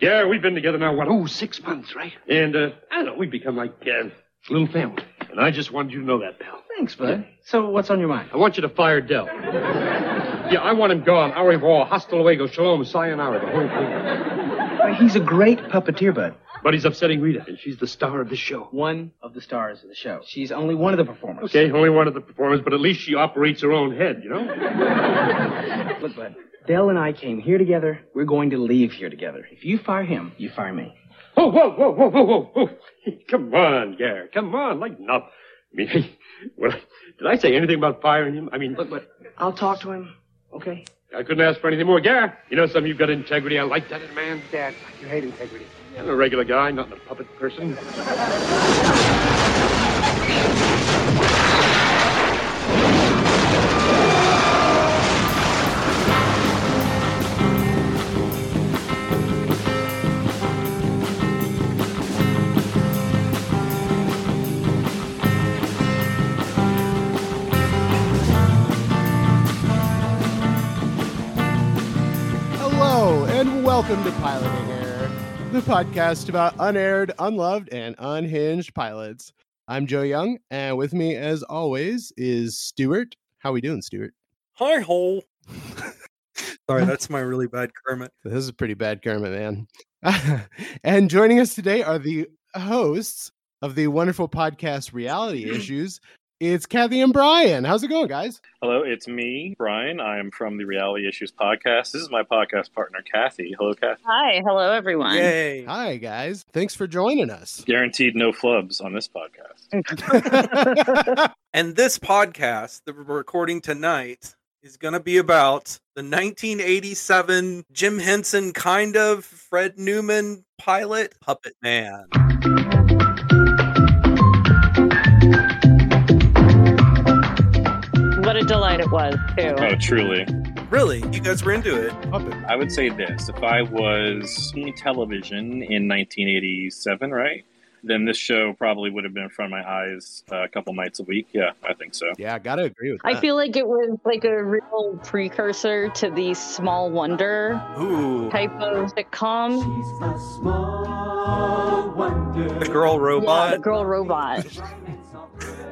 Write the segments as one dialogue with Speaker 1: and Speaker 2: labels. Speaker 1: Yeah, we've been together now, what, oh, six months, right? And, uh, I don't know, we've become like, uh, little family. And I just wanted you to know that, pal.
Speaker 2: Thanks, bud. So what's on your mind?
Speaker 1: I want you to fire Dell. yeah, I want him gone. Au revoir, hasta luego, shalom, sayonara, the whole thing.
Speaker 2: Why, Uh, He's a great puppeteer, bud.
Speaker 1: But he's upsetting Rita, and she's the star of this show.
Speaker 2: One of the stars of the show. She's only one of the performers.
Speaker 1: Okay, only one of the performers, but at least she operates her own head, you know?
Speaker 2: Look, bud. Dell and I came here together. We're going to leave here together. If you fire him, you fire me.
Speaker 1: Whoa, whoa, whoa, whoa, whoa, whoa, whoa. Come on, Gary. Come on, lighten up. I mean, hey, well, did I say anything about firing him? I mean,
Speaker 2: Look,
Speaker 1: look,
Speaker 2: bud. I'll talk to him. Okay.
Speaker 1: I couldn't ask for anything more. Gary, you know something? You've got integrity. I like that in a man.
Speaker 2: Dad, you hate integrity.
Speaker 1: I'm a regular guy, not a puppet person.
Speaker 3: Hello, and welcome to Piloting Air, the podcast about unaired, unloved, and unhinged pilots. I'm Joe Young, and with me, as always, is Stuart. How we doing, Stuart?
Speaker 4: Hi ho. Sorry, that's my really bad Kermit.
Speaker 3: This is a pretty bad Kermit, man. and joining us today are the hosts of the wonderful podcast Reality Issues. It's Kathy and Brian. How's it going, guys?
Speaker 5: Hello, it's me, Brian. I am from the Reality Issues podcast. This is my podcast partner, Kathy. Hello, Kathy.
Speaker 6: Hi, hello everyone.
Speaker 4: Yay.
Speaker 3: Hi, guys. Thanks for joining us.
Speaker 5: Guaranteed no flubs on this podcast.
Speaker 4: And this podcast that we're recording tonight is going to be about the 1987 Jim Henson kind of Fred Newman pilot Puppet Man.
Speaker 6: What a delight it was too.
Speaker 5: Oh, truly.
Speaker 4: Really, you guys were into it.
Speaker 3: Puppet.
Speaker 5: I would say this if I was in television in 1987, right? Then this show probably would have been in front of my eyes uh, a couple nights a week. Yeah, I think so.
Speaker 3: Yeah, gotta agree with that.
Speaker 6: I feel like it was like a real precursor to the small wonder
Speaker 4: Ooh,
Speaker 6: type of sitcom.
Speaker 4: the girl
Speaker 6: Yeah, the
Speaker 4: robot.
Speaker 6: girl robot.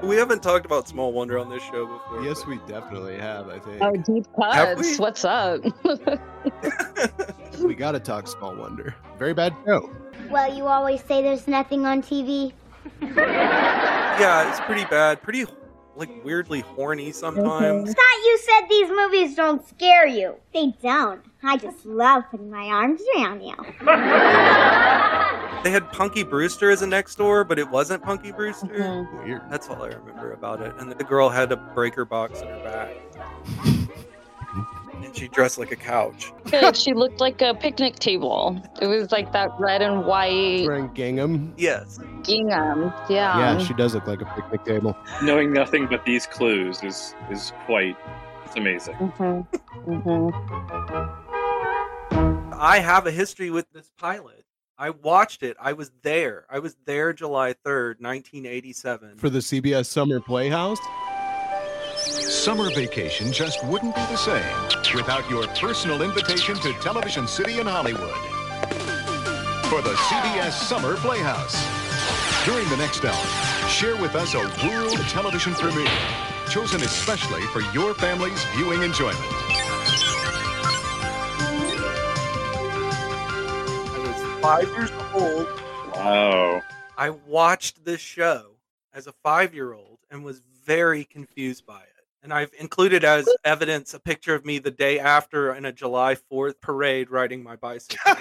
Speaker 4: We haven't talked about Small Wonder on this show before.
Speaker 3: yes,
Speaker 4: but-
Speaker 3: we definitely have. I think
Speaker 6: Oh, deep
Speaker 4: Have
Speaker 6: cuts.
Speaker 4: we?
Speaker 6: What's up?
Speaker 3: we gotta talk Small Wonder. Very bad show.
Speaker 7: Well, you always say there's nothing on TV.
Speaker 4: Yeah, it's pretty bad. Pretty like weirdly horny sometimes.
Speaker 7: Thought you said these movies don't scare you. They don't. I just love putting my arms around you.
Speaker 6: Mm-hmm.
Speaker 4: They had Punky Brewster as a next door, but it wasn't Punky Brewster.
Speaker 6: Mhm.
Speaker 3: Weird.
Speaker 4: That's all I remember about it. And the girl had a breaker box in her back. and she dressed like a couch.
Speaker 6: Good, she looked like a picnic table. It was like that red and white
Speaker 3: Wearing gingham.
Speaker 4: Yes.
Speaker 6: gingham. Yeah.
Speaker 3: Yeah, she does look like a picnic table.
Speaker 5: Knowing nothing but these clues is, is quite it's amazing.
Speaker 6: Mhm. Mhm.
Speaker 4: I have a history with this pilot. I watched it. I was there. I was there July 3rd, 1987.
Speaker 3: For the CBS Summer Playhouse,
Speaker 8: Summer vacation just wouldn't be the same without your personal invitation to Television City in Hollywood for the CBS Summer Playhouse. During the next hour, share with us a world television premiere chosen especially for your family's viewing enjoyment.
Speaker 4: I was five years old.
Speaker 5: Wow.
Speaker 4: I watched this show as a five year old and was very confused by it. And I've included as evidence a picture of me the day after in a July 4th parade riding my bicycle.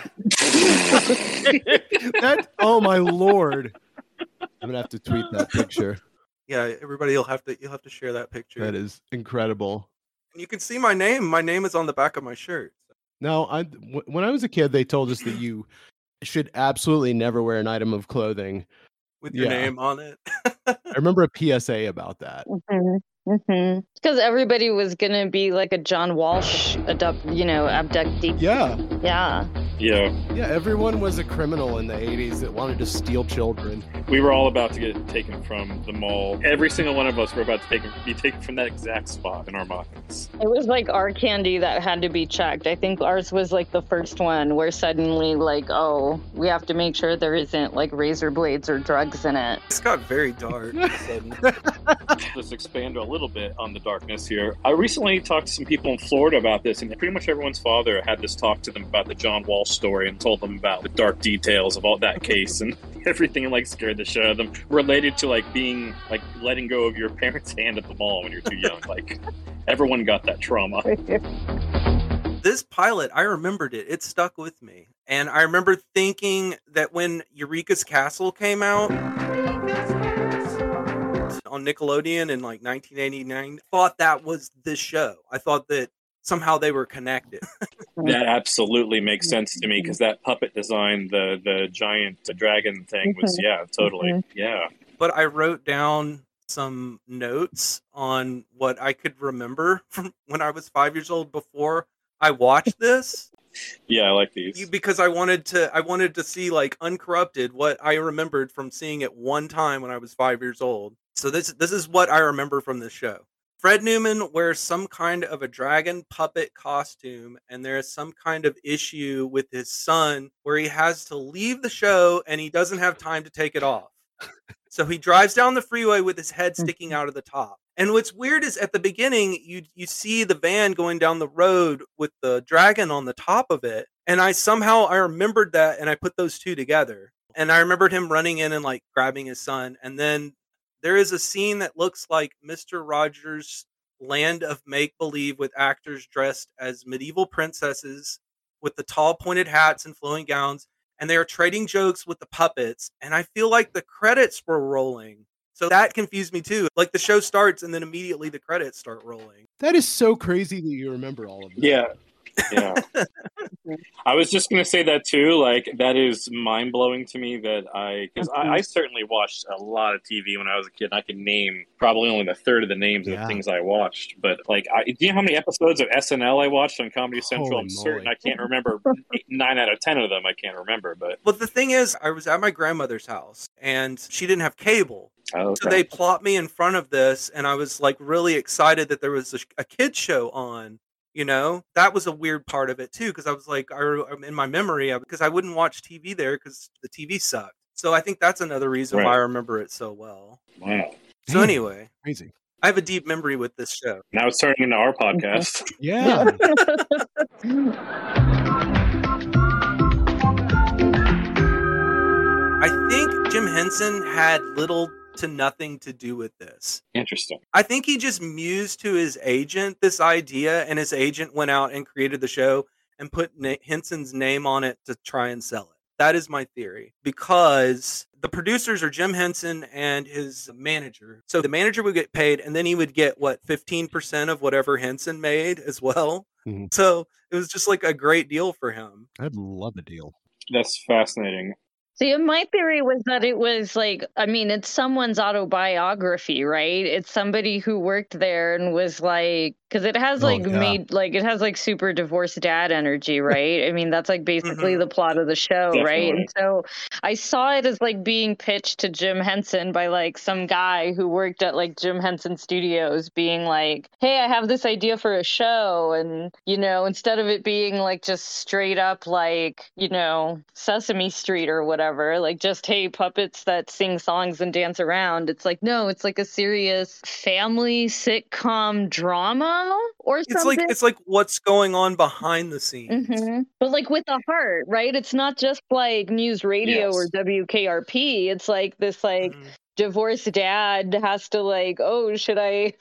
Speaker 3: that oh my lord! I'm gonna have to tweet that picture.
Speaker 4: yeah, everybody will have to you'll have to share that picture.
Speaker 3: That is incredible.
Speaker 4: And you can see my name. My name is on the back of my shirt.
Speaker 3: No, I w- when I was a kid, they told us that you should absolutely never wear an item of clothing.
Speaker 4: with your
Speaker 3: Yeah.
Speaker 4: name on it.
Speaker 3: I remember a PSA about that.
Speaker 6: Mhm. Because everybody was gonna be like a John Walsh, abduct, you know, abductee.
Speaker 3: Yeah.
Speaker 6: Yeah.
Speaker 5: Yeah,
Speaker 3: Yeah, everyone was a criminal in the 80s that wanted to steal children.
Speaker 5: we were all about to get taken from the mall. Every single one of us were about to take, be taken from that exact spot in our minds.
Speaker 6: It was like our candy that had to be checked. I think ours was like the first one where suddenly, like, oh, we have to make sure there isn't like razor blades or drugs in it.
Speaker 4: This got very dark. all of a sudden.
Speaker 5: Let's expand a little bit on the darkness here. I recently talked to some people in Florida about this, and pretty much everyone's father had this talk to them about the John Walsh story and told them about the dark details of all that case and everything like scared the shit out of them related to like being like letting go of your parents' hand at the mall when you're too young. like everyone got that trauma.
Speaker 4: this pilot, I remembered it. It stuck with me. And I remember thinking that when Eureka's Castle came out on Nickelodeon in like 1989, I thought that was this show. I thought that somehow they were connected.
Speaker 5: That absolutely makes sense to me because that puppet design, the the giant dragon thing was yeah, totally. Yeah.
Speaker 4: But I wrote down some notes on what I could remember from when I was five years old before I watched this.
Speaker 5: Yeah, I like these.
Speaker 4: you, because I wanted to I wanted to see like uncorrupted what I remembered from seeing it one time when I was 5 years old. So this this is what I remember from this show. Fred Newman wears some kind of a dragon puppet costume and there is some kind of issue with his son where he has to leave the show and he doesn't have time to take it off. So he drives down the freeway with his head sticking out of the top. And what's weird is at the beginning, you you see the van going down the road with the dragon on the top of it. And I somehow I remembered that and I put those two together. And I remembered him running in and like grabbing his son. And then there is a scene that looks like Mr. Rogers' land of make believe with actors dressed as medieval princesses with the tall pointed hats and flowing gowns and they are trading jokes with the puppets. And I feel like the credits were rolling. So that confused me too. Like the show starts and then immediately the credits start rolling.
Speaker 3: That is so crazy that you remember all of that.
Speaker 5: Yeah. Yeah. I was just going to say that too. Like, that is mind blowing to me that I, because I, I certainly watched a lot of TV when I was a kid. And I could name probably only a third of the names of
Speaker 3: Yeah.
Speaker 5: the things I watched. But, like, I, do you know how many episodes of SNL I watched on Comedy Central?
Speaker 3: Holy
Speaker 5: I'm certain
Speaker 3: moly.
Speaker 5: I can't remember eight, nine out of 10 of them. I can't remember, but.
Speaker 4: Well, the thing is, I was at my grandmother's house and she didn't have cable.
Speaker 5: Oh,
Speaker 4: So they plot me in front of this. And I was like really excited that there was a, sh- a kid show on. You know, that was a weird part of it too, because I was like, I, re- in my memory, because I wouldn't watch TV there because the TV sucked. So I think that's another reason why
Speaker 5: Right.
Speaker 4: I remember it so well.
Speaker 5: Wow.
Speaker 4: So,
Speaker 3: Damn.
Speaker 4: anyway,
Speaker 3: Crazy.
Speaker 4: I have a deep memory with this show.
Speaker 5: Now it's turning into our podcast.
Speaker 3: Yeah.
Speaker 4: I think Jim Henson had little to nothing to do with this.
Speaker 5: Interesting.
Speaker 4: I think he just mused to his agent this idea, and his agent went out and created the show and put Na- Henson's name on it to try and sell it. That is my theory because the producers are Jim Henson and his manager. So the manager would get paid, and then he would get what 15% of whatever Henson made as well.
Speaker 3: Mhm.
Speaker 4: So it was just like a great deal for him.
Speaker 3: I'd love a deal.
Speaker 5: That's fascinating.
Speaker 6: See, my theory was that it was like, I mean, it's someone's autobiography, right? It's somebody who worked there and was like, because it has
Speaker 3: Oh,
Speaker 6: like
Speaker 3: yeah.
Speaker 6: made, like, it has like super divorced dad energy, right? I mean, that's like basically
Speaker 3: Mm-hmm.
Speaker 6: the plot of the show, right? And so I saw it as like being pitched to Jim Henson by like some guy who worked at like Jim Henson Studios being like, hey, I have this idea for a show. And, you know, instead of it being like just straight up like, you know, Sesame Street or whatever, like just, hey, puppets that sing songs and dance around, it's like, no, it's like a serious family sitcom drama or
Speaker 4: It's
Speaker 6: something.
Speaker 4: like it's like what's going on behind the scenes.
Speaker 6: Mhm. But like with the heart, right? It's not just like news radio or
Speaker 5: Yes.
Speaker 6: WKRP. It's like this like
Speaker 4: Mhm.
Speaker 6: divorced dad has to like, oh, should I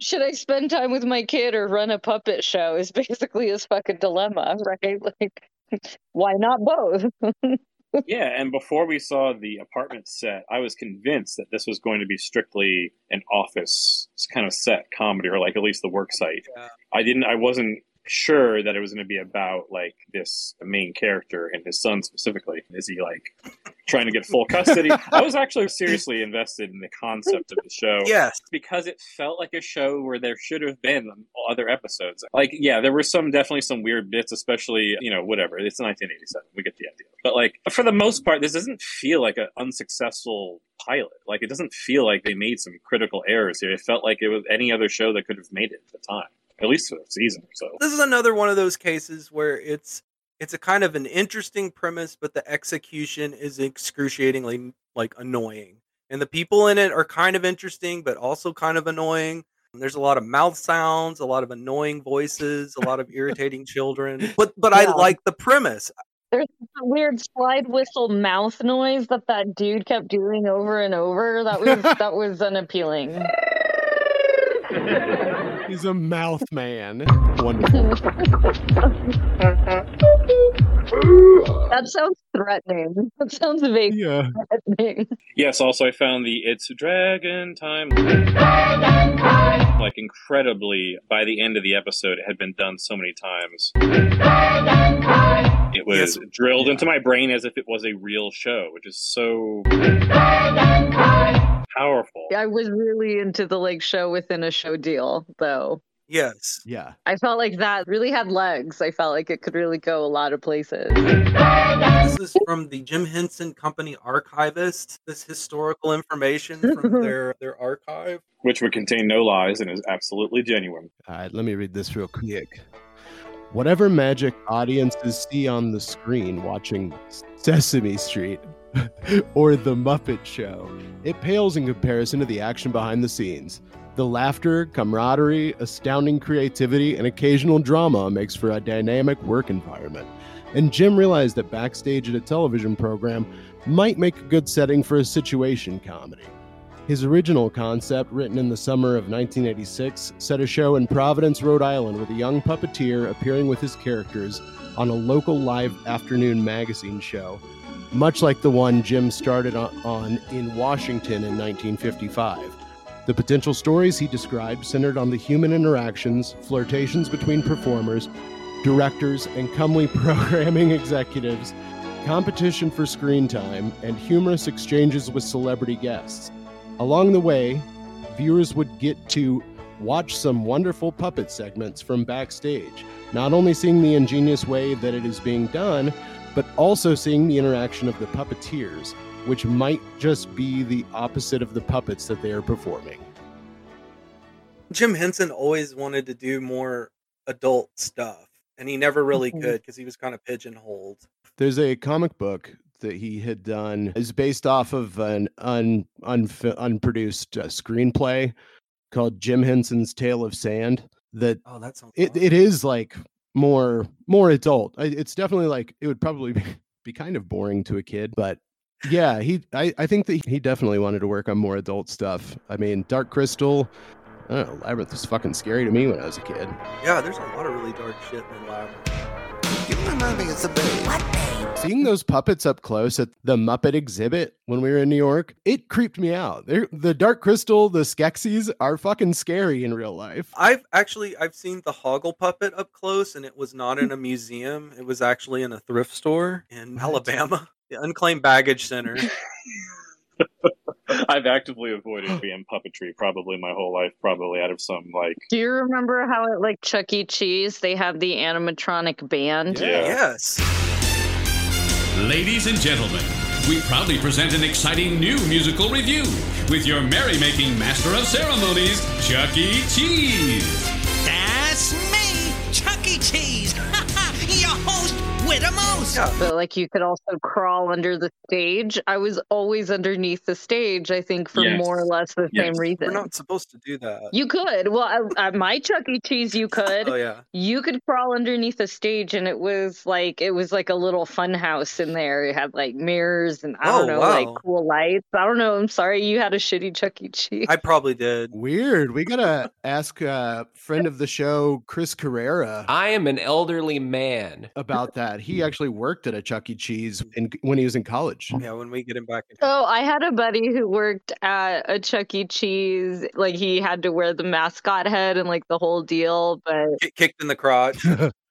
Speaker 6: should I spend time with my kid or run a puppet show is basically his fucking dilemma, right? Like why not both?
Speaker 5: yeah, and before we saw the apartment set, I was convinced that this was going to be strictly an office kind of set comedy, or like at least the work site.
Speaker 4: Yeah.
Speaker 5: I didn't. I wasn't sure that it was going to be about like this main character and his son specifically. Is he like trying to get full custody? I was actually seriously invested in the concept of the show.
Speaker 4: Yes.
Speaker 5: Because it felt like a show where there should have been other episodes. Like, yeah, there were some definitely some weird bits, especially, you know, whatever. It's 1987. We get the idea. But like, for the most part, this doesn't feel like an unsuccessful pilot. Like, it doesn't feel like they made some critical errors here. It felt like it was any other show that could have made it at the time at least for a season or so.
Speaker 4: This is another one of those cases where it's it's a kind of an interesting premise, but the execution is excruciatingly like annoying. And the people in it are kind of interesting, but also kind of annoying. And there's a lot of mouth sounds, a lot of annoying voices, a lot of irritating children. But but
Speaker 6: Yeah.
Speaker 4: I like the premise.
Speaker 6: There's that weird slide whistle mouth noise that that dude kept doing over and over. That was that was unappealing.
Speaker 3: He's a mouth man. Wonderful.
Speaker 6: That sounds threatening. That sounds vague
Speaker 3: Yeah.
Speaker 6: threatening.
Speaker 5: Yes, also I found the It's Dragon Time like incredibly by the end of the episode it had been done so many times. It was
Speaker 4: Yes.
Speaker 5: drilled into my brain as if it was a real show, which is so powerful.
Speaker 6: I was really into the like show within a show deal though.
Speaker 4: Yes.
Speaker 3: Yeah.
Speaker 6: I felt like that really had legs. I felt like it could really go a lot of places.
Speaker 4: This is from the Jim Henson Company archivist. This historical information from their their archive.
Speaker 5: Which would contain no lies and is absolutely genuine.
Speaker 3: All right, let me read this real quick. Whatever magic audiences see on the screen watching Sesame Street or The Muppet Show, it pales in comparison to the action behind the scenes. The laughter, camaraderie, astounding creativity, and occasional drama makes for a dynamic work environment. And Jim realized that backstage at a television program might make a good setting for a situation comedy. His original concept, written in the summer of 1986, set a show in Providence, Rhode Island, with a young puppeteer appearing with his characters on a local live afternoon magazine show, much like the one Jim started on- on in Washington in 1955. The potential stories he described centered on the human interactions, flirtations between performers, directors, and comely programming executives, competition for screen time, and humorous exchanges with celebrity guests. Along the way, viewers would get to watch some wonderful puppet segments from backstage, not only seeing the ingenious way that it is being done, but also seeing the interaction of the puppeteers, which might just be the opposite of the puppets that they are performing.
Speaker 4: Jim Henson always wanted to do more adult stuff, and he never really
Speaker 6: Mhm.
Speaker 4: could because he was kind of pigeonholed.
Speaker 3: There's a comic book that he had done is based off of an un, unf unproduced uh, screenplay called Jim Henson's Tale of Sand that
Speaker 4: Oh, that sounds.
Speaker 3: it,
Speaker 4: fun.
Speaker 3: it is like more more adult I- it's definitely like it would probably be, be kind of boring to a kid but yeah he I, I think that he definitely wanted to work on more adult stuff i mean dark crystal i don't know labyrinth was fucking scary to me when i was a kid
Speaker 4: Yeah, there's a lot of really dark shit in the lab.
Speaker 3: seeing those puppets up close at the muppet exhibit when we were in new york it creeped me out They're, the dark crystal the skeksis are fucking scary in real life
Speaker 4: I've actually I've seen the Hoggle puppet up close, and it was not in a museum. It was actually in a thrift store in Alabama, the Unclaimed Baggage Center.
Speaker 5: I've actively avoided being puppetry probably my whole life, probably out of some like
Speaker 6: Do you remember how at like Chuck E. Cheese they had the animatronic band?
Speaker 5: Yeah.
Speaker 4: Yes,
Speaker 9: Ladies and gentlemen, we proudly present an exciting new musical review with your merrymaking master of ceremonies, Chuck E. Cheese.
Speaker 10: That's me, Chuck E. Cheese, your host with a mouse.
Speaker 4: yeah.
Speaker 6: But like you could also crawl under the stage. I was always underneath the stage, I think, for
Speaker 5: Yes.
Speaker 6: more or less the
Speaker 5: Yes.
Speaker 6: same
Speaker 4: We're
Speaker 6: reason.
Speaker 4: not supposed to do that.
Speaker 6: you could. Well, at- at my Chuck E. Cheese, you could.
Speaker 4: Oh yeah,
Speaker 6: you could crawl underneath the stage and it was like it was like a little fun house in there it had like mirrors and i
Speaker 4: Oh,
Speaker 6: don't know like
Speaker 4: wow.
Speaker 6: cool lights i don't know i'm sorry you had a shitty chuck e cheese
Speaker 4: I probably did.
Speaker 3: weird we gotta ask uh friend of the show chris carrera
Speaker 11: I am an elderly man.
Speaker 3: about that. He he actually worked at a Chuck E. Cheese
Speaker 10: Mm.
Speaker 3: in, when he was in college.
Speaker 10: Oh,
Speaker 4: Yeah, when we get him back. in-
Speaker 6: So Oh, I had a buddy who worked at a Chuck E. Cheese. Like he had to wear the mascot head and like the whole deal. But
Speaker 4: Get kicked in the crotch.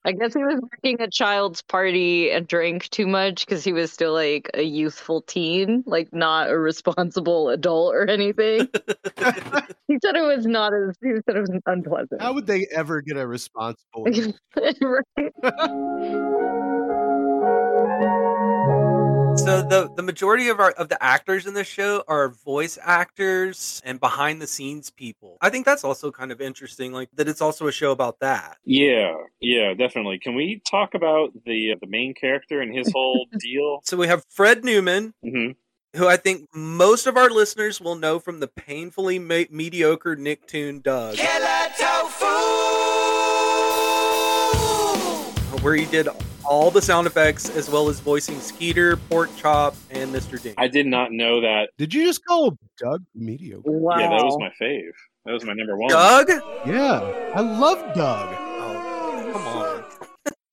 Speaker 6: I guess he was working a child's party and drank too much because he was still like a youthful teen, like not a responsible adult or anything. he said it was not as he said it was unpleasant.
Speaker 3: How would they ever get a responsible?
Speaker 4: So the the majority of our of the actors in this show are voice actors and behind the scenes people. I think that's also kind of interesting, like that it's also a show about that.
Speaker 5: Yeah, yeah, definitely. Can we talk about the the main character and his whole deal?
Speaker 4: So we have Fred Newman,
Speaker 5: hmm
Speaker 4: who I think most of our listeners will know from the painfully me- mediocre Nicktoon Doug, where he did all the sound effects as well as voicing Skeeter, Pork Chop, and Mr. Dink.
Speaker 5: I did not know that.
Speaker 3: Did you just call Doug mediocre?
Speaker 6: wow.
Speaker 5: Yeah, that was my fave. That was my number one.
Speaker 4: Doug?
Speaker 3: Yeah, I love Doug.
Speaker 4: Oh, come on.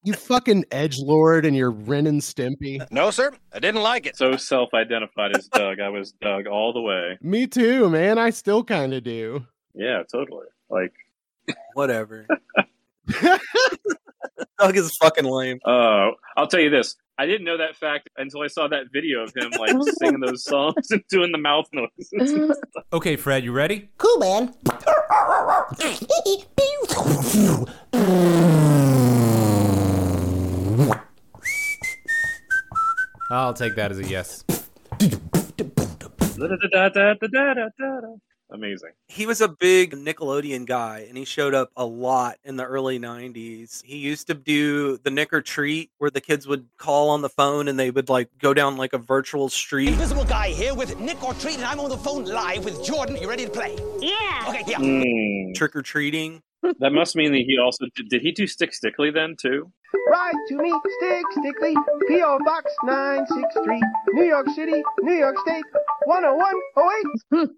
Speaker 3: You fucking edge lord and you're Ren and Stimpy.
Speaker 11: No, sir. I didn't like it.
Speaker 5: So self-identified as Doug. I was Doug all the way.
Speaker 3: Me too, man. I still kind of do.
Speaker 5: Yeah, totally. Like,
Speaker 4: Whatever. Doug is fucking lame.
Speaker 5: uh, I'll tell you this. I didn't know that fact until I saw that video of him like singing those songs and doing the mouth noises.
Speaker 9: Okay, Fred, you ready?
Speaker 10: Cool, man.
Speaker 12: I'll take that as a yes.
Speaker 5: Da-da-da-da-da-da-da-da. Amazing.
Speaker 4: he was a big Nickelodeon guy and he showed up a lot in the early 90s. He used to do the Nick or Treat where the kids would call on the phone and they would like go down like a virtual street.
Speaker 10: Invisible guy here with Nick or Treat, and I'm on the phone live with Jordan. You ready to play?
Speaker 7: Yeah.
Speaker 10: Okay, yeah.
Speaker 5: Mm.
Speaker 4: Trick or treating.
Speaker 5: That must mean that he also did, did he do Stick Stickly then too?
Speaker 13: Ride to me, Stick Stickley, P.O. Box 963, New York City, New York State, 10108.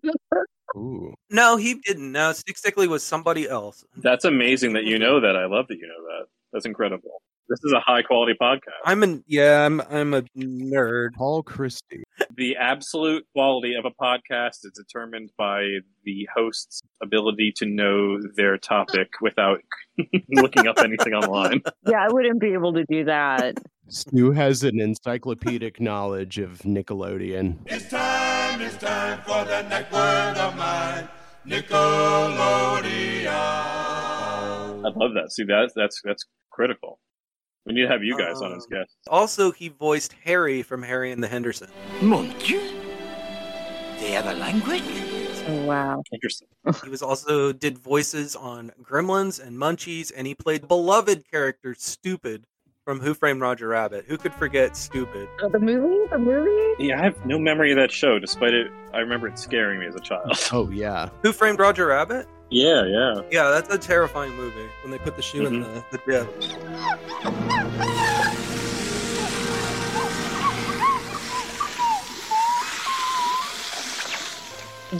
Speaker 3: Ooh.
Speaker 4: No, he didn't. No, Stick Stickley was somebody else.
Speaker 5: That's amazing that you know that. I love that you know that. That's incredible. This is a high quality podcast.
Speaker 4: I'm an yeah, I'm I'm a nerd.
Speaker 3: Paul Christie.
Speaker 5: The absolute quality of a podcast is determined by the host's ability to know their topic without looking up anything online.
Speaker 6: yeah, I wouldn't be able to do that.
Speaker 3: Stu has an encyclopedic knowledge of Nickelodeon.
Speaker 8: It's time, it's time for the next word of mine. Nickelodeon.
Speaker 5: I love that. See that's that's that's critical. We need to have you guys on as
Speaker 4: Um,
Speaker 5: guests.
Speaker 4: Also, he voiced Harry from Harry and the Henderson.
Speaker 10: Mon Dieu. They have a language?
Speaker 6: Oh, wow.
Speaker 5: Interesting.
Speaker 4: He was also did voices on Gremlins and Munchies, and he played beloved character Stupid from Who Framed Roger Rabbit. Who could forget Stupid?
Speaker 6: Oh, the movie? The movie?
Speaker 5: Yeah, I have no memory of that show, despite it. I remember it scaring me as a child.
Speaker 3: Oh yeah.
Speaker 4: Who Framed Roger Rabbit?
Speaker 5: yeah, yeah.
Speaker 4: Yeah, that's a terrifying movie when they put the shoe in
Speaker 3: Mm-hmm.
Speaker 4: the, the dip.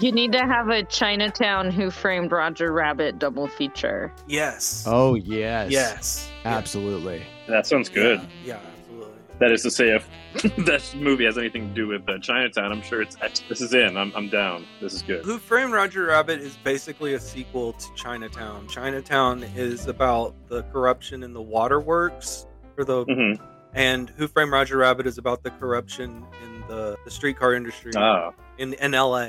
Speaker 6: You need to have a Chinatown Who Framed Roger Rabbit double feature.
Speaker 4: Yes.
Speaker 3: Oh yes.
Speaker 4: yes.
Speaker 3: Absolutely.
Speaker 5: That sounds good.
Speaker 4: Yeah, absolutely.
Speaker 5: That is to say, if that movie has anything to do with uh, Chinatown, I'm sure it's ex- this is in. I'm, I'm down. This is good.
Speaker 4: Who Framed Roger Rabbit is basically a sequel to Chinatown. Chinatown is about the corruption in the waterworks for the
Speaker 5: hmm
Speaker 4: and Who Framed Roger Rabbit is about the corruption in the, the streetcar industry.
Speaker 5: Ah,
Speaker 4: in, in LA.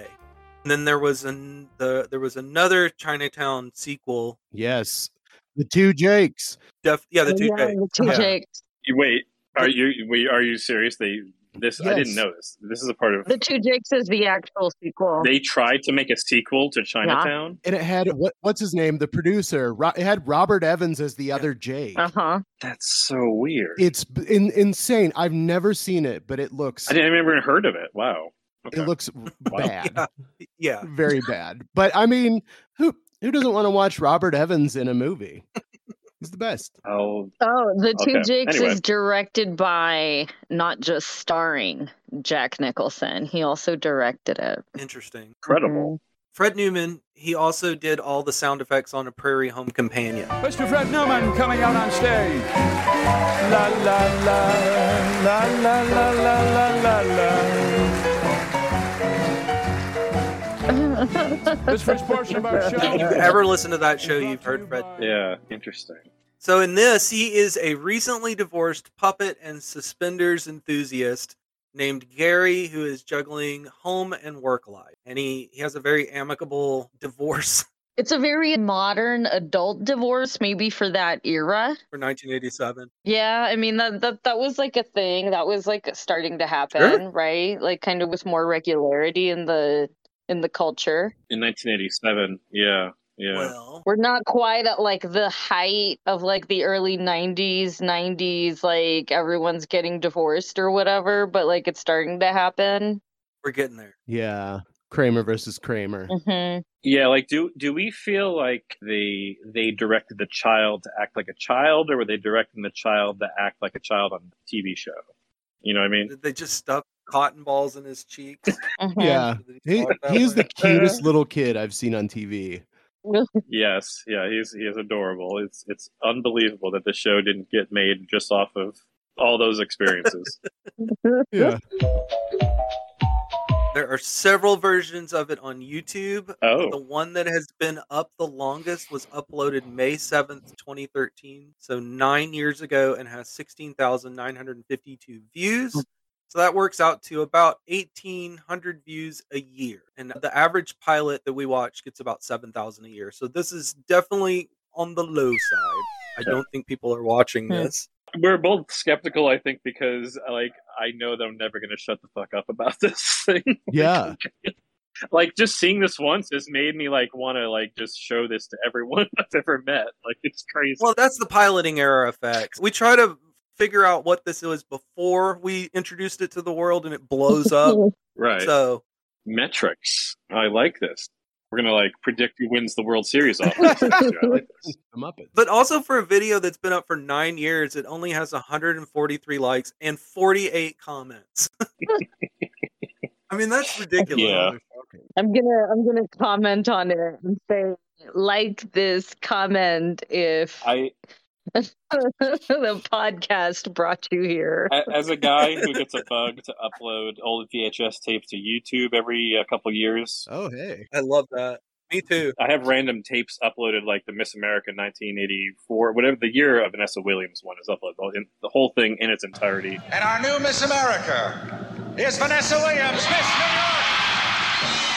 Speaker 4: And then there was an the there was another Chinatown sequel.
Speaker 3: Yes. The two Jakes.
Speaker 4: Def, yeah, the two
Speaker 6: Yeah,
Speaker 4: J.
Speaker 6: the two
Speaker 4: Yeah.
Speaker 6: Jakes.
Speaker 5: you- wait. Are you wait, are you serious? They this I didn't
Speaker 3: Yes.
Speaker 5: know this. This is a part of.
Speaker 6: The Two Jakes is the actual sequel.
Speaker 5: They tried to make a sequel to Chinatown.
Speaker 3: And it had what, what's his name? The producer. Ro- it had Robert Evans as the other Jake.
Speaker 6: Uh huh.
Speaker 5: That's so weird.
Speaker 3: It's b- in, insane. I've never seen it, but it looks
Speaker 5: I didn't remember and heard of it. Wow. Okay.
Speaker 3: it looks bad.
Speaker 4: Yeah. Yeah.
Speaker 3: Very bad. But I mean, who who doesn't want to watch Robert Evans in a movie? He's the best.
Speaker 5: I'll-
Speaker 6: Oh, The Two
Speaker 5: Okay,
Speaker 6: Jakes
Speaker 5: anyway.
Speaker 6: is directed by, not just starring Jack Nicholson. He also directed it.
Speaker 4: Interesting.
Speaker 5: incredible.
Speaker 4: Fred Newman, he also did all the sound effects on A Prairie Home Companion.
Speaker 11: Mr. Fred Newman coming out on stage. La la la la la la la la la la. This first portion of our show.
Speaker 4: If you ever listen to that show, you've heard Fred.
Speaker 5: Yeah, interesting.
Speaker 4: So in this, he is a recently divorced puppet and suspenders enthusiast named Gary who is juggling home and work life. And he, he has a very amicable divorce
Speaker 6: It's a very modern adult divorce, maybe for that era.
Speaker 4: for 1987.
Speaker 6: Yeah, I mean that that that was like a thing that was like starting to happen, right? Like kind of with more regularity in the in the culture.
Speaker 5: In 1987, yeah, yeah.
Speaker 6: We're not quite at like the height of like the early 90s, 90s like everyone's getting divorced or whatever, but like it's starting to happen.
Speaker 4: We're getting there.
Speaker 3: Yeah. Kramer versus Kramer.
Speaker 6: Mhm.
Speaker 5: Yeah, like do do we feel like they they directed the child to act like a child, or were they directing the child to act like a child on the TV show? You know what I mean?
Speaker 4: They just stuffed cotton balls in his cheeks.
Speaker 6: mm-hmm.
Speaker 3: Yeah. He, he is the cutest little kid I've seen on TV.
Speaker 5: Yes, yeah, he's he is adorable. It's it's unbelievable that the show didn't get made just off of all those experiences.
Speaker 3: Yeah.
Speaker 4: There are several versions of it on YouTube.
Speaker 5: Oh.
Speaker 4: The one that has been up the longest was uploaded May 7th, 2013. So nine years ago and has 16,952 views.
Speaker 3: Oh.
Speaker 4: So that works out to about 1,800 views a year. And the average pilot that we watch gets about 7,000 a year. So this is definitely on the low side. I don't think people are watching
Speaker 5: Hmm.
Speaker 4: this.
Speaker 5: We're both skeptical, I think, because like I know that I'm never going to shut the fuck up about this thing.
Speaker 3: Yeah.
Speaker 5: like just seeing this once has made me like want to like just show this to everyone I've ever met. Like it's crazy.
Speaker 4: Well, that's the piloting error effect. We try to figure out what this was before we introduced it to the world and it blows up.
Speaker 5: right.
Speaker 4: So
Speaker 5: metrics. I like this. We're gonna like predict who wins the World Series off. this. Yeah, I like this.
Speaker 4: but also for a video that's been up for nine years, it only has 143 likes and 48 comments. I mean, that's ridiculous.
Speaker 5: Yeah.
Speaker 6: I'm going to I'm going to comment on it and say like this comment if
Speaker 5: I
Speaker 6: the podcast brought you here.
Speaker 5: a- as a guy who gets a bug to upload old VHS tapes to YouTube every uh, couple years.
Speaker 3: Oh hey,
Speaker 4: I love that. Me too.
Speaker 5: I have random tapes uploaded, like the Miss America 1984, whatever the year of Vanessa Williams one is uploaded, all- in- the whole thing in its entirety.
Speaker 14: And our new Miss America is Vanessa Williams, Miss New York.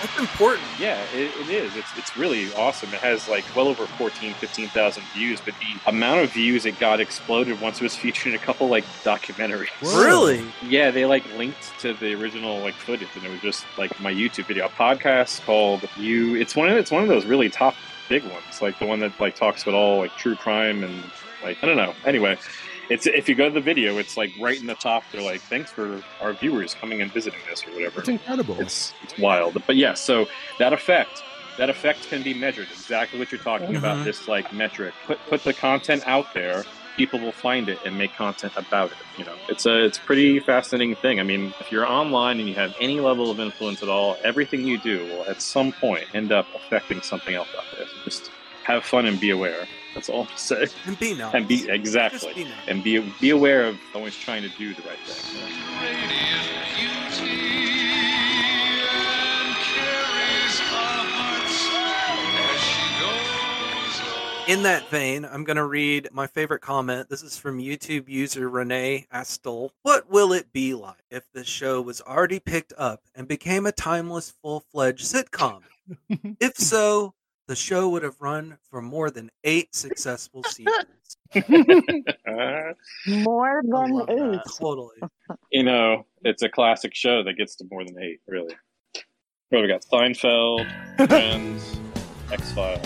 Speaker 4: That's important.
Speaker 5: Yeah, it, it is. It's, it's really awesome. It has like well over 14, 15,000 views, but the amount of views it got exploded once it was featured in a couple like documentaries.
Speaker 4: Really?
Speaker 5: Yeah, they like linked to the original like footage, and it was just like my YouTube video, a podcast called "You." It's one of it's one of those really top big ones, like the one that like talks about all like true crime and like I don't know. Anyway, it's if you go to the video, it's like right in the top. They're like, "Thanks for our viewers coming and visiting us" or whatever.
Speaker 3: It's incredible.
Speaker 5: It's it's wild, but yeah. So that effect. That effect can be measured. Exactly what you're talking about.
Speaker 4: Mhm.
Speaker 5: This like metric. Put put the content out there. People will find it and make content about it. You know, it's a it's a pretty fascinating thing. I mean, if you're online and you have any level of influence at all, everything you do will at some point end up affecting something else out there. So just have fun and be aware. That's all I'm saying.
Speaker 4: And be nice.
Speaker 5: And be exactly.
Speaker 4: Just be nice.
Speaker 5: And be be aware of always trying to do the right thing. you know?
Speaker 4: In that vein, I'm going to read my favorite comment. This is from YouTube user Renee Astel. What will it be like if this show was already picked up and became a timeless, full fledged sitcom? if so, the show would have run for more than eight successful seasons.
Speaker 5: Uh,
Speaker 6: More than eight.
Speaker 4: Totally.
Speaker 5: you know, it's a classic show that gets to more than eight, really. Well, we got Seinfeld, Friends, X Files,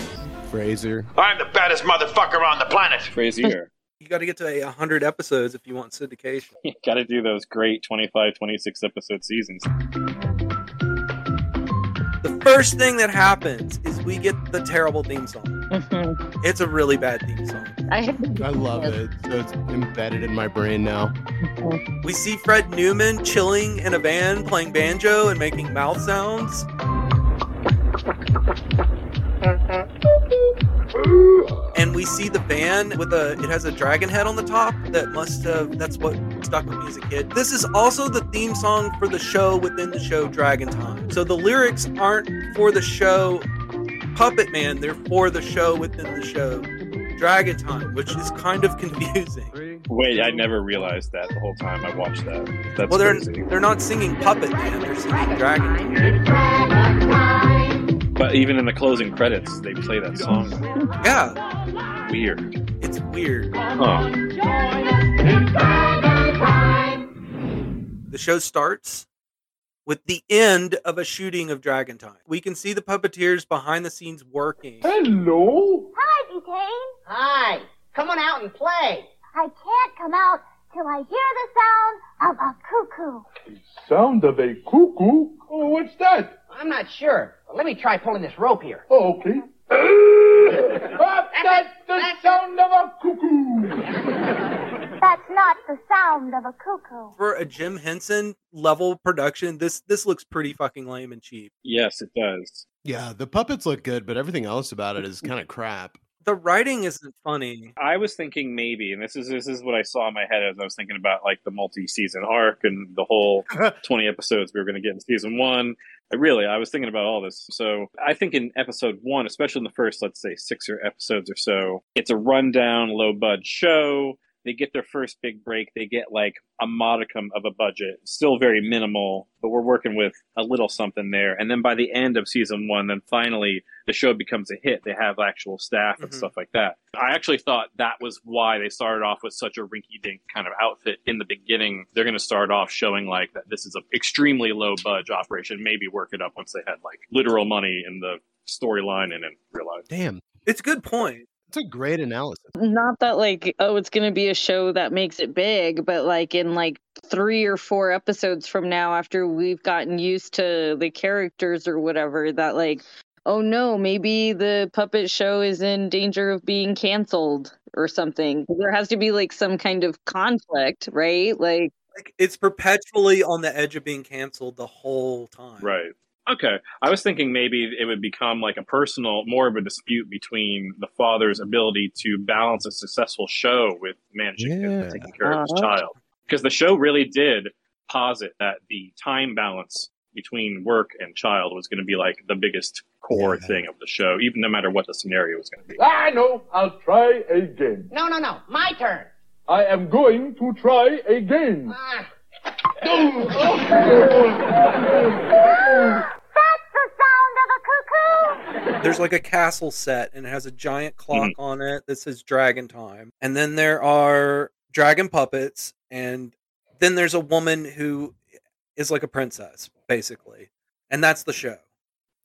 Speaker 3: Fraser.
Speaker 14: I'm the baddest motherfucker on the planet.
Speaker 5: Frasier.
Speaker 4: You got to get to a 100 episodes if you want syndication.
Speaker 5: you got to do those great 25, 26 episode seasons.
Speaker 4: The first thing that happens is we get the terrible theme song. It's a really bad theme song.
Speaker 6: Mm-hmm. I,
Speaker 3: love it. So it's embedded in my brain now.
Speaker 4: We see Fred Newman chilling in a van playing banjo and making mouth sounds. And we see the van with a it has a dragon head on the top that must have that's what stuck with me as a kid. This is also the theme song for the show within the show Dragon Time. So the lyrics aren't for the show Puppet Man, they're for the show within the show Dragon Time, which is kind of confusing.
Speaker 5: Wait, I never realized that the whole time I watched that. That's
Speaker 4: well, they're
Speaker 5: crazy.
Speaker 4: they're not singing Puppet Man, they're singing Dragon.
Speaker 5: But even in the closing credits, they play that song.
Speaker 4: Yeah,
Speaker 5: Weird.
Speaker 4: it's weird.
Speaker 5: Huh.
Speaker 4: The show starts with the end of a shooting of Dragon Time. We can see the puppeteers behind the scenes working.
Speaker 15: Hello?
Speaker 7: Hi, Butane.
Speaker 15: Hi. Come on out and play.
Speaker 7: I can't come out till I hear the sound of a cuckoo.
Speaker 15: Sound of a cuckoo? Oh, what's that?
Speaker 16: I'm not sure. but Let me try pulling this rope here.
Speaker 15: Oh, okay. Ah, that's the sound of a cuckoo.
Speaker 7: That's not the sound of a cuckoo.
Speaker 4: For a Jim Henson level production, this this looks pretty fucking lame and cheap.
Speaker 5: Yes, it does.
Speaker 3: Yeah, the puppets look good, but everything else about it is kind of crap.
Speaker 4: The writing isn't funny.
Speaker 5: I was thinking maybe, and this is this is what I saw in my head as I was thinking about like the multi-season arc and the whole twenty episodes we were going to get in season one. I really, I was thinking about all this. So I think in episode one, especially in the first, let's say six or episodes or so, it's a rundown, low bud show. They get their first big break. They get like a modicum of a budget, still very minimal, but we're working with a little something there. And then by the end of season one, then finally the show becomes a hit. They have actual staff and
Speaker 4: Mhm.
Speaker 5: stuff like that. I actually thought that was why they started off with such a rinky dink kind of outfit in the beginning. They're going to start off showing like that this is an extremely low budge operation, maybe work it up once they had like literal money in the storyline and in real life.
Speaker 3: Damn,
Speaker 4: It's a good point.
Speaker 3: it's a great analysis.
Speaker 6: not that like oh it's going to be a show that makes it big but like in like three or four episodes from now after we've gotten used to the characters or whatever that like oh no maybe the puppet show is in danger of being canceled or something there has to be like some kind of conflict right like
Speaker 4: Like it's perpetually on the edge of being canceled the whole time.
Speaker 5: Right. Okay. I was thinking maybe it would become like a personal, more of a dispute between the father's ability to balance a successful show with managing and taking care of his
Speaker 6: Uh-huh.
Speaker 5: child. Because the show really did posit that the time balance between work and child was going to be like the biggest core thing of the show, even no matter what the scenario was going to be.
Speaker 15: I know. I'll try again.
Speaker 16: No, no, no. My turn.
Speaker 15: I am going to try again.
Speaker 16: Ah.
Speaker 4: There's like a castle set and it has a giant clock on it that says Dragon Time. And then there are dragon puppets and then there's a woman who is like a princess basically. And that's the show.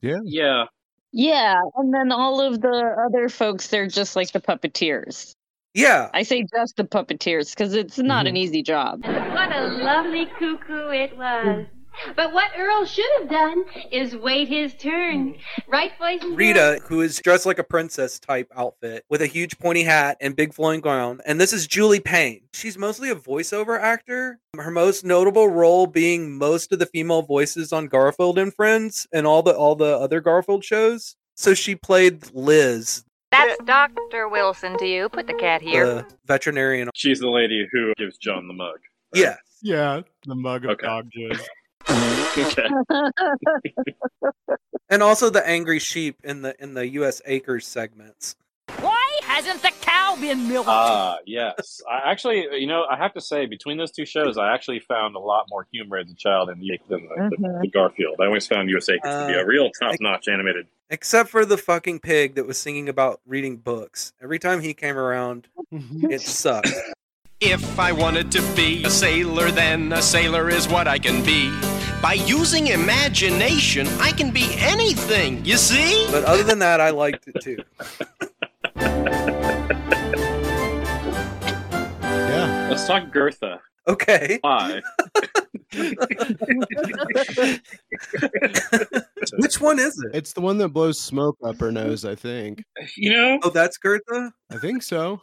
Speaker 5: Yeah.
Speaker 6: yeah and then all of the other folks they're just like the puppeteers
Speaker 4: Yeah.
Speaker 6: i say just the puppeteers because it's not an easy job
Speaker 17: What a lovely cuckoo it was. But what Earl should have done is wait his turn. Right, boys and girls?
Speaker 4: Rita, who is dressed like a princess type outfit with a huge pointy hat and big flowing gown. And this is Julie Payne. She's mostly a voiceover actor. Her most notable role being most of the female voices on Garfield and Friends and all the all the other Garfield shows. So she played Liz,
Speaker 18: That's Dr. Wilson to you. Put the cat here.
Speaker 4: the veterinarian.
Speaker 5: She's the lady who gives John the mug.
Speaker 4: Yeah.
Speaker 3: Yeah, the mug of dog juice.
Speaker 5: okay.
Speaker 4: And also the angry sheep in the in the US Acres segments.
Speaker 19: Why hasn't the cow been milked?
Speaker 5: Ah, yes. I actually, you know, I have to say, between those two shows, I actually found a lot more humor as a child in the than the, the,
Speaker 4: Mhm.
Speaker 5: the Garfield. I always found USA Acres to be
Speaker 4: Uh,
Speaker 5: a real top-notch animated.
Speaker 4: Except for the fucking pig that was singing about reading books. Every time he came around, it sucked.
Speaker 20: If I wanted to be a sailor, then a sailor is what I can be. By using imagination, I can be anything, you see?
Speaker 4: But other than that, I liked it too.
Speaker 5: Let's talk Gertha.
Speaker 4: Okay.
Speaker 5: Why?
Speaker 4: Which one is it?
Speaker 3: It's the one that blows smoke up her nose, I think.
Speaker 5: You know?
Speaker 4: Oh, that's Gertha?
Speaker 3: I think so.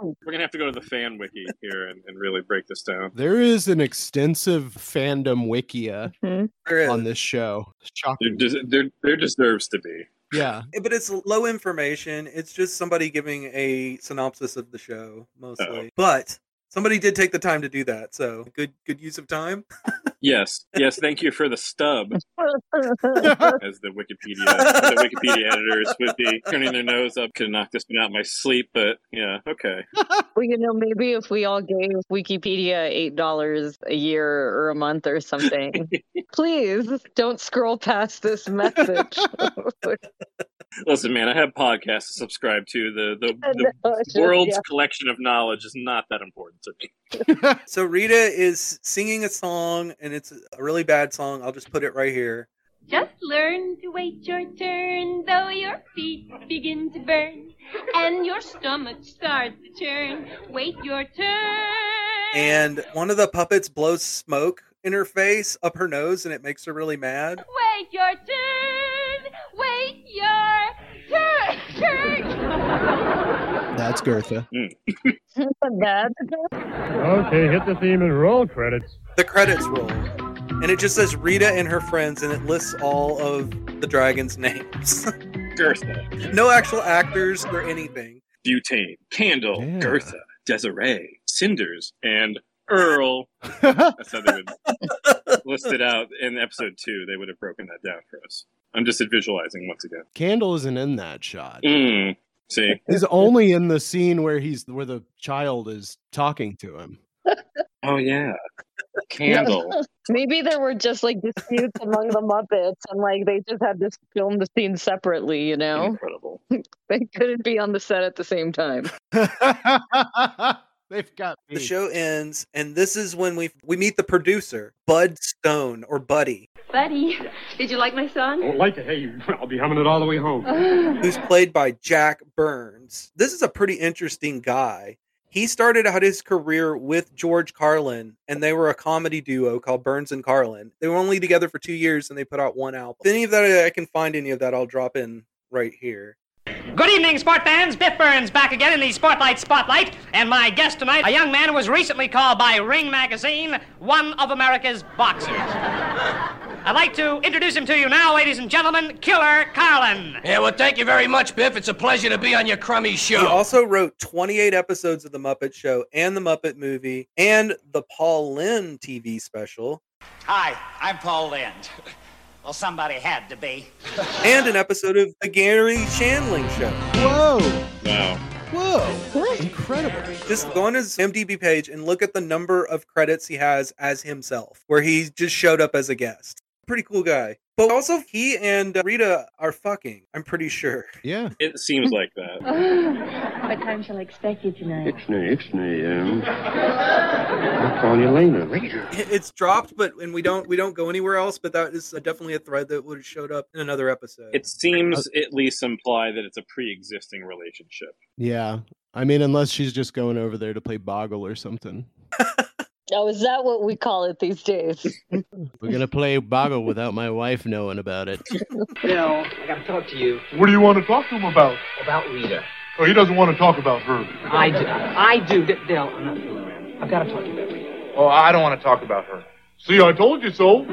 Speaker 5: We're going to have to go to the fan wiki here and, and really break this down.
Speaker 3: There is an extensive fandom wikia
Speaker 5: Mhm.
Speaker 3: on this show.
Speaker 5: There,
Speaker 3: Shocking.
Speaker 5: des- there, there deserves to be.
Speaker 3: Yeah.
Speaker 4: But it's low information. It's just somebody giving a synopsis of the show mostly. But somebody did take the time to do that, so good good use of time.
Speaker 5: Yes, yes. Thank you for the stub, as the Wikipedia the Wikipedia editors would be turning their nose up. Could have knocked this one out in my sleep, but yeah, okay.
Speaker 6: well, you know, maybe if we all gave Wikipedia eight dollars a year or a month or something, please don't scroll past this message.
Speaker 5: Listen, man, I have podcasts to subscribe to. The
Speaker 6: I
Speaker 5: the,
Speaker 6: know,
Speaker 5: the
Speaker 6: sure,
Speaker 5: world's
Speaker 6: yeah.
Speaker 5: collection of knowledge is not that important to me.
Speaker 4: so Rita is singing a song and it's a really bad song. I'll just put it right here.
Speaker 17: Just learn to wait your turn, though your feet begin to burn and your stomach starts to churn. Wait your turn.
Speaker 4: And one of the puppets blows smoke in her face up her nose and it makes her really mad.
Speaker 17: Wait your turn. Wait your turn. turn.
Speaker 3: That's Gertha.
Speaker 21: Okay, hit the theme and roll credits.
Speaker 4: The credits roll. And it just says Rita and her friends and it lists all of the dragon's names.
Speaker 5: Gertha.
Speaker 4: No actual actors or anything.
Speaker 5: Butane, Candle, Gertha, Desiree, Cinders, and Earl. That's how they would list it out in episode two. They would have broken that down for us. I'm just visualizing once again.
Speaker 3: Candle isn't in that shot.
Speaker 5: Mm, see,
Speaker 3: He's only in the scene where he's where the child is talking to him.
Speaker 5: Oh yeah. Candle.
Speaker 6: Maybe there were just like disputes among the Muppets, and like they just had to film the scene separately. You know,
Speaker 5: incredible.
Speaker 6: they couldn't be on the set at the same time.
Speaker 3: They've got
Speaker 4: The show ends and this is when we we meet the producer, Bud Stone or Buddy,
Speaker 17: Buddy, did you like my song?
Speaker 4: like it. Hey, I'll be humming it all the way home. Who's played by Jack Burns. This is a pretty interesting guy. He started out his career with George Carlin, and they were a comedy duo called Burns and Carlin. They were only together for two years, and they put out one album. If any of that I can find, any of that I'll drop in right here.
Speaker 19: Good evening, sport fans. Biff Burns back again in the Spotlight Spotlight. And my guest tonight, a young man who was recently called by Ring Magazine one of America's boxers. I'd like to introduce him to you now, ladies and gentlemen, Killer Carlin.
Speaker 22: Yeah, well, thank you very much, Biff. It's a pleasure to be on your crummy
Speaker 4: He
Speaker 22: show.
Speaker 4: also wrote 28 episodes of The Muppet Show and The Muppet Movie and the Paul Lynn TV special
Speaker 19: Hi, I'm Paul Lind. Well, somebody had to be.
Speaker 4: and an episode of The Gary Shandling Show.
Speaker 3: Whoa!
Speaker 5: Wow.
Speaker 3: Whoa! Incredible.
Speaker 4: Just go on his MDB page and look at the number of credits he has as himself, where he just showed up as a guest. Pretty cool guy. But also, he and uh, Rita are fucking, I'm pretty sure.
Speaker 3: Yeah.
Speaker 5: It seems like that.
Speaker 23: what time shall I expect you tonight?
Speaker 1: I'm calling you later. Later.
Speaker 4: It's dropped, but and we don't we don't go anywhere else. But that is uh, definitely a thread that would have showed up in another episode.
Speaker 5: It seems at least imply that it's a pre-existing relationship.
Speaker 3: Yeah. I mean, unless she's just going over there to play Boggle or something.
Speaker 6: Oh, is that what we call it these days?
Speaker 3: We're gonna play Boggle without my wife knowing about it.
Speaker 23: Bill, I gotta talk to you
Speaker 15: What do you want to talk to him about?
Speaker 23: about Rita.
Speaker 15: Oh, he doesn't want to talk about her.
Speaker 23: I do. I do. D- Bill, I'm not fooling around. I've gotta talk to you about Rita.
Speaker 15: Oh, I don't want to talk about her. See, I told you so.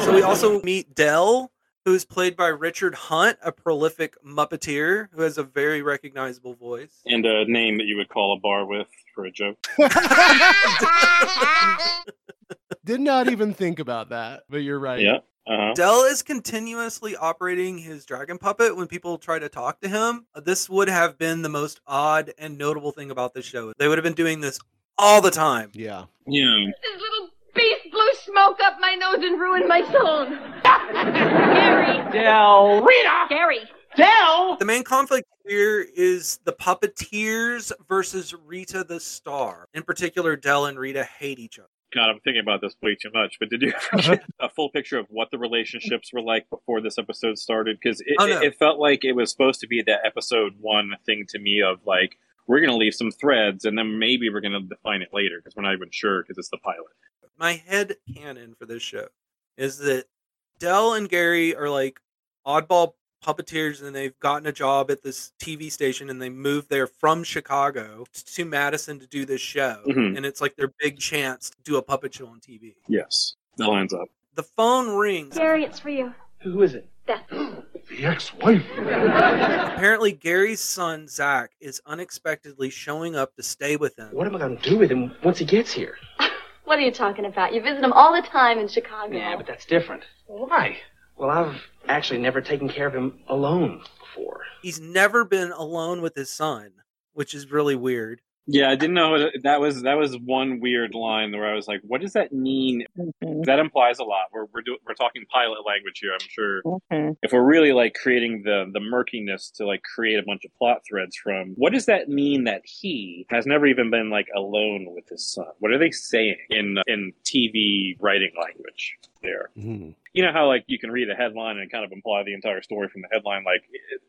Speaker 4: so we also meet Dell, who's played by Richard Hunt, a prolific Muppeteer who has a very recognizable voice.
Speaker 5: And a name that you would call a bar with for a joke.
Speaker 3: Did not even think about that, but you're right.
Speaker 5: Yeah. Uh-huh.
Speaker 4: Dell is continuously operating his dragon puppet when people try to talk to him. This would have been the most odd and notable thing about this show. They would have been doing this all the time.
Speaker 3: Yeah.
Speaker 5: Yeah.
Speaker 17: This little beast blew smoke up my nose and ruined my song. Gary.
Speaker 23: Dell.
Speaker 17: Rita. Gary.
Speaker 4: Dell! The main conflict here is the puppeteers versus Rita the Star. In particular, Dell and Rita hate each other.
Speaker 5: God, I'm thinking about this way too much. But did you ever get a full picture of what the relationships were like before this episode started? Because it,
Speaker 4: Oh, no.
Speaker 5: it, it felt like it was supposed to be that episode one thing to me of like we're going to leave some threads and then maybe we're going to define it later because we're not even sure because it's the pilot.
Speaker 4: my head canon for this show is that Dell and Gary are like oddball puppeteers and they've gotten a job at this TV station and they moved there from Chicago to Madison to do this show.
Speaker 5: Mhm.
Speaker 4: And it's like their big chance to do a puppet show on TV.
Speaker 5: Yes, that lines up.
Speaker 4: The phone rings.
Speaker 17: Gary, it's for you.
Speaker 4: Who is it?
Speaker 15: The ex-wife.
Speaker 4: Apparently, Gary's son, Zach, is unexpectedly showing up to stay with him.
Speaker 23: What am I going to do with him once he gets here?
Speaker 2: What are you talking about? You visit him all the time in Chicago.
Speaker 23: Yeah, but that's different. Why? Well, I've actually never taken care of him alone.
Speaker 4: He's never been alone with his son, which is really weird.
Speaker 5: Yeah, I didn't know that- that was that was one weird line where I was like, "What does that mean?"
Speaker 6: Mm-hmm.
Speaker 5: That implies a lot. We're we're, do, we're talking pilot language here. I'm sure
Speaker 6: Mm-hmm.
Speaker 5: if we're really like creating the the murkiness to like create a bunch of plot threads from. What does that mean that he has never even been like alone with his son? What are they saying in in TV writing language there? You know how like you can read a headline and kind of imply the entire story from the headline, like. It,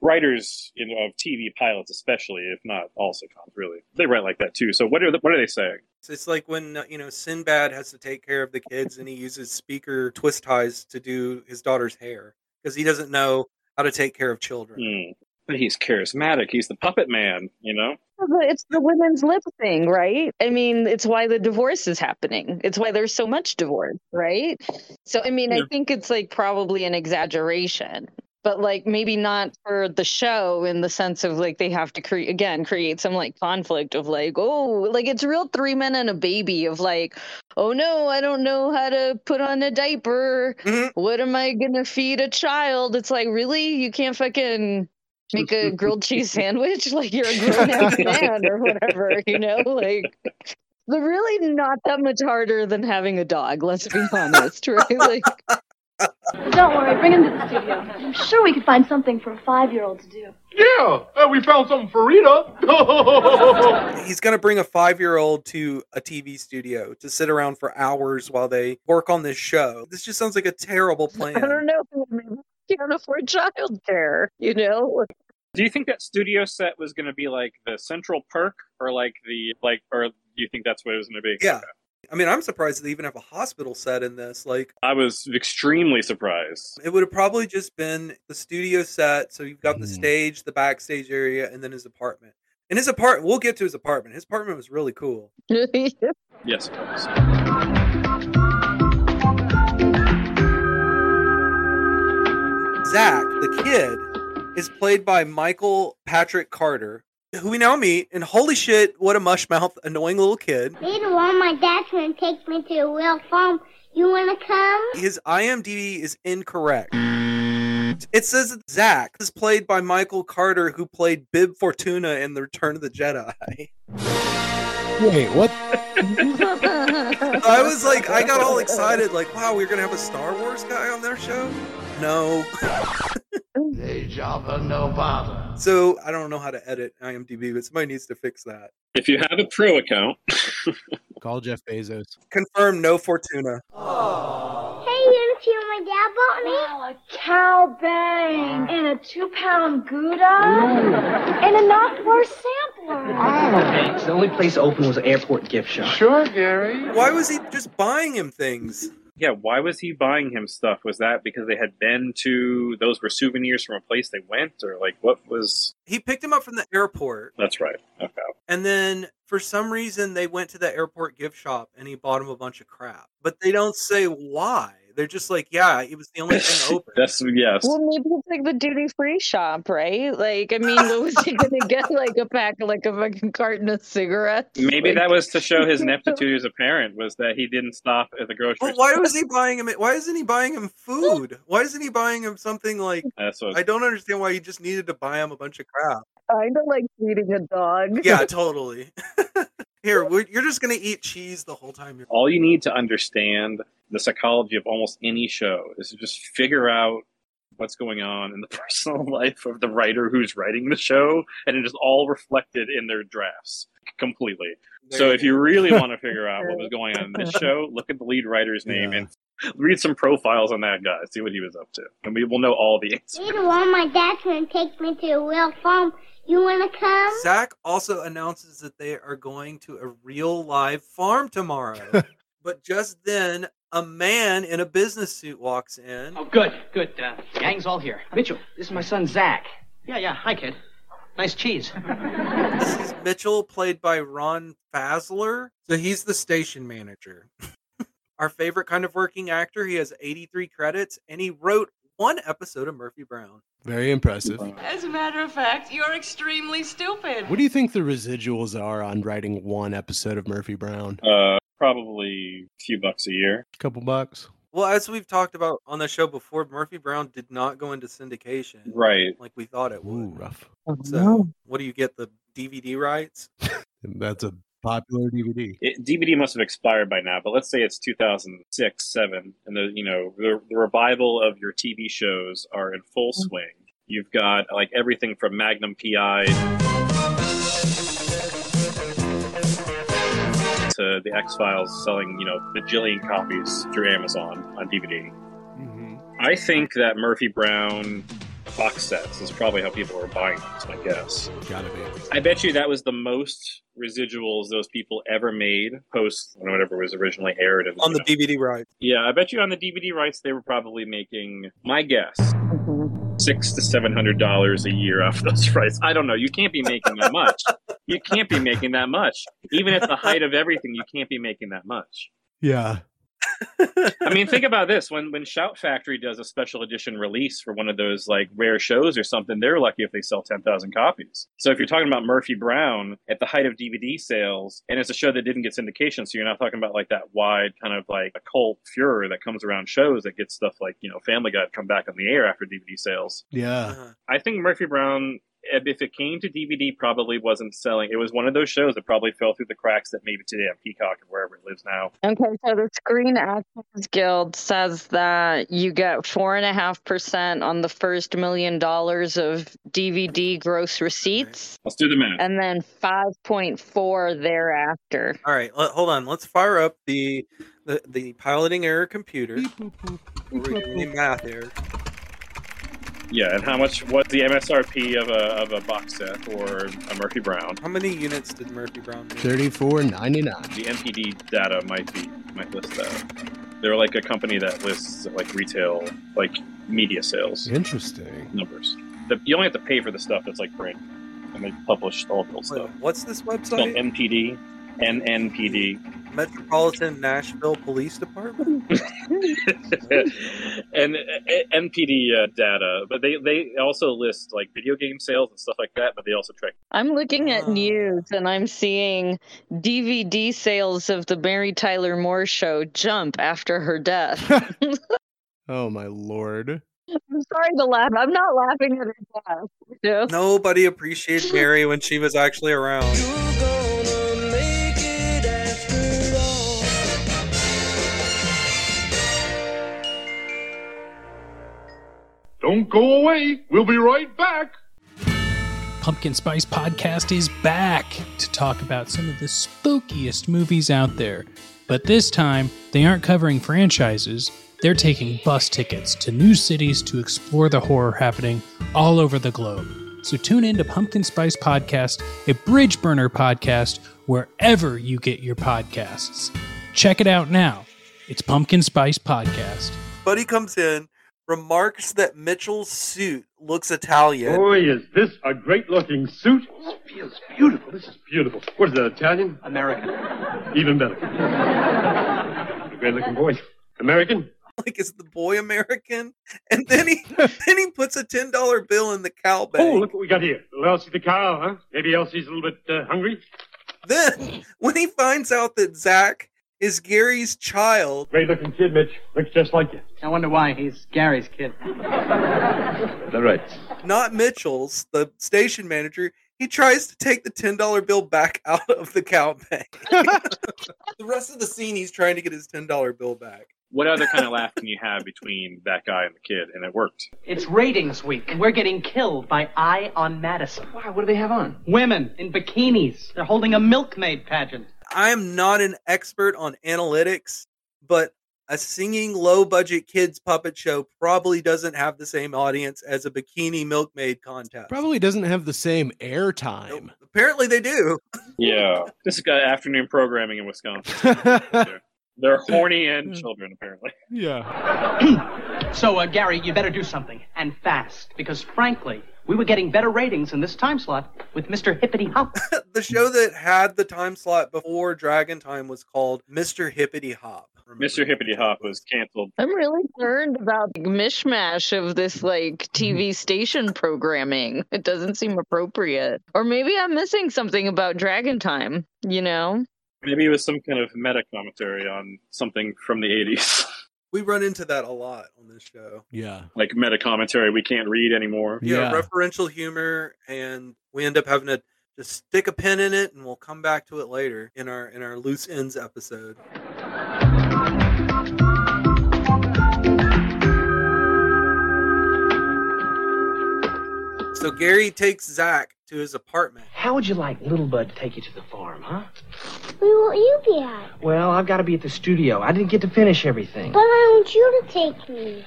Speaker 5: Writers you know, of TV pilots, especially if not all sitcoms, really, they write like that too. So what are the, what are they saying?
Speaker 4: So it's like when uh, you know Sinbad has to take care of the kids, and he uses speaker twist ties to do his daughter's hair because he doesn't know how to take care of children.
Speaker 5: Hmm. But he's charismatic. He's the puppet man, you know?
Speaker 6: It's the women's lip thing, right? I mean, it's why the divorce is happening. It's why there's so much divorce, right? So, I mean, I
Speaker 9: Yeah.
Speaker 6: think it's like probably an exaggeration, but like maybe not for the show in the sense of like they have to create, again, create some like conflict of like, oh, like it's real three men and a baby of like, oh no, I don't know how to put on a diaper. What am I going to feed a child? It's like, really? You can't fucking make a grilled cheese sandwich like you're a grown ass man or whatever, you know? Like they're really not that much harder than having a dog, let's be honest, right? Like
Speaker 9: Don't worry, bring him to the studio. I'm sure we could find something for a five-year-old to do.
Speaker 15: Yeah, uh, we found something for Rita.
Speaker 4: He's going to bring a five year old to a TV studio to sit around for hours while they work on this show. This just sounds like a terrible plan.
Speaker 6: I don't know. Maybe we can't afford childcare, you know?
Speaker 5: Do you think that studio set was going to be like the central perk or like the, like, or do you think that's what it was going to be?
Speaker 4: Yeah. I mean, I'm surprised they even have a hospital set in this. Like,
Speaker 5: I was extremely surprised.
Speaker 4: it would have probably just been the studio set. So you've got the stage, the backstage area, and then his apartment. And his apartment, we'll get to his apartment. His apartment was really cool.
Speaker 5: Yes, it was.
Speaker 4: Zach, the kid, is played by Michael Patrick Carter, who we now meet. And holy shit, what a mushmouth, annoying little kid.
Speaker 7: Rita, want my dad's gonna take me to a real farm. You wanna come?
Speaker 4: His IMDb is incorrect. It says that Zach is played by Michael Carter, who played Bib Fortuna in The Return of the Jedi.
Speaker 3: Wait, what?
Speaker 4: I was like, I got all excited, like, wow, we're gonna have a Star Wars guy on their show. No.
Speaker 23: Deja no bother.
Speaker 4: So I don't know how to edit IMDb, but somebody needs to fix that.
Speaker 5: If you have a pro account,
Speaker 3: Call Jeff Bezos.
Speaker 4: Confirm no Fortuna.
Speaker 7: Hey, you see what my dad bought me? Wow, a cow bang and a two-pound gouda and a Northwest sampler.
Speaker 23: Thanks. The only place open was an airport gift shop.
Speaker 5: Sure, Gary.
Speaker 4: Why was he just buying him things?
Speaker 5: Yeah, why was he buying him stuff? Was that because they had been to, those were souvenirs from a place they went or like what was,
Speaker 4: He picked him up from the airport,
Speaker 5: that's right. Okay.
Speaker 4: and then for some reason they went to the airport gift shop and he bought him a bunch of crap. But they don't say why. They're just like, yeah, it was the only thing open.
Speaker 5: That's, yes.
Speaker 6: Well, maybe it's like the duty free shop, right? Like, I mean, what was he gonna get? Like a pack, like a fucking carton of cigarettes.
Speaker 5: Maybe
Speaker 6: Like-
Speaker 5: that was to show his ineptitude as a parent was that he didn't stop at the grocery
Speaker 4: But why was he buying him? Why isn't he buying him food? Why isn't he buying him something like?
Speaker 5: That's what-
Speaker 4: I don't understand why you just needed to buy him a bunch of crap.
Speaker 6: kind of like feeding a dog.
Speaker 4: Yeah, totally. Here, we're, you're just gonna eat cheese the whole time. You're-
Speaker 5: all you need to understand the psychology of almost any show is to just figure out what's going on in the personal life of the writer who's writing the show and it is all reflected in their drafts completely so if you really want to figure out what was going on in this show look at the lead writer's name and read some profiles on that guy see what he was up to and we will know all the answers
Speaker 7: Rita, want my dad's gonna take me to a real farm. You wanna come?
Speaker 4: Zach also announces that they are going to a real live farm tomorrow. But just then, a man in a business suit walks in.
Speaker 23: Oh, good, good. Uh, gang's all here. Mitchell, this is my son Zach. Yeah, yeah. Hi, kid. Nice cheese.
Speaker 4: This is Mitchell, played by Ron Fazler. So he's the station manager. Our favorite kind of working actor. He has 83 credits, and he wrote one episode of Murphy Brown.
Speaker 3: Very impressive.
Speaker 8: As a matter of fact, you're extremely stupid.
Speaker 3: What do you think the residuals are on writing one episode of Murphy Brown?
Speaker 5: Uh, probably a few bucks a year.
Speaker 3: couple bucks.
Speaker 4: Well, as we've talked about on the show before, Murphy Brown did not go into syndication
Speaker 5: Right.
Speaker 4: like we thought it would.
Speaker 3: Ooh, rough.
Speaker 4: So, what do you get? The DVD rights?
Speaker 3: That's a popular DVD.
Speaker 5: It, DVD must have expired by now, but let's say it's 2006, seven, and the you know the, the revival of your TV shows are in full swing. You've got like everything from Magnum PI to the X Files selling you know bajillion copies through Amazon on DVD.
Speaker 3: Mm-hmm.
Speaker 5: I think that Murphy Brown box sets is probably how people are buying them. I guess.
Speaker 3: Gotta be.
Speaker 5: I bet you that was the most residuals those people ever made post whatever was originally aired. And,
Speaker 4: On
Speaker 5: you
Speaker 4: the
Speaker 5: know.
Speaker 4: DVD rights.
Speaker 5: yeah, I bet you on the DVD rights they were probably making, my guess, six to seven hundred dollars a year off those rights. I don't know. You can't be making that much. You can't be making that much. Even at the height of everything, you can't be making that much.
Speaker 3: Yeah.
Speaker 5: I mean, think about this: when when Shout Factory does a special edition release for one of those like rare shows or something, they're lucky if they sell ten thousand copies. So if you're talking about Murphy Brown at the height of DVD sales, and it's a show that didn't get syndication, so you're not talking about like that wide kind of like a cult furor that comes around shows that gets stuff like you know Family Guy to come back on the air after DVD sales.
Speaker 3: Yeah.
Speaker 4: Uh-huh.
Speaker 5: I think Murphy Brown, if if it came to DVD, probably wasn't selling. It was one of those shows that probably fell through the cracks that maybe today on Peacock and wherever it lives now.
Speaker 6: Okay, so the Screen Actors Guild says that you get four and a half percent on the first million dollars of DVD gross receipts,
Speaker 5: Let's do the math.
Speaker 6: and then five point four thereafter.
Speaker 4: All right, let, hold on. Let's fire up the the, the piloting error computer. We're doing the math here.
Speaker 5: Yeah, and how much? What's the MSRP of a of a box set or a Murphy Brown?
Speaker 4: How many units did Murphy Brown? Make?
Speaker 3: Thirty-four ninety-nine.
Speaker 5: The MPD data might be might list that. They're like a company that lists like retail, like media sales
Speaker 3: Interesting.
Speaker 5: numbers. The, you only have to pay for the stuff that's like print, and they publish all of those stuff.
Speaker 4: What's this
Speaker 5: It's called
Speaker 4: website?
Speaker 5: MPD, NNPD,
Speaker 4: Metropolitan Nashville Police Department.
Speaker 5: and uh, NPD uh, data. But they they also list like video game sales and stuff like that. But they also track
Speaker 6: I'm looking at news and I'm seeing DVD sales of the Mary Tyler Moore show jump after her death.
Speaker 3: Oh my lord.
Speaker 6: I'm sorry to laugh. I'm not laughing at her death. No.
Speaker 4: Nobody appreciated Mary when she was actually around.
Speaker 15: Don't go away. We'll be right back.
Speaker 12: Pumpkin Spice Podcast is back to talk about some of the spookiest movies out there. But this time, they aren't covering franchises, they're taking bus tickets to new cities to explore the horror happening all over the globe. So tune in to Pumpkin Spice Podcast, a bridge burner podcast, wherever you get your podcasts. Check it out now. It's Pumpkin Spice Podcast.
Speaker 4: Buddy comes in, remarks that Mitchell's suit looks Italian.
Speaker 1: Boy, is this a great looking suit. This feels beautiful. This is beautiful. What is that, Italian?
Speaker 23: American.
Speaker 1: Even better. a great looking boy. American?
Speaker 4: Like, is the boy American? And then he then he puts a ten dollar bill in the cow bag.
Speaker 1: Oh, look what we got here. Little Elsie the cow, huh? Maybe Elsie's a little bit uh, hungry.
Speaker 4: Then, when he finds out that Zach is Gary's child,
Speaker 1: Great looking kid, Mitch. Looks just like you.
Speaker 23: I wonder why he's Gary's kid.
Speaker 1: All right.
Speaker 4: not Mitchell's, the station manager, he tries to take the ten dollar bill back out of the cow bag. the rest of the scene, he's trying to get his ten dollar bill back.
Speaker 5: what other kind of laugh can you have between that guy and the kid? And it worked.
Speaker 23: It's ratings week, and we're getting killed by Eye on Madison. Why? What do they have on? Women in bikinis. They're holding a milkmaid pageant.
Speaker 4: I am not an expert on analytics, but a singing low budget kids puppet show probably doesn't have the same audience as a bikini milkmaid contest.
Speaker 3: Probably doesn't have the same airtime.
Speaker 4: Apparently, they do.
Speaker 5: uh, Yeah, this is got afternoon programming in Wisconsin. They're horny and children, apparently.
Speaker 23: Yeah. so, uh, Gary, you better do something, and fast, because frankly, we were getting better ratings in this time slot with Mr. Hippity Hop.
Speaker 4: the show that had the time slot before Dragon Time was called Mr. Hippity Hop.
Speaker 5: Mr. Hippity Hop was canceled.
Speaker 6: I'm really concerned about the mishmash of this like TV station programming. It doesn't seem appropriate. Or maybe I'm missing something about Dragon Time, you know?
Speaker 5: Maybe it was some kind of meta commentary on something from the 80s.
Speaker 4: We run into that a lot on this show.
Speaker 3: Yeah.
Speaker 5: Like meta commentary we can't read anymore.
Speaker 4: Yeah, referential humor, and we end up having to just stick a pin in it, and we'll come back to it later in our in our loose ends episode. So Gary takes Zach to his apartment.
Speaker 16: How would you like Little Bud to take you to the farm, huh?
Speaker 7: Where will you be at?
Speaker 16: Well, I've got to be at the studio. I didn't get to finish everything.
Speaker 7: But I want you to take me.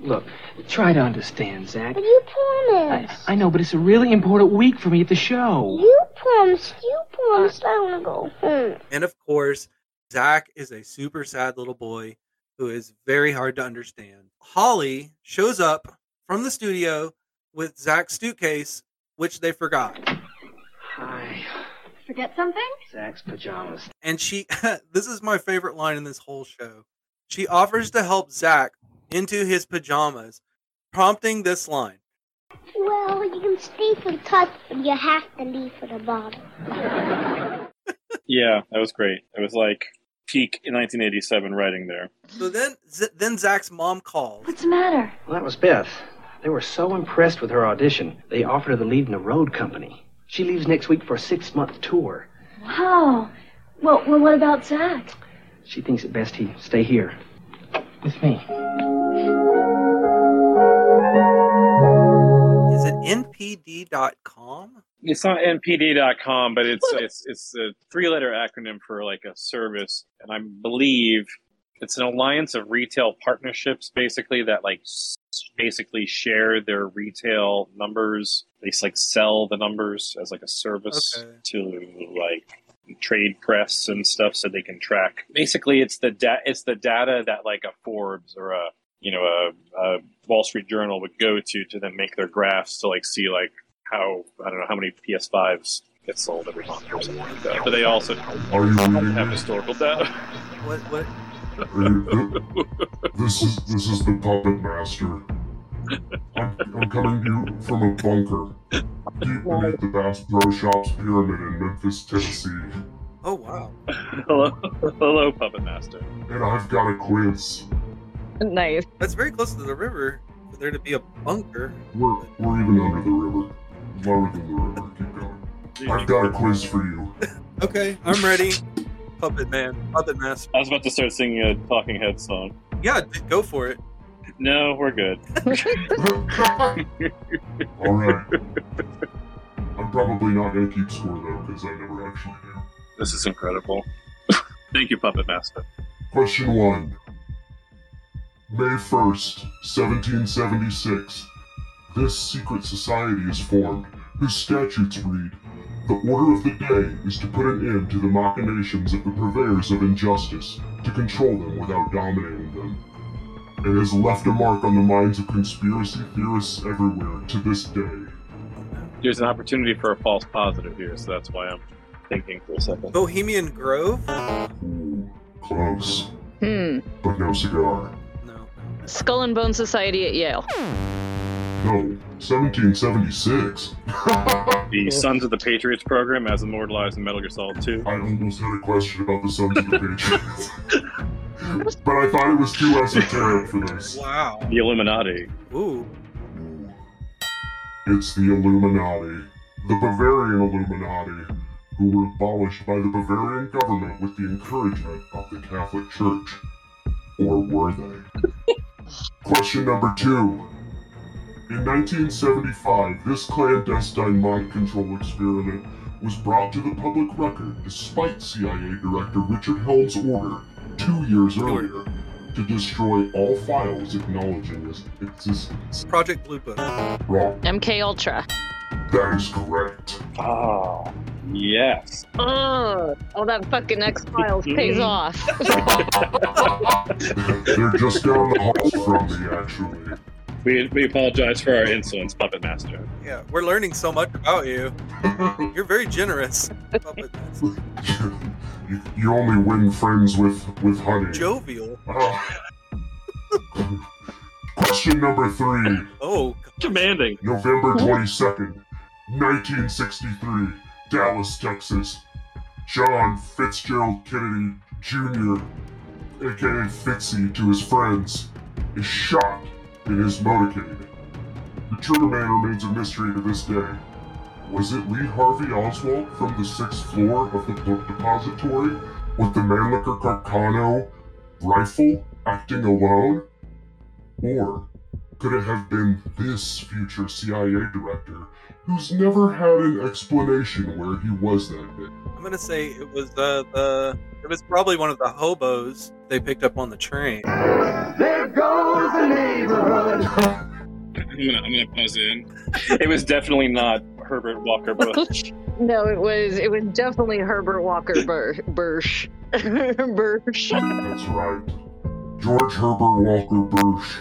Speaker 16: Look, try to understand, Zach.
Speaker 7: But you promised.
Speaker 16: I know, but it's a really important week for me at the show.
Speaker 7: You promised. You promised I want to go home.
Speaker 4: And of course, Zach is a super sad little boy who is very hard to understand. Holly shows up from the studio with Zach's suitcase, which they forgot.
Speaker 16: Hi.
Speaker 9: Forget something?
Speaker 16: Zach's pajamas.
Speaker 4: And she, this is my favorite line in this whole show. She offers to help Zach into his pajamas, prompting this line.
Speaker 7: Well, you can stay for the touch, but you have to leave for the bottom.
Speaker 5: Yeah, that was great. It was like peak 1987 writing there.
Speaker 4: So then, Z- then Zach's mom calls.
Speaker 9: What's the matter?
Speaker 16: Well, that was Beth. They were so impressed with her audition, they offered her the lead in a road company. She leaves next week for a six month tour.
Speaker 9: Wow. Well, well, what about Zach?
Speaker 16: She thinks it best he stay here. With me.
Speaker 4: Is it npd.com?
Speaker 5: It's not npd.com, but it's it's it's a three-letter acronym for like a service, and I believe it's an alliance of retail partnerships, basically that like s- basically share their retail numbers. They s- like sell the numbers as like a service
Speaker 4: Okay.
Speaker 5: to like trade press and stuff, so they can track. Basically, it's the da- it's the data that like a Forbes or a you know a, a uh, Wall Street Journal would go to to then make their graphs to like see like how I don't know how many PS5s get sold every month or something like that. But they also have historical data.
Speaker 4: What, what?
Speaker 10: this is this is the puppet master. I'm, I'm coming to you from a bunker deep beneath the Bass Pro Shops pyramid in Memphis, Tennessee,
Speaker 4: Oh wow.
Speaker 5: Hello, hello, puppet master.
Speaker 10: and I've got a quiz.
Speaker 6: Nice.
Speaker 4: That's very close to the river for there to be a bunker.
Speaker 10: We're we're even under the river, lower than the river. Keep going. I've got a quiz for you.
Speaker 4: Okay, I'm ready. Puppet man, puppet master.
Speaker 5: I was about to start singing a Talking Head song.
Speaker 4: Yeah, d- go for it.
Speaker 5: No, we're good.
Speaker 10: All right. I'm probably not gonna keep score though, because I never actually do.
Speaker 5: This is incredible. Thank you, puppet master.
Speaker 10: Question one. May 1st, 1776. This secret society is formed, whose statutes read The order of the day is to put an end to the machinations of the purveyors of injustice, to control them without dominating them. It has left a mark on the minds of conspiracy theorists everywhere to this day.
Speaker 5: There's an opportunity for a false positive here, so that's why I'm thinking for a second.
Speaker 4: Bohemian Grove?
Speaker 10: Close,
Speaker 6: Hmm.
Speaker 10: but no cigar.
Speaker 6: Skull and Bone Society at Yale.
Speaker 10: No, 1776.
Speaker 5: The Sons of the Patriots program, as immortalized in Metal Gear Solid 2.
Speaker 10: I almost had a question about the Sons of the Patriots. but I thought it was too esoteric for this.
Speaker 4: Wow.
Speaker 5: The Illuminati.
Speaker 4: Ooh.
Speaker 10: It's the Illuminati, the Bavarian Illuminati, who were abolished by the Bavarian government with the encouragement of the Catholic Church. Or were they? Question number two. In 1975, this clandestine mind control experiment was brought to the public record despite CIA Director Richard Helms' order two years earlier to destroy all files acknowledging its existence.
Speaker 4: Project Blue Book.
Speaker 10: Wrong.
Speaker 6: MK Ultra.
Speaker 10: That is correct.
Speaker 5: Oh, yes.
Speaker 6: Oh, all that fucking X Files pays off.
Speaker 10: They're just down the hall from me, actually.
Speaker 5: We, we apologize for our insolence, Puppet Master.
Speaker 4: Yeah, we're learning so much about you. You're very generous. Puppet Master.
Speaker 10: You, you only win friends with, with honey.
Speaker 4: Jovial.
Speaker 10: Ah. Question number three.
Speaker 4: Oh,
Speaker 5: demanding.
Speaker 10: November 22nd, 1963, Dallas, Texas. John Fitzgerald Kennedy Jr., aka Fitzy to his friends, is shot in his motorcade. The trigger man remains a mystery to this day. Was it Lee Harvey Oswald from the sixth floor of the book depository with the Mannlicher Carcano rifle acting alone? Or could it have been this future CIA director who's never had an explanation where he was that day?
Speaker 4: I'm gonna say it was the the it was probably one of the hobos they picked up on the train.
Speaker 22: There goes the neighborhood.
Speaker 5: I'm gonna I'm gonna buzz in. It was definitely not Herbert Walker Bush.
Speaker 6: No, it was it was definitely Herbert Walker Bur- Bursch. Bursch.
Speaker 10: That's right. George Herbert Walker Bush.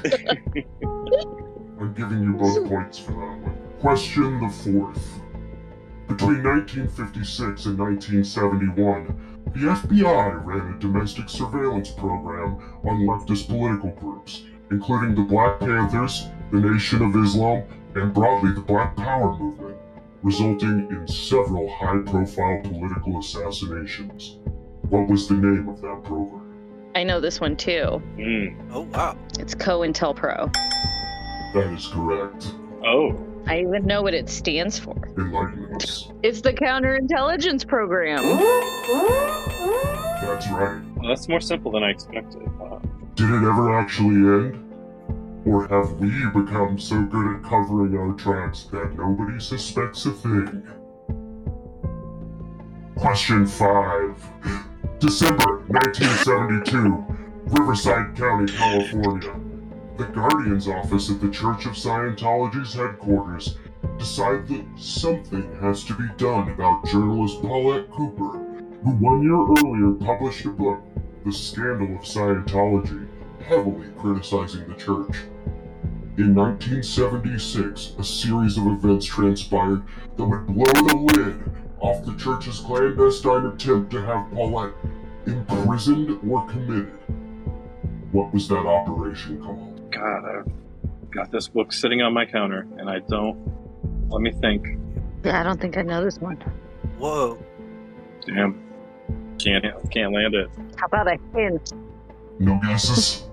Speaker 10: I'm giving you both points for that one. Question the fourth. Between 1956 and 1971, the FBI ran a domestic surveillance program on leftist political groups, including the Black Panthers, the Nation of Islam, and broadly the Black Power movement, resulting in several high profile political assassinations. What was the name of that program?
Speaker 6: I know this one too.
Speaker 5: hmm.
Speaker 4: Oh wow.
Speaker 6: It's COINTELPRO.
Speaker 10: That is correct.
Speaker 5: Oh.
Speaker 6: I even know what it stands for.
Speaker 10: Enlighten us.
Speaker 6: It's the counterintelligence program.
Speaker 10: That's right.
Speaker 5: Well, that's more simple than I expected. Uh, Wow.
Speaker 10: Did it ever actually end? Or have we become so good at covering our tracks that nobody suspects a thing? Question 5. December 1972, Riverside County, California. The Guardian's office at the Church of Scientology's headquarters decide that something has to be done about journalist Paulette Cooper, who one year earlier published a book, The Scandal of Scientology, heavily criticizing the church. In 1976, a series of events transpired that would blow the lid off the church's clandestine attempt to have Paulette imprisoned or committed. What was that operation called?
Speaker 5: God, I've got this book sitting on my counter, and I don't. Let me think.
Speaker 6: I don't think I know this one.
Speaker 4: Whoa.
Speaker 5: Damn, can't can't land it.
Speaker 6: How about a hint?
Speaker 10: No guesses?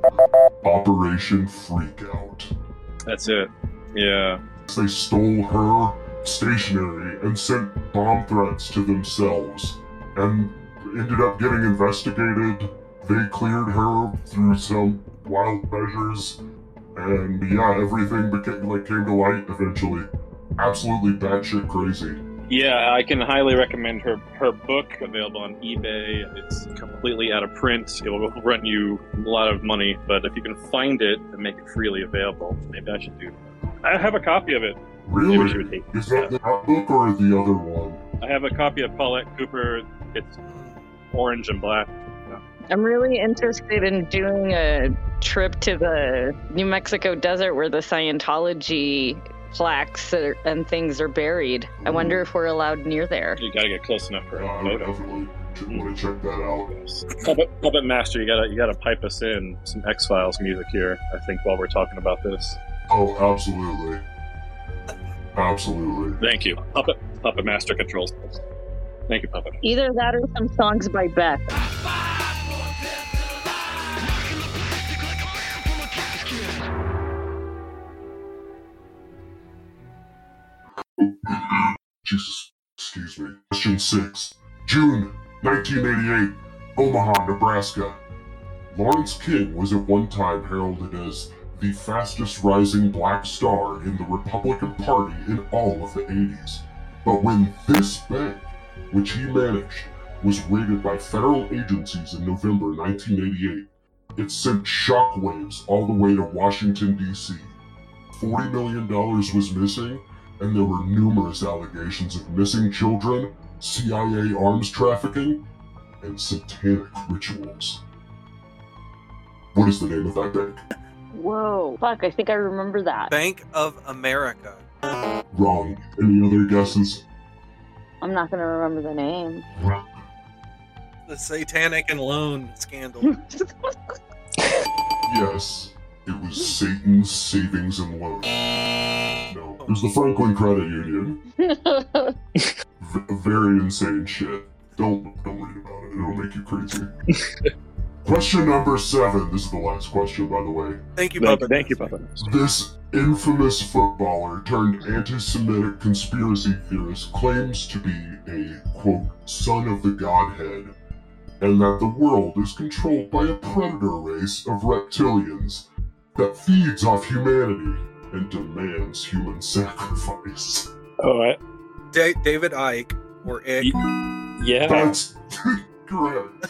Speaker 10: Operation Freakout.
Speaker 5: That's it. Yeah.
Speaker 10: They stole her stationary and sent bomb threats to themselves and ended up getting investigated. They cleared her through some wild measures and yeah, everything became like came to light eventually. Absolutely batshit crazy.
Speaker 5: Yeah, I can highly recommend her her book available on eBay. It's completely out of print. It will run you a lot of money, but if you can find it and make it freely available, maybe I should do. I have a copy of it. Maybe she would
Speaker 10: Really?
Speaker 5: take
Speaker 10: Is that the book or the other one?
Speaker 5: I have a copy of Paulette Cooper. It's orange and black.
Speaker 6: I'm really interested in doing a trip to the New Mexico desert where the Scientology plaques that are, and things are buried. I wonder if we're allowed near there.
Speaker 5: You gotta get close enough for a
Speaker 10: Yeah, I would
Speaker 5: photo.
Speaker 10: definitely want to check that out.
Speaker 5: Puppet, Puppet Master, you gotta you gotta pipe us in some X Files music here. I think while we're talking about this.
Speaker 10: Oh, absolutely. Absolutely.
Speaker 5: Thank you, Puppet Puppet Master controls. this. Thank you, Puppet.
Speaker 6: Either that or some songs by Beth.
Speaker 10: Jesus, excuse me. Question 6. June 1988, Omaha, Nebraska. Lawrence King was at one time heralded as the fastest rising black star in the Republican Party in all of the 80s. But when this bank, which he managed, was raided by federal agencies in November 1988, it sent shockwaves all the way to Washington, D.C. $40 million was missing, and there were numerous allegations of missing children, CIA arms trafficking, and satanic rituals. What is the name of that bank?
Speaker 6: Whoa. Fuck, I think I remember that.
Speaker 4: Bank of America.
Speaker 10: Wrong. Any other guesses?
Speaker 6: I'm not going to remember the name.
Speaker 4: The Satanic and Loan
Speaker 6: Hmm.
Speaker 4: scandal.
Speaker 10: Yes, it was Satan's Savings and Loan. No,
Speaker 4: Oh,
Speaker 10: it was the Franklin Credit Union. V- very insane shit. Don't don't read about it. It'll make you crazy. question number seven. This is the last question, by the way.
Speaker 4: Thank you,
Speaker 5: Thank,
Speaker 4: Bubba.
Speaker 5: thank you, Papa.
Speaker 10: This infamous footballer turned anti Semitic conspiracy theorist claims to be a, quote, son of the Godhead, and that the world is controlled by a predator race of reptilians that feeds off humanity and demands human sacrifice.
Speaker 5: All right.
Speaker 4: Da- David Ike or Ike.
Speaker 5: Yeah.
Speaker 10: That's correct.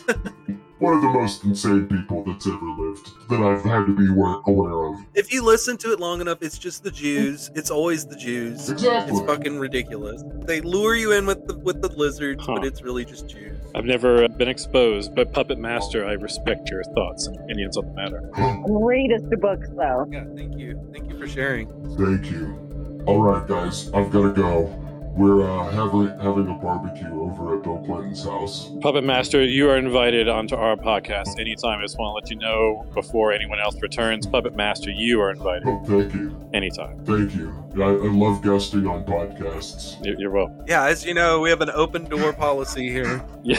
Speaker 10: One of the most insane people that's ever lived that I've had to be wa- aware of.
Speaker 4: If you listen to it long enough, it's just the Jews. It's always the Jews.
Speaker 10: Exactly.
Speaker 4: It's fucking ridiculous. They lure you in with the with the lizards,
Speaker 5: Huh.
Speaker 4: but it's really just Jews.
Speaker 5: I've never uh, been exposed, but Puppet Master, I respect your thoughts and opinions on the matter.
Speaker 6: Greatest books, though.
Speaker 4: Yeah, thank you. Thank you for sharing.
Speaker 10: Thank you. All right, guys, I've got to go. We're uh, having having a barbecue over at Bill Clinton's house.
Speaker 5: Puppet Master, you are invited onto our podcast anytime. I just want to let you know before anyone else returns. Puppet Master, you are invited
Speaker 10: Oh, thank you,
Speaker 5: anytime.
Speaker 10: thank you. I, I love guesting on podcasts.
Speaker 5: You're, you're welcome.
Speaker 4: Yeah, as you know, we have an open door policy here.
Speaker 5: Yeah.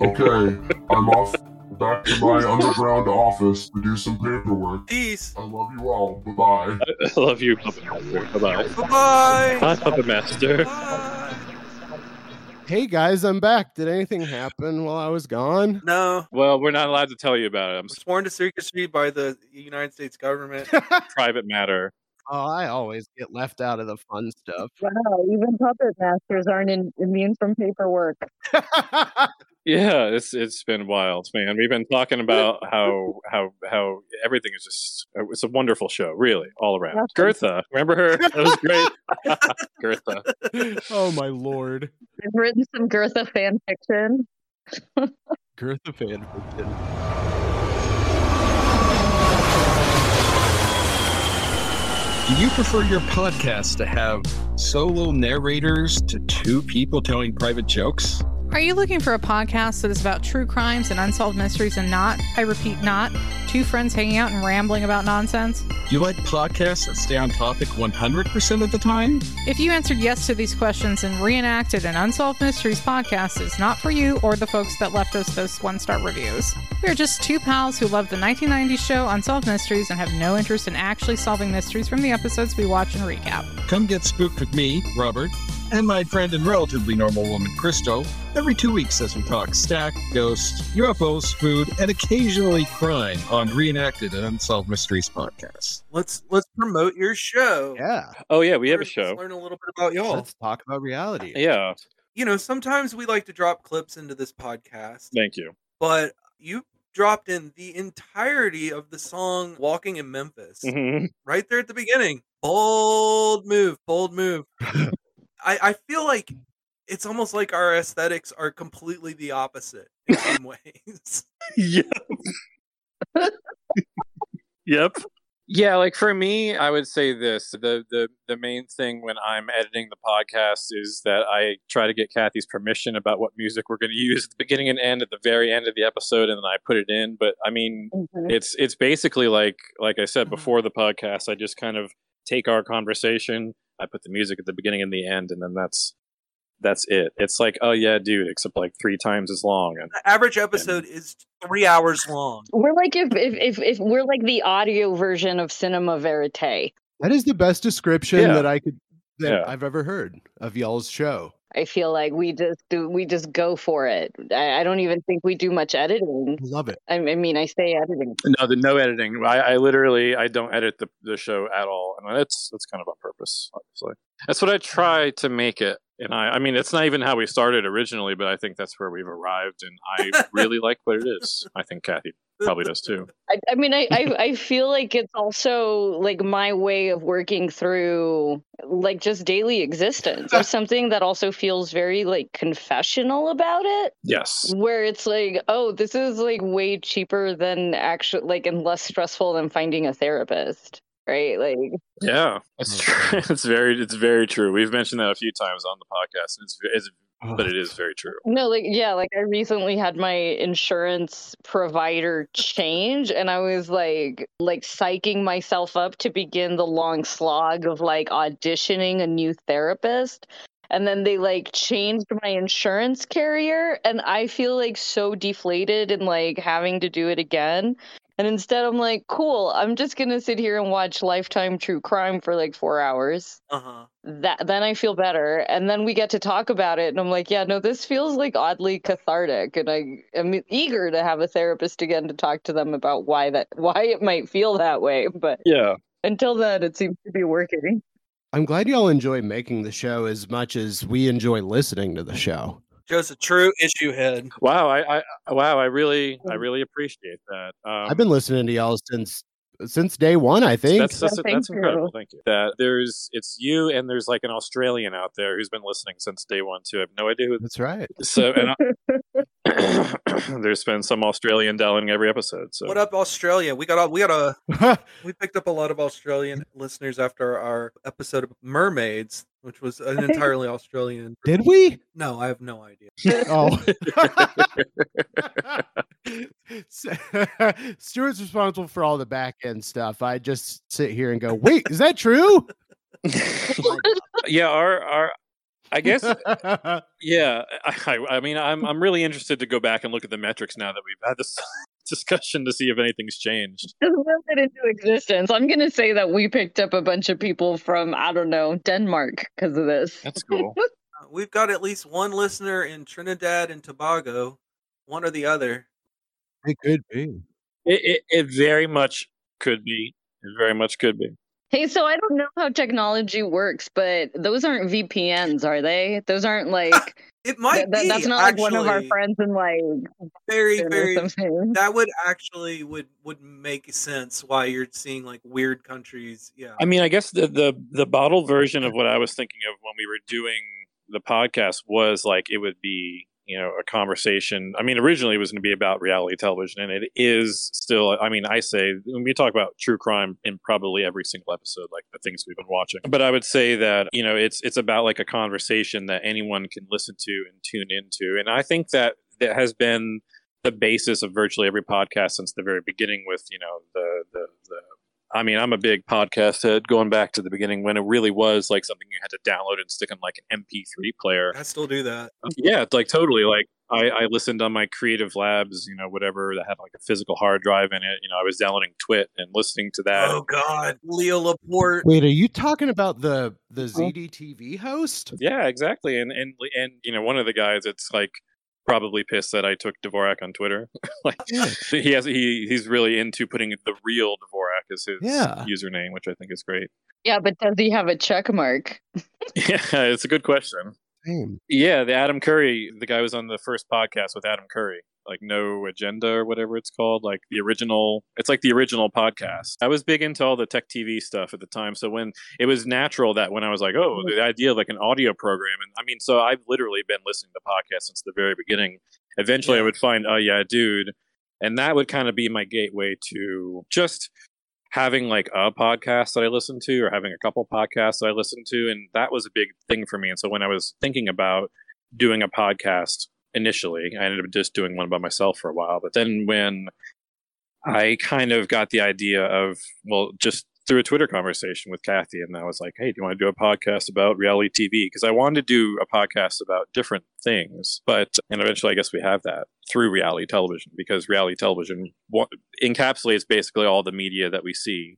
Speaker 10: Okay, I'm off back to my underground office to do some paperwork.
Speaker 4: Peace.
Speaker 10: I love you all. Bye bye.
Speaker 5: I love you, Puppet Master. Bye-bye.
Speaker 4: Bye.
Speaker 5: Bye, Puppet Master.
Speaker 3: Hey guys, I'm back. Did anything happen while I was gone?
Speaker 4: No.
Speaker 5: Well, we're not allowed to tell you about it. I'm
Speaker 4: We're sworn to secrecy by the United States government.
Speaker 5: a private matter.
Speaker 3: Oh, I always get left out of the fun stuff.
Speaker 6: Wow, even puppet masters aren't in, immune from paperwork.
Speaker 5: Yeah, it's it's been wild, man. We've been talking about how how how everything is just it's a wonderful show, really, all around. Gertha, remember her? That was great. Gertha.
Speaker 3: oh my lord.
Speaker 6: I've written some Gertha fan fiction.
Speaker 3: Gertha fan fiction.
Speaker 11: Do you prefer your podcast to have solo narrators to two people telling private jokes?
Speaker 13: Are you looking for a podcast that is about true crimes and unsolved mysteries and not, I repeat, not, two friends hanging out and rambling about nonsense?
Speaker 11: Do you like podcasts that stay on topic 100% of the time?
Speaker 13: If you answered yes to these questions and reenacted an Unsolved Mysteries podcast is not for you or the folks that left us those one star reviews. We are just two pals who love the 1990s show Unsolved Mysteries and have no interest in actually solving mysteries from the episodes we watch and recap.
Speaker 11: Come get spooked with me, Robert, and my friend and relatively normal woman, Christo, every two weeks as we talk stack, ghosts, UFOs, food, and occasionally crime on Reenacted and Unsolved Mysteries podcast.
Speaker 4: Let's let's promote your show.
Speaker 3: Yeah.
Speaker 5: Oh yeah, we have a
Speaker 4: Let's
Speaker 5: show.
Speaker 4: Learn a little bit about y'all.
Speaker 3: Let's talk about reality.
Speaker 5: Yeah,
Speaker 4: You know, sometimes we like to drop clips into this podcast,
Speaker 5: thank you.
Speaker 4: but you dropped in the entirety of the song "Walking in Memphis"
Speaker 5: Mhm.
Speaker 4: right there at the beginning. Bold move, bold move. I, I feel like it's almost like our aesthetics are completely the opposite in some ways.
Speaker 5: Yep. yep. Yeah, like for me, I would say this. The the the main thing when I'm editing the podcast is that I try to get Kathy's permission about what music we're going to use at the beginning and end at the very end of the episode and then I put it in, but I mean,
Speaker 6: Mm-hmm.
Speaker 5: it's it's basically like like I said before the podcast, I just kind of take our conversation, I put the music at the beginning and the end and then that's that's it. It's like, oh yeah, dude, except like 3 times as long and
Speaker 4: The average episode is three hours long.
Speaker 6: We're like if if, if if we're like the audio version of cinema verite.
Speaker 3: That is the best description
Speaker 5: Yeah.
Speaker 3: that I could that
Speaker 5: Yeah.
Speaker 3: I've ever heard of y'all's show.
Speaker 6: I feel like we just do we just go for it. I, I don't even think we do much editing.
Speaker 3: Love it.
Speaker 6: I, I mean, I say editing.
Speaker 5: No, the no editing. I, I literally I don't edit the, the show at all, and that's that's kind of on purpose, obviously. That's what I try to make it, and I I mean it's not even how we started originally, but I think that's where we've arrived, and I really like what it is. I think Kathy probably does too.
Speaker 6: I, I mean, I, I I feel like it's also like my way of working through like just daily existence or something that also feels very like confessional about it.
Speaker 5: Yes.
Speaker 6: Where it's like, oh, this is like way cheaper than actually like and less stressful than finding a therapist, right? Like,
Speaker 5: Yeah, it's true. It's very it's very true. We've mentioned that a few times on the podcast. and It's, it's but it is very true.
Speaker 6: No, like yeah, like I recently had my insurance provider change and I was like like psyching myself up to begin the long slog of like auditioning a new therapist. And then they like changed my insurance carrier and I feel like so deflated and like having to do it again. And instead I'm like, cool, I'm just gonna sit here and watch Lifetime True Crime for like four hours
Speaker 4: Uh-huh.
Speaker 6: that then I feel better. And then we get to talk about it. And I'm like, yeah, no, this feels like oddly cathartic. And I am eager to have a therapist again to talk to them about why that why it might feel that way. But
Speaker 5: yeah.
Speaker 6: Until then it seems to be working.
Speaker 3: I'm glad y'all enjoy making the show as much as we enjoy listening to the show.
Speaker 4: Joe's a true issue head.
Speaker 5: Wow, I, I wow, I really I really appreciate that. Um,
Speaker 3: I've been listening to y'all since since day one, I think.
Speaker 5: That's that's, that's incredible. Thank you. That there's it's you and there's like an Australian out there who's been listening since day one too. I have no idea who.
Speaker 3: That's right.
Speaker 5: So and I, there's been some Australian downloading every episode. So
Speaker 4: What up, Australia? We got all, we got a we picked up a lot of Australian listeners after our episode of Mermaids, which was an entirely Australian.
Speaker 3: Did we?
Speaker 4: No, I have no idea.
Speaker 3: Oh. Stuart's responsible for all the back end stuff. I just sit here and go, wait, is that true?
Speaker 5: yeah, our our I guess yeah. I, I mean, I'm I'm really interested to go back and look at the metrics now that we've had this discussion to see if anything's changed.
Speaker 6: Just will it into existence. I'm gonna say that we picked up a bunch of people from I don't know, Denmark because of this.
Speaker 5: That's cool.
Speaker 4: Uh, We've got at least one listener in Trinidad and Tobago, one or the other.
Speaker 3: It could be.
Speaker 5: It, it it very much could be. It very much could be.
Speaker 6: Hey, so I don't know how technology works, but those aren't VPNs, are they? Those aren't like
Speaker 4: it might
Speaker 6: that,
Speaker 4: be,
Speaker 6: that's not like one of our
Speaker 4: actually.
Speaker 6: friends in like
Speaker 4: Very,
Speaker 6: Or
Speaker 4: very.
Speaker 6: something.
Speaker 4: That would actually would would make sense why you're seeing like weird countries. Yeah.
Speaker 5: I mean, I guess the the the bottled version of what I was thinking of when we were doing the podcast was like it would be you know a conversation. I mean, originally it was going to be about reality television, and it is still. I mean, I say when we talk about true crime in probably every single episode, like the things we've been watching. But I would say that you know it's it's about like a conversation that anyone can listen to and tune into, and I think that that has been the basis of virtually every podcast since the very beginning with you know the the, the I mean, I'm a big podcast head going back to the beginning when it really was like something you had to download and stick on like an MP3 player.
Speaker 4: I still do that.
Speaker 5: Yeah, it's like totally. Like I, I listened on my creative labs, you know, whatever that had like a physical hard drive in it. You know, I was downloading Twit and listening to that.
Speaker 4: Oh God, Leo Laporte.
Speaker 3: Wait, are you talking about the the ZDTV host?
Speaker 5: Yeah, exactly. And and and you know, one of the guys, it's like probably pissed that I took Dvorak on Twitter. like he has he he's really into putting the real Dvorak as his
Speaker 6: Yeah.
Speaker 5: username, which I think is great.
Speaker 6: Yeah, but does he have a check mark?
Speaker 5: Yeah, it's a good question.
Speaker 3: Same.
Speaker 5: Yeah, the Adam Curry, the guy who was on the first podcast with Adam Curry, like No Agenda or whatever it's called, like the original. It's like the original podcast. I was big into all the tech TV stuff at the time, so when it was natural that when I was like, oh, the idea of like an audio program, and I mean, so I've literally been listening to podcasts since the very beginning. Eventually, I would find, oh yeah, dude, and that would kind of be my gateway to just having like a podcast that I listen to or having a couple podcasts that I listen to. And that was a big thing for me. And so when I was thinking about doing a podcast initially, I ended up just doing one by myself for a while. But then when I kind of got the idea of, well, just through a Twitter conversation with Kathy, and I was like, hey, do you want to do a podcast about reality TV? Because I wanted to do a podcast about different things. But, and eventually I guess we have that through reality television because reality television wa- encapsulates basically all the media that we see.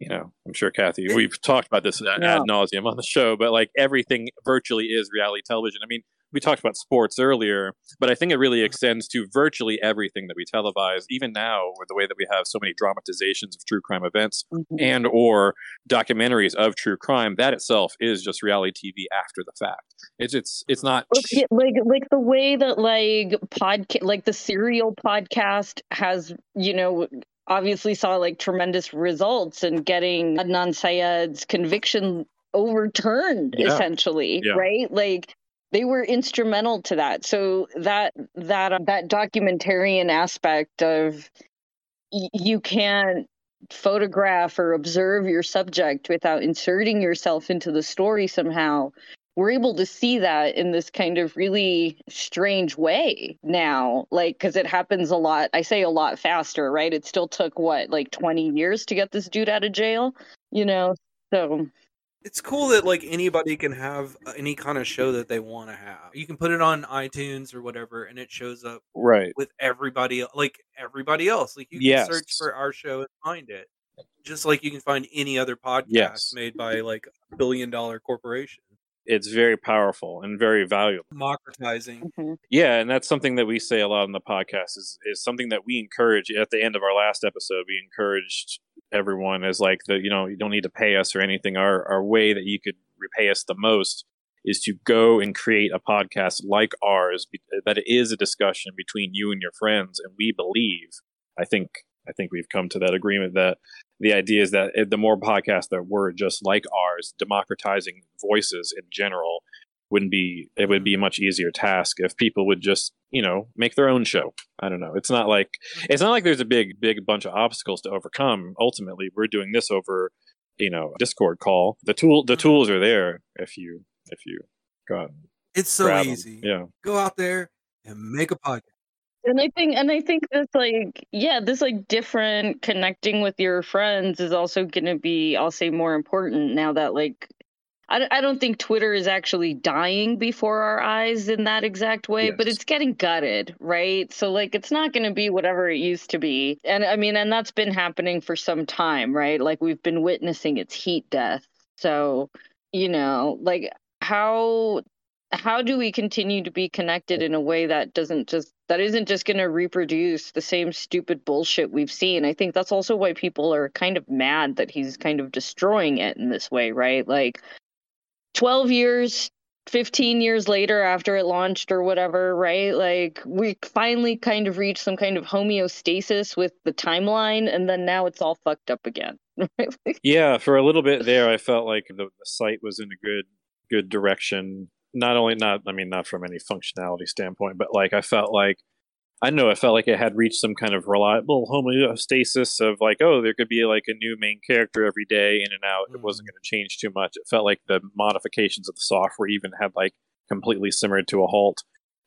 Speaker 5: You know, I'm sure Kathy, we've talked about this ad,
Speaker 14: Yeah.
Speaker 5: ad nauseum on the show, but like everything virtually is reality television. I mean, we talked about sports earlier, but I think it really extends to virtually everything that we televise, even now with the way that we have so many dramatizations of true crime events
Speaker 1: Mhm.
Speaker 6: Mm-hmm.
Speaker 5: and or documentaries of true crime. That itself is just reality TV after the fact. It's it's it's not
Speaker 6: Yeah, like like the way that like podcast like the serial podcast has you know obviously saw like tremendous results in getting Adnan Syed's conviction overturned
Speaker 14: Yeah.
Speaker 6: essentially
Speaker 14: Yeah.
Speaker 6: right like they were instrumental to that so that that uh, that documentarian aspect of y- you can't photograph or observe your subject without inserting yourself into the story somehow we're able to see that in this kind of really strange way now like because it happens a lot i say a lot faster right it still took what like 20 years to get this dude out of jail you know so
Speaker 4: It's cool that like anybody can have uh, any kind of show that they want to have. You can put it on iTunes or whatever, and it shows up
Speaker 5: Right.
Speaker 4: with everybody, like everybody else. Like you can
Speaker 5: Yes.
Speaker 4: search for our show and find it, just like you can find any other podcast
Speaker 5: Yes.
Speaker 4: made by like a billion dollar corporation.
Speaker 5: it's very powerful and very valuable.
Speaker 4: Democratizing.
Speaker 6: mm-hmm.
Speaker 5: Yeah, and that's something that we say a lot in the podcast is is something that we encourage at the end of our last episode, we encouraged everyone as like the you know, you don't need to pay us or anything. Our our way that you could repay us the most is to go and create a podcast like ours be- that it is a discussion between you and your friends and we believe I think I think we've come to that agreement that the idea is that it- the more podcasts that were just like ours, democratizing voices in general, wouldn't be it would be a much easier task if people would just you know make their own show. I don't know. It's not like it's not like there's a big big bunch of obstacles to overcome. Ultimately, we're doing this over you know Discord call. The tool
Speaker 4: Mm-hmm.
Speaker 5: the tools are there if you if you go out. and
Speaker 4: It's so
Speaker 5: grab 'em.
Speaker 4: easy.
Speaker 5: Yeah.
Speaker 4: Go out there and make a podcast.
Speaker 6: and i think and i think this like yeah this like different connecting with your friends is also going to be i'll say more important now that like I, don't- I don't think Twitter is actually dying before our eyes in that exact way, but it's getting gutted, right? So, like, it's not going to be whatever it used to be. And I mean, and that's been happening for some time, right? Like, we've been witnessing its heat death. So, you know, like, how. How do we continue to be connected in a way that doesn't just that isn't just going to reproduce the same stupid bullshit we've seen? I think that's also why people are kind of mad that he's kind of destroying it in this way, right? Like 12 years 15 years later after it launched or whatever right like we finally kind of reached some kind of homeostasis with the timeline and then now it's all fucked up again
Speaker 5: yeah, for a little bit there, I felt like the, the site was in a good good direction. Not only not, I mean, not from any functionality standpoint, but like I felt like I know it felt like it had reached some kind of reliable homeostasis of like, oh, there could be like a new main character every day in and out. It wasn't going to change too much. It felt like the modifications of the software even had like completely simmered to a halt.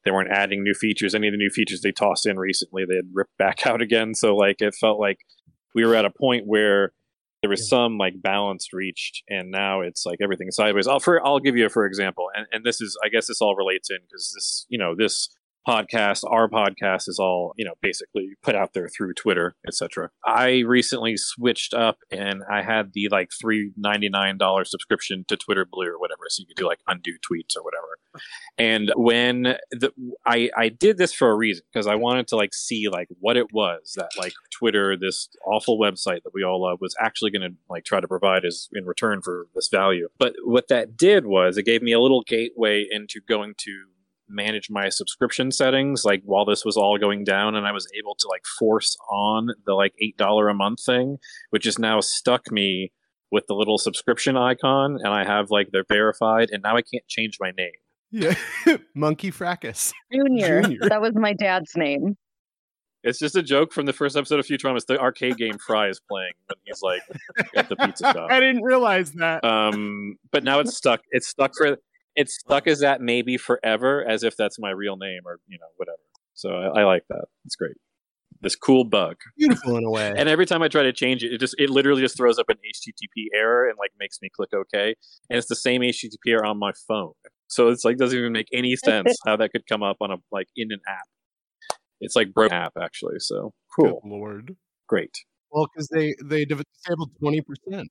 Speaker 5: They weren't adding new features. Any of the new features they tossed in recently, they had ripped back out again. So like it felt like we were at a point where there was some like balance reached and now it's like everything sideways i'll for i'll give you a for example and, and this is i guess this all relates in because this you know this podcast our podcast is all you know basically put out there through twitter etc i recently switched up and i had the like $399 subscription to twitter blue or whatever so you could do like undo tweets or whatever and when the, I I did this for a reason because I wanted to like see like what it was that like Twitter, this awful website that we all love, was actually going to like try to provide as in return for this value. But what that did was it gave me a little gateway into going to manage my subscription settings like while this was all going down and I was able to like force on the like $8 a month thing which is now stuck me with the little subscription icon and I have like they're verified and now I can't change my name
Speaker 3: Yeah. Monkey Fracas.
Speaker 6: junior,
Speaker 5: Junior.
Speaker 6: that was my dad's name
Speaker 5: It's just a joke from the first episode of Futurama. It's the arcade game Fry is playing when he's like at the pizza shop.
Speaker 3: I didn't realize that.
Speaker 5: Um, but now it's stuck. It's stuck for. It's stuck as that maybe forever, as if that's my real name or you know whatever. So I, I like that. It's great. This cool bug.
Speaker 3: Beautiful in a way.
Speaker 5: And every time I try to change it, it just it literally just throws up an HTTP error and like makes me click OK. And it's the same HTTP error on my phone. So it's like doesn't even make any sense how that could come up on a like in an app. It's like broken app actually. So cool.
Speaker 3: Lord.
Speaker 5: Great.
Speaker 3: Well, because they they div- disabled twenty percent.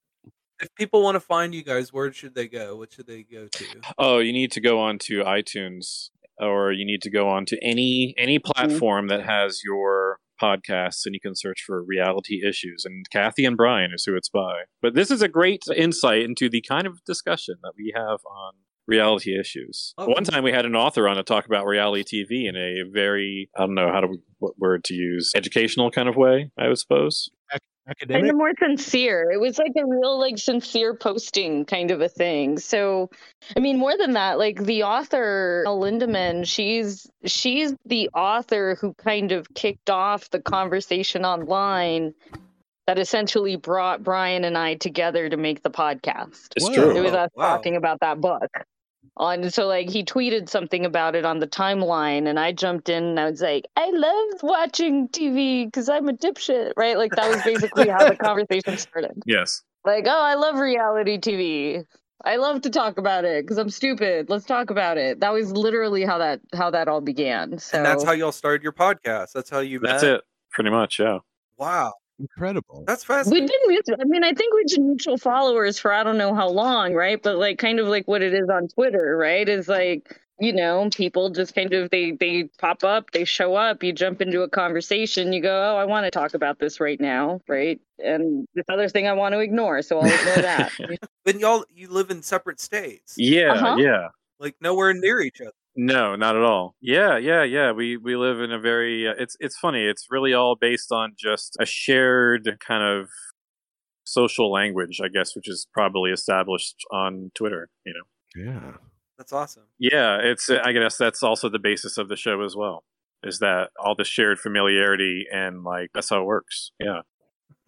Speaker 4: If people want to find you guys, where should they go? What should they go to?
Speaker 5: Oh, you need to go on to iTunes or you need to go on to any any platform that has your podcasts and you can search for reality issues and kathy and brian is who it's by but this is a great insight into the kind of discussion that we have on reality issues
Speaker 4: Oh.
Speaker 5: one time we had an author on to talk about reality tv in a very i don't know how to what word to use educational kind of way i would suppose
Speaker 6: Kind of more sincere. It was like a real, like, sincere posting kind of a thing. So, I mean, more than that, like the author Elle Lindemann, she's she's the author who kind of kicked off the conversation online that essentially brought Brian and I together to make the podcast.
Speaker 5: It's Whoa. true.
Speaker 6: It
Speaker 4: Oh,
Speaker 6: was us
Speaker 5: Wow.
Speaker 6: talking about that book. On so like he tweeted something about it on the timeline, and I jumped in and I was like, "I loved watching TV because I'm a dipshit, right?" Like that was basically how the conversation started.
Speaker 5: yes
Speaker 6: Like, oh, I love reality TV. I love to talk about it because I'm stupid. Let's talk about it. That was literally how that how that all began. So
Speaker 4: And that's how y'all started your podcast. That's how you
Speaker 5: that's
Speaker 4: met.
Speaker 5: it pretty much yeah
Speaker 4: Wow.
Speaker 3: Incredible.
Speaker 4: That's
Speaker 6: we
Speaker 4: fascinating.
Speaker 6: did mutual. I mean, I think we did mutual followers for I don't know how long, right? But like, kind of like what it is on Twitter, right? Is like you know, people just kind of they they pop up, they show up. You jump into a conversation, you go, oh, I want to talk about this right now, right? And this other thing I want to ignore, so I'll ignore that.
Speaker 4: Then y'all you live in separate states.
Speaker 5: yeah yeah
Speaker 4: Like nowhere near each other.
Speaker 5: No, not at all. Yeah, yeah, yeah. We we live in a very uh, it's it's funny. It's really all based on just a shared kind of social language, I guess, which is probably established on Twitter, you know.
Speaker 3: Yeah.
Speaker 4: That's awesome.
Speaker 5: Yeah, it's I guess that's also the basis of the show as well. Is that all the shared familiarity and like that's how it works. Yeah.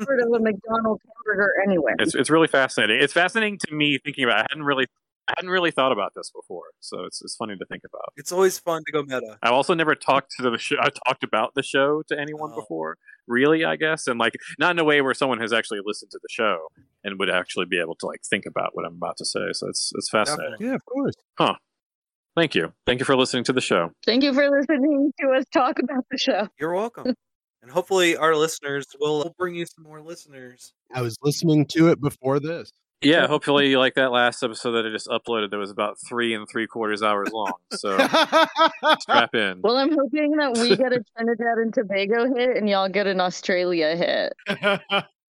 Speaker 6: Sort of a McDonald's hamburger anyway.
Speaker 5: It's it's really fascinating. It's fascinating to me thinking about. It. I hadn't really I hadn't really thought about this before. So it's it's funny to think about.
Speaker 4: It's always fun to go meta.
Speaker 5: I've also never talked to the show. I talked about the show to anyone before, really. I guess, and like not in a way where someone has actually listened to the show and would actually be able to like think about what I'm about to say. So it's it's fascinating.
Speaker 3: Yeah, of course.
Speaker 5: Huh. Thank you. Thank you for listening to the show.
Speaker 6: Thank you for listening to us talk about the show.
Speaker 4: You're welcome. and hopefully our listeners will bring you some more listeners.
Speaker 3: I was listening to it before this.
Speaker 5: Yeah, hopefully, like that last episode that I just uploaded, that was about three and three quarters hours long. So strap in.
Speaker 6: Well, I'm hoping that we get a Trinidad and Tobago hit and y'all get an Australia hit.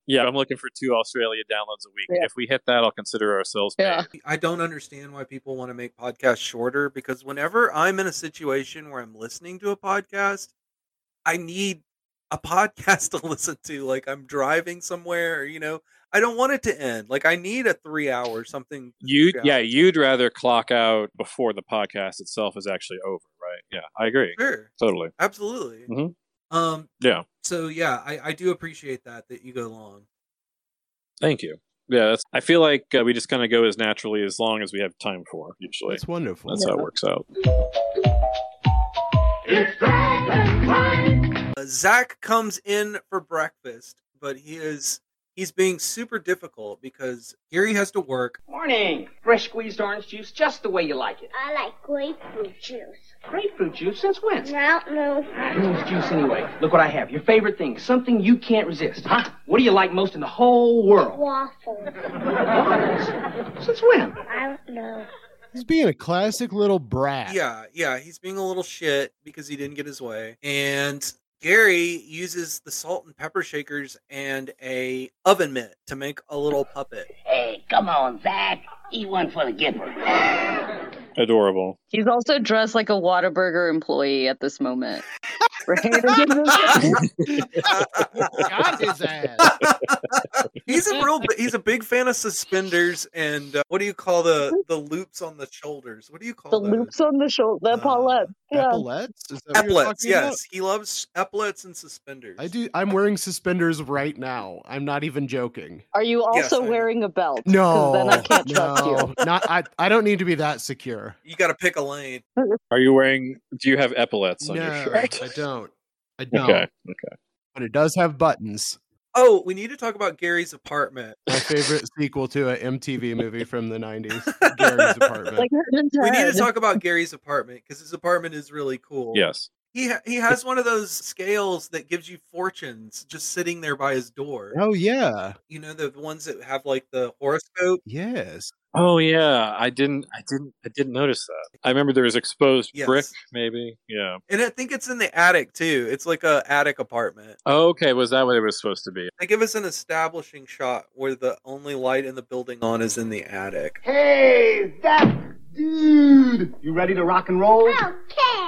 Speaker 5: Yeah, I'm looking for two Australia downloads a week.
Speaker 6: Yeah.
Speaker 5: If we hit that, I'll consider ourselves. paid.
Speaker 4: I don't understand why people want to make podcasts shorter because whenever I'm in a situation where I'm listening to a podcast, I need a podcast to listen to. Like I'm driving somewhere, or, you know, I don't want it to end. Like I need a three hour something.
Speaker 5: You,
Speaker 4: Yeah.
Speaker 5: yeah, you'd rather clock out before the podcast itself is actually over, right? Yeah, I agree.
Speaker 4: Sure.
Speaker 5: Totally.
Speaker 4: Absolutely.
Speaker 5: Mhm.
Speaker 4: Um,
Speaker 5: Yeah.
Speaker 4: so yeah, I, I do appreciate that, that you go long.
Speaker 5: Thank you. Yeah, that's, I feel like uh, we just kind of go as naturally as long as we have time for. Usually,
Speaker 3: That's wonderful.
Speaker 5: That's how it works out.
Speaker 4: Uh, Zach comes in for breakfast, but he is he's being super difficult because Gary has to work.
Speaker 23: Morning. Fresh squeezed orange juice, just the way you like it.
Speaker 7: I like grapefruit juice.
Speaker 23: Grapefruit juice since when?
Speaker 7: I don't know.
Speaker 23: Orange juice anyway. Look what I have. Your favorite thing. Something you can't resist, huh? What do you like most in the whole world?
Speaker 7: Waffles.
Speaker 23: Waffles? Since when?
Speaker 7: I don't know.
Speaker 3: He's being a classic little brat.
Speaker 4: Yeah, yeah, he's being a little shit because he didn't get his way. And Gary uses the salt and pepper shakers and a oven mitt to make a little puppet.
Speaker 14: Hey, come on, Zach. Eat one for the giver.
Speaker 5: Adorable.
Speaker 6: He's also dressed like a Whataburger employee at this moment. Right?
Speaker 3: Got his ass.
Speaker 4: He's a real he's a big fan of suspenders and uh, what do you call the the loops on the shoulders? What do you call
Speaker 6: the
Speaker 4: those?
Speaker 6: loops on the shoulder, the paulette. Yeah.
Speaker 3: Epaulets? Is that what you're
Speaker 4: Epaulets,
Speaker 3: talking about?
Speaker 4: yes. He loves epaulets and suspenders.
Speaker 3: I do. I'm wearing suspenders right now. I'm not even joking.
Speaker 6: Are you
Speaker 4: Yes,
Speaker 6: also
Speaker 4: I know.
Speaker 6: wearing a belt? 'Cause
Speaker 3: No,
Speaker 6: Then I can't
Speaker 3: no,
Speaker 6: trust you.
Speaker 3: not. I. I don't need to be that secure.
Speaker 4: You got to pick a lane.
Speaker 5: Are you wearing? Do you have epaulets on your
Speaker 3: no,
Speaker 5: shirt?
Speaker 3: I don't. I don't.
Speaker 5: Okay. Okay.
Speaker 3: But it does have buttons.
Speaker 4: Oh, we need to talk about Gary's apartment.
Speaker 3: My favorite sequel to a MTV movie from the '90s, Gary's Apartment.
Speaker 6: Like Herman's
Speaker 4: We need to
Speaker 6: Head.
Speaker 4: talk about Gary's apartment because his apartment is really cool.
Speaker 5: Yes.
Speaker 4: He ha- he has one of those scales that gives you fortunes just sitting there by his door.
Speaker 3: Oh yeah.
Speaker 4: You know the ones that have like the horoscope.
Speaker 3: Yes.
Speaker 5: Oh yeah, I didn't, I didn't, I didn't notice that. I remember there was exposed
Speaker 4: Yes.
Speaker 5: brick, maybe. Yeah.
Speaker 4: And I think it's in the attic too. It's like a attic apartment.
Speaker 5: Oh, okay, was that what it was supposed to be?
Speaker 4: They give us an establishing shot where the only light in the building on is in the attic.
Speaker 22: Hey, that dude!
Speaker 16: You ready to rock and roll?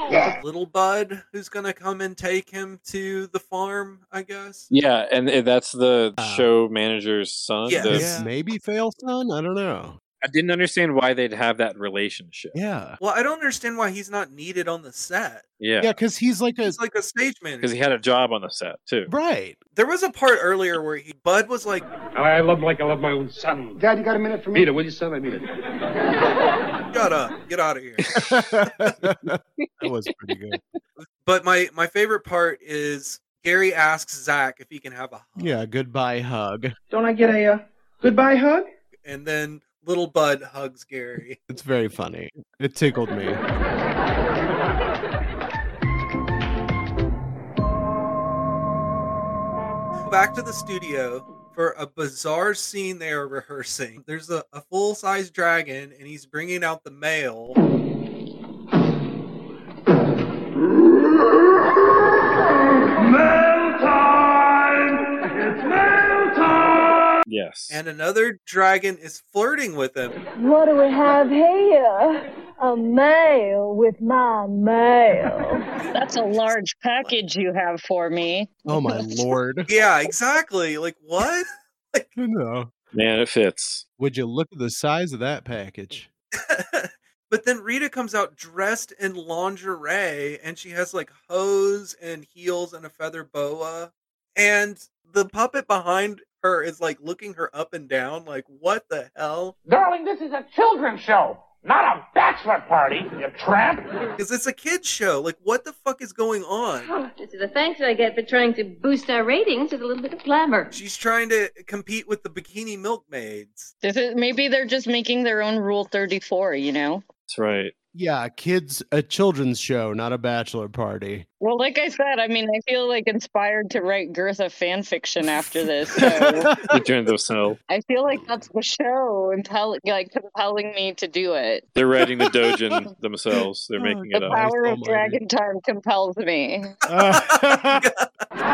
Speaker 22: Okay.
Speaker 4: Little Bud, who's gonna come and take him to the farm, I guess.
Speaker 5: Yeah, and it- that's the show manager's son.
Speaker 4: Yes.
Speaker 5: the-
Speaker 4: Yeah.
Speaker 3: Maybe fail son. I don't know.
Speaker 5: I didn't understand why they'd have that relationship.
Speaker 3: Yeah.
Speaker 4: Well, I don't understand why he's not needed on the set.
Speaker 5: Yeah,
Speaker 3: Yeah, because he's like a
Speaker 4: He's like a stage manager.
Speaker 5: because he had a job on the set too.
Speaker 3: right.
Speaker 4: There was a part earlier where he Bud was like,
Speaker 1: I love him like I love my own son.
Speaker 22: Dad, you got a minute for me?
Speaker 1: Meet it, will you, son? I mean it.
Speaker 4: "Shut up, get out of here."
Speaker 3: that was pretty good.
Speaker 4: But my my favorite part is Gary asks Zach if he can have a hug,
Speaker 3: Yeah, goodbye hug.
Speaker 16: Don't I get a uh, goodbye hug?
Speaker 4: and then little Bud hugs Gary.
Speaker 3: It's very funny. It tickled me.
Speaker 4: Back to the studio for a bizarre scene they are rehearsing. There's a, a full size dragon, and he's bringing out the mail.
Speaker 22: Mail time! It's mail time!
Speaker 5: Yes.
Speaker 4: And another dragon is flirting with him.
Speaker 7: What do we have here? A mail with my mail.
Speaker 6: That's a large package you have for me.
Speaker 3: Oh my lord.
Speaker 4: Yeah, exactly. Like what?
Speaker 3: No.
Speaker 5: Man, it fits.
Speaker 3: Would you look at the size of that package?
Speaker 4: But then Rita comes out dressed in lingerie and she has like hose and heels and a feather boa. And the puppet behind her is like looking her up and down, like, what the hell?
Speaker 22: Darling, this is a children's show, not a bachelor party, you tramp!
Speaker 4: Because it's a kid's show. Like, what the fuck is going on?
Speaker 2: This is the thanks I get for trying to boost our ratings with a little bit of glamour.
Speaker 4: She's trying to compete with the bikini milkmaids.
Speaker 6: This is maybe they're just making their own Rule 34, you know?
Speaker 5: That's right.
Speaker 3: Yeah, kids, a children's show, not a bachelor party.
Speaker 6: Well, like I said, I mean, I feel like inspired to write Gertha fan fiction after this. So
Speaker 5: They turned themselves.
Speaker 6: I feel like that's the show impel- like compelling me to do it.
Speaker 5: They're writing the dojin themselves. They're making it
Speaker 6: the
Speaker 5: up.
Speaker 6: power of Dragon Time compels me.
Speaker 22: Come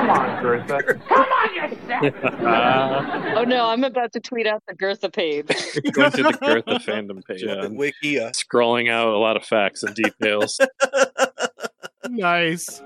Speaker 22: on, Gertha. Come on, you
Speaker 6: oh no, I'm about to tweet out the Gertha page.
Speaker 5: Going to the Gertha fandom page. Yeah, I'm
Speaker 4: Wikia.
Speaker 5: scrolling out a lot of facts and details.
Speaker 3: Nice.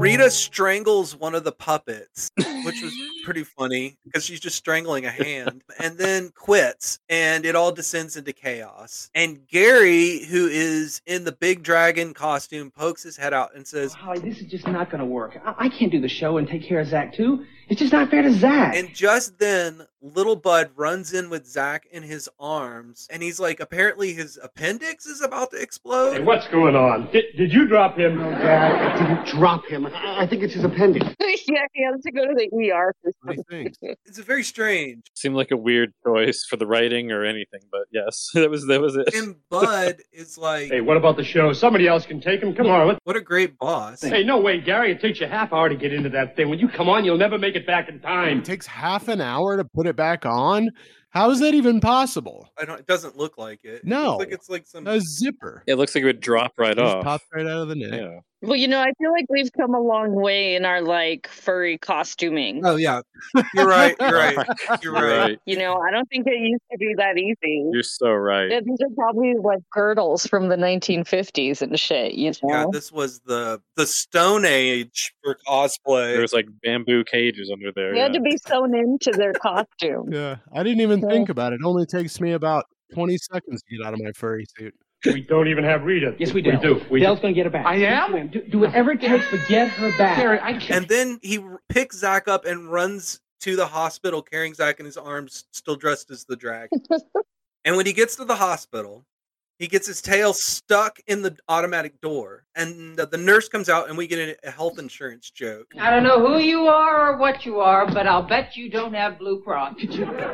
Speaker 4: Rita strangles one of the puppets, which was pretty funny because she's just strangling a hand and then quits, and it all descends into chaos. And Gary, who is in the big dragon costume, pokes his head out and says,
Speaker 23: Holly, this is just not going to work. I-, I can't do the show and take care of Zach, too. It's just not fair to Zach.
Speaker 4: And just then, little Bud runs in with Zach in his arms, and he's like, apparently his appendix is about to explode.
Speaker 1: Hey, what's going on? Did, did you drop him?
Speaker 22: Dad, I didn't drop him. I, I think it's his appendix.
Speaker 6: yeah, he has to go to the ER for something.
Speaker 4: It's very strange.
Speaker 5: Seemed like a weird choice for the writing or anything, but yes, that was that was it.
Speaker 4: And Bud is like,
Speaker 1: Hey, what about the show? Somebody else can take him. Come on. Let's...
Speaker 4: what a great boss.
Speaker 1: Hey, no way, Gary. It takes you half hour to get into that thing. When you come on, you'll never make it back in time.
Speaker 3: It takes half an hour to put it back on. How is that even possible?
Speaker 4: I don't, it doesn't look like it.
Speaker 3: No.
Speaker 4: It looks like it's like some
Speaker 3: A zipper.
Speaker 5: It looks like it would drop right
Speaker 3: Just
Speaker 5: off.
Speaker 3: popped right out of the neck.
Speaker 5: yeah.
Speaker 6: Well, you know, I feel like we've come a long way in our like furry costuming.
Speaker 4: Oh yeah, you're right. You're right. You're
Speaker 5: You're
Speaker 4: right.
Speaker 5: right.
Speaker 6: You know, I don't think it used to be that easy.
Speaker 5: You're so right.
Speaker 6: Yeah, These are probably like girdles from the 1950s and shit, you know?
Speaker 4: Yeah, this was the the Stone Age for cosplay.
Speaker 5: There's like bamboo cages under there.
Speaker 6: they had
Speaker 5: yeah.
Speaker 6: to be sewn into their costume.
Speaker 3: Yeah. I didn't even
Speaker 6: So-
Speaker 3: think about it. It only takes me about 20 seconds to get out of my furry suit.
Speaker 1: We don't even have Rita.
Speaker 23: Yes, we do.
Speaker 1: We do. We
Speaker 23: Dell's going to get her back.
Speaker 22: I am?
Speaker 23: Ma'am, Do, do whatever it takes, but get her back.
Speaker 22: Gary, I can't.
Speaker 4: And then he r- picks Zach up and runs to the hospital, carrying Zach in his arms, still dressed as the dragon. and when he gets to the hospital, he gets his tail stuck in the automatic door, and the, the nurse comes out, and we get a- a health insurance joke.
Speaker 8: I don't know who you are or what you are, but I'll bet you don't have Blue Cross.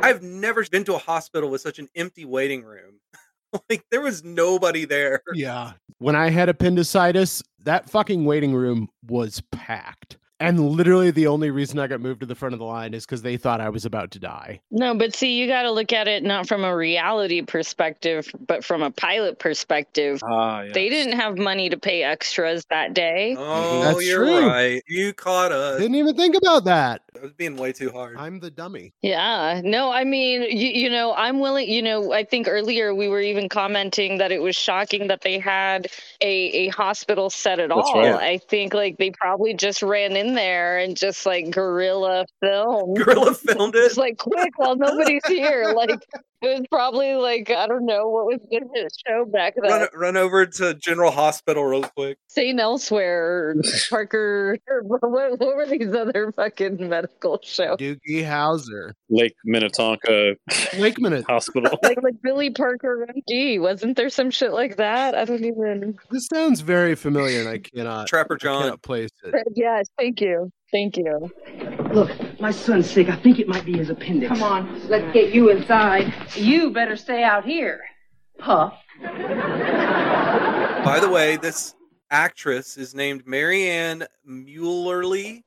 Speaker 4: I've never been to a hospital with such an empty waiting room. Like there was nobody there.
Speaker 3: Yeah. When I had appendicitis, that fucking waiting room was packed. And literally the only reason I got moved to the front of the line is because they thought I was about to die.
Speaker 6: No, but see, you got to look at it not from a reality perspective, but from a pilot perspective.
Speaker 4: Ah, yeah.
Speaker 6: They didn't have money to pay extras that day.
Speaker 4: Oh,
Speaker 3: That's
Speaker 4: you're
Speaker 3: true.
Speaker 4: right. You caught us.
Speaker 3: Didn't even think about that.
Speaker 4: I was being way too hard.
Speaker 3: I'm the dummy.
Speaker 6: Yeah. No, I mean, you, you know, I'm willing, you know, I think earlier we were even commenting that it was shocking that they had a, a hospital set at
Speaker 18: That's
Speaker 6: all.
Speaker 18: right.
Speaker 6: I think like they probably just ran in there and just like guerrilla film.
Speaker 4: Guerrilla filmed
Speaker 6: it. Just like quick while nobody's here. Like it was probably like, I don't know what was good for the show back then.
Speaker 4: Run, run over to General Hospital real quick.
Speaker 6: St. Elsewhere, or Parker, or what, what were these other fucking medical shows?
Speaker 3: Doogie Howser.
Speaker 5: Lake Minnetonka
Speaker 3: Lake Minute
Speaker 5: Hospital.
Speaker 6: like like Billy Parker MD. Wasn't there some shit like that? I don't even.
Speaker 3: This sounds very familiar and I cannot
Speaker 4: Trapper John
Speaker 3: cannot place it.
Speaker 6: Yes, thank you, thank you.
Speaker 16: Look, my son's sick. I think it might be his appendix.
Speaker 8: Come on, let's get you inside. You better stay out here, Puff.
Speaker 4: By the way, this actress is named Marianne Muellerly.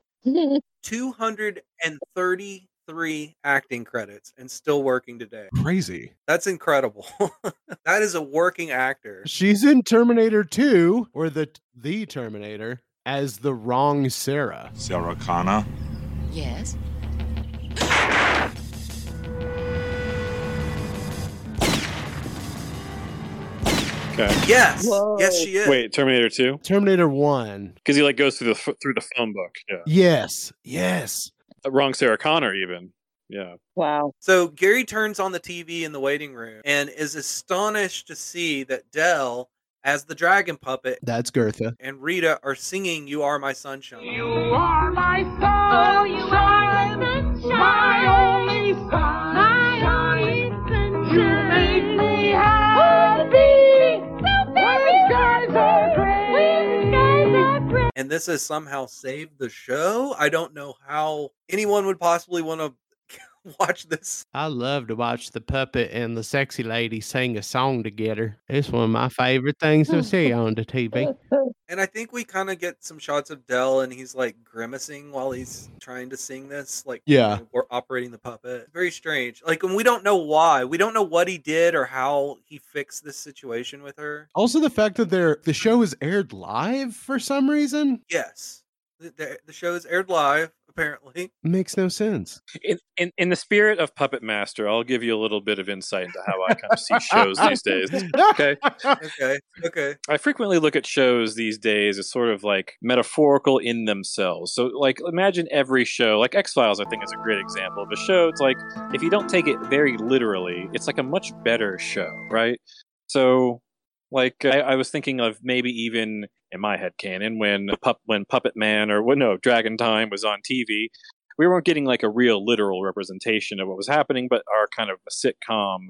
Speaker 4: 233 acting credits and still working today.
Speaker 3: Crazy.
Speaker 4: That's incredible. that is a working actor.
Speaker 3: She's in Terminator 2 or the the Terminator as the wrong Sarah.
Speaker 20: Sarah Connor.
Speaker 21: Yes.
Speaker 5: Okay.
Speaker 4: Yes. Yes, she is.
Speaker 5: Wait, Terminator Two,
Speaker 3: Terminator 1.
Speaker 5: because he like goes through the f- through the phone book. Yeah.
Speaker 3: Yes. Yes.
Speaker 5: Uh, Wrong Sarah Connor, even. Yeah.
Speaker 6: Wow.
Speaker 4: So Gary turns on the TV in the waiting room and is astonished to see that Dell, as the dragon puppet,
Speaker 3: That's Gertha.
Speaker 4: and Rita are singing "You Are My Sunshine."
Speaker 22: You are my
Speaker 2: Oh,
Speaker 22: sunshine. you are my only sunshine. My only sunshine. You make me happy. When skies are gray. When skies are gray.
Speaker 4: and this has somehow saved the show. I don't know how anyone would possibly want to watch this.
Speaker 3: I love to watch the puppet and the sexy lady sing a song together. It's one of my favorite things to see on the TV.
Speaker 4: And I think we kind of get some shots of Dell, and he's like grimacing while he's trying to sing this. Like,
Speaker 3: Yeah.
Speaker 4: we're operating the puppet. Very strange. Like, and we don't know why. We don't know what he did or how he fixed this situation with her.
Speaker 3: Also, the fact that they're the show is aired live for some reason
Speaker 4: Yes, the, the, the show is aired live apparently.
Speaker 3: makes no sense.
Speaker 5: In, in in the spirit of Puppet Master, I'll give you a little bit of insight into how I kind of see shows these days. Okay.
Speaker 4: Okay, okay.
Speaker 5: I frequently look at shows these days as sort of like metaphorical in themselves. So, like, imagine every show, like X Files, I think is a great example of a show. It's like, if you don't take it very literally, it's like a much better show, right? So, like, I, I was thinking of maybe even in my head canon when the pup, when Puppet Man or what no Dragon Time was on TV, we weren't getting like a real literal representation of what was happening, but our kind of sitcom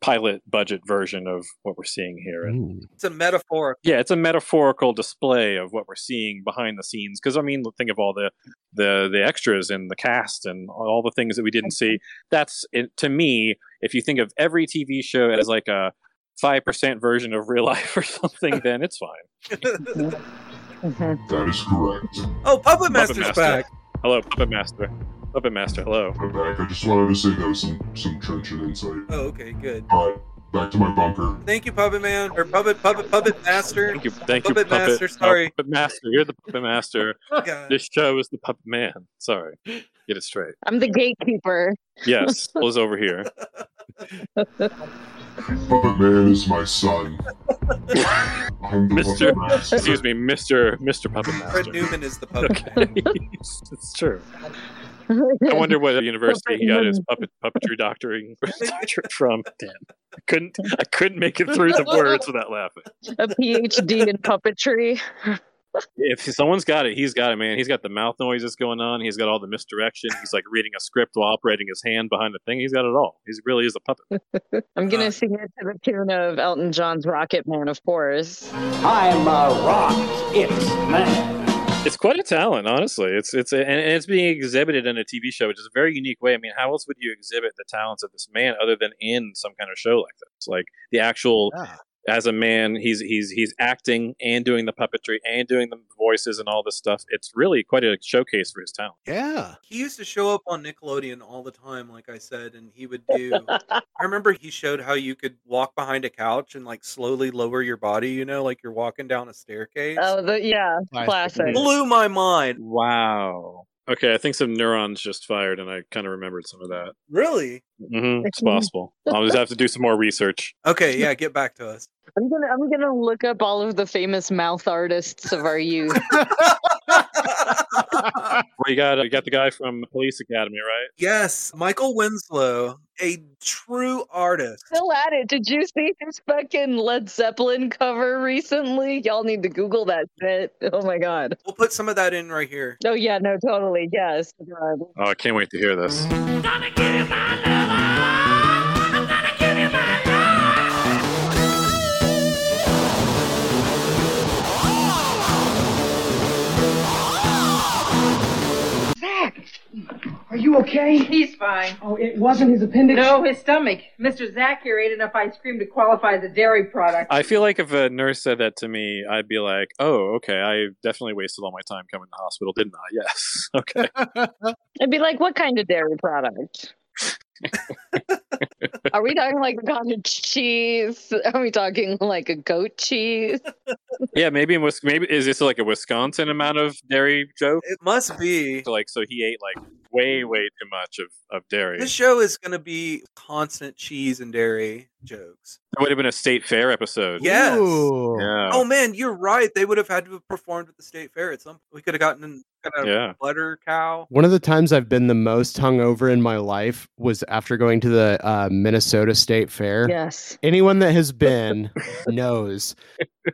Speaker 5: pilot budget version of what we're seeing here. And
Speaker 4: It's a metaphor.
Speaker 5: yeah, it's a metaphorical display of what we're seeing behind the scenes. Because I mean, think of all the the the extras and the cast and all the things that we didn't see. That's it, to me. If you think of every TV show as like a five percent version of real life or something, then it's fine.
Speaker 6: Mm-hmm.
Speaker 10: That is correct.
Speaker 4: Oh, Puppet Master's back.
Speaker 5: Hello, Puppet Master. Puppet Master. Hello.
Speaker 10: I'm back. I just wanted to say that was some, some trenchant insight.
Speaker 4: Oh, okay, good.
Speaker 10: Alright, back to my bunker.
Speaker 4: Thank you, Puppet Man or Puppet Puppet Puppet Master.
Speaker 5: Thank you, thank
Speaker 4: Puppet
Speaker 5: you, Puppet Oh,
Speaker 4: Master, sorry.
Speaker 5: Puppet Master. You're the Puppet Master.
Speaker 4: God.
Speaker 5: this show is the Puppet Man. Sorry, get it straight.
Speaker 6: I'm the gatekeeper.
Speaker 5: Yes, was over here.
Speaker 10: Puppet Man is my son. I'm the
Speaker 5: Mr.
Speaker 10: Puppet Master.
Speaker 5: Excuse me, Mr. Mr. Puppet
Speaker 4: Fred
Speaker 5: Master.
Speaker 4: Newman is the Puppet Man.
Speaker 5: it's, it's true. I wonder what university he got his puppet puppetry doctoring doctorate from. Damn, I couldn't I couldn't make it through the words without laughing.
Speaker 6: A PhD in puppetry.
Speaker 5: If someone's got it, he's got it, man. He's got the mouth noises going on. He's got all the misdirection. He's like reading a script while operating his hand behind the thing. He's got it all. He really is a puppet.
Speaker 6: I'm
Speaker 5: Uh-huh.
Speaker 6: gonna sing it to the tune of Elton John's Rocket Man, of course.
Speaker 20: I'm a rock. It's man.
Speaker 5: It's quite a talent, honestly. It's it's and and it's being exhibited in a TV show, which is a very unique way. I mean, how else would you exhibit the talents of this man other than in some kind of show like this? Like the actual as a man, he's he's he's acting and doing the puppetry and doing the voices and all this stuff. It's really quite a showcase for his talent.
Speaker 3: Yeah.
Speaker 4: He used to show up on Nickelodeon all the time, like I said, and he would do. I remember he showed how you could walk behind a couch and like slowly lower your body, you know, like you're walking down a staircase.
Speaker 6: Oh, the, yeah, classic.
Speaker 4: Blew my mind.
Speaker 5: Wow. Okay, I think some neurons just fired, and I kind of remembered some of that.
Speaker 4: Really?
Speaker 5: hmm it's possible. I'll just have to do some more research.
Speaker 4: Okay, yeah, get back to us.
Speaker 6: I'm gonna I'm gonna look up all of the famous mouth artists of our youth.
Speaker 5: Well, you got you got the guy from Police Academy, right?
Speaker 4: Yes, Michael Winslow, a true artist.
Speaker 6: Still at it. Did you see his fucking Led Zeppelin cover recently? Y'all need to Google that shit. Oh my god.
Speaker 4: We'll put some of that in right here.
Speaker 6: Oh yeah, no, totally. Yes. God.
Speaker 5: Oh, I can't wait to hear this.
Speaker 18: Are you okay?
Speaker 8: He's fine.
Speaker 18: Oh, it wasn't his appendix?
Speaker 8: No, his stomach. Mr. Zach here ate enough ice cream to qualify as a dairy product.
Speaker 5: I feel like if a nurse said that to me, I'd be like, "Oh, okay, I definitely wasted all my time coming to the hospital, didn't I?" Yes. Okay.
Speaker 6: I'd be like, what kind of dairy product? Are we talking like cottage cheese? Are we talking like a goat cheese?
Speaker 5: yeah, maybe in Wis- maybe is this like a Wisconsin amount of dairy joke?
Speaker 4: It must be.
Speaker 5: Like, so he ate like way, way too much of of dairy.
Speaker 4: This show is going to be constant cheese and dairy jokes.
Speaker 5: That would have been a state fair episode.
Speaker 4: Yes.
Speaker 5: Yeah.
Speaker 4: Oh man, you're right. They would have had to have performed at the state fair at some. point. We could have gotten kind of
Speaker 5: Yeah.
Speaker 4: butter cow.
Speaker 3: One of the times I've been the most hungover in my life was after going to the uh, Minnesota State Fair.
Speaker 6: Yes.
Speaker 3: Anyone that has been knows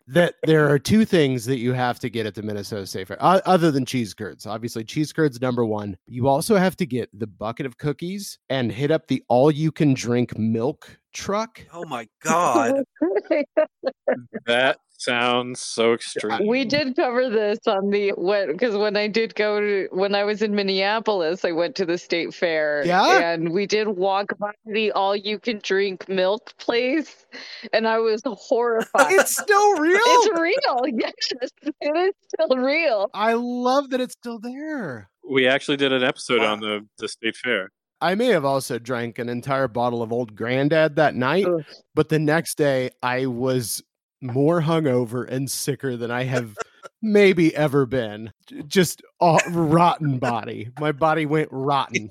Speaker 3: that there are two things that you have to get at the Minnesota State Fair, o- other than cheese curds. Obviously, cheese curds number one. You also have to get the bucket of cookies and hit up the all-you-can-drink milk truck.
Speaker 4: Oh my god.
Speaker 5: That sounds so extreme.
Speaker 6: we did cover this on the what because when I did go to when I was in Minneapolis, I went to the state fair.
Speaker 20: Yeah?
Speaker 6: And we did walk by the all you can drink milk place and I was horrified.
Speaker 3: it's still real.
Speaker 6: It's real, yes. It is still real.
Speaker 3: I love that it's still there.
Speaker 5: We actually did an episode on the the state fair.
Speaker 3: I may have also drank an entire bottle of Old Grandad that night, but the next day I was more hungover and sicker than I have maybe ever been. J- Just a rotten body. My body went rotten.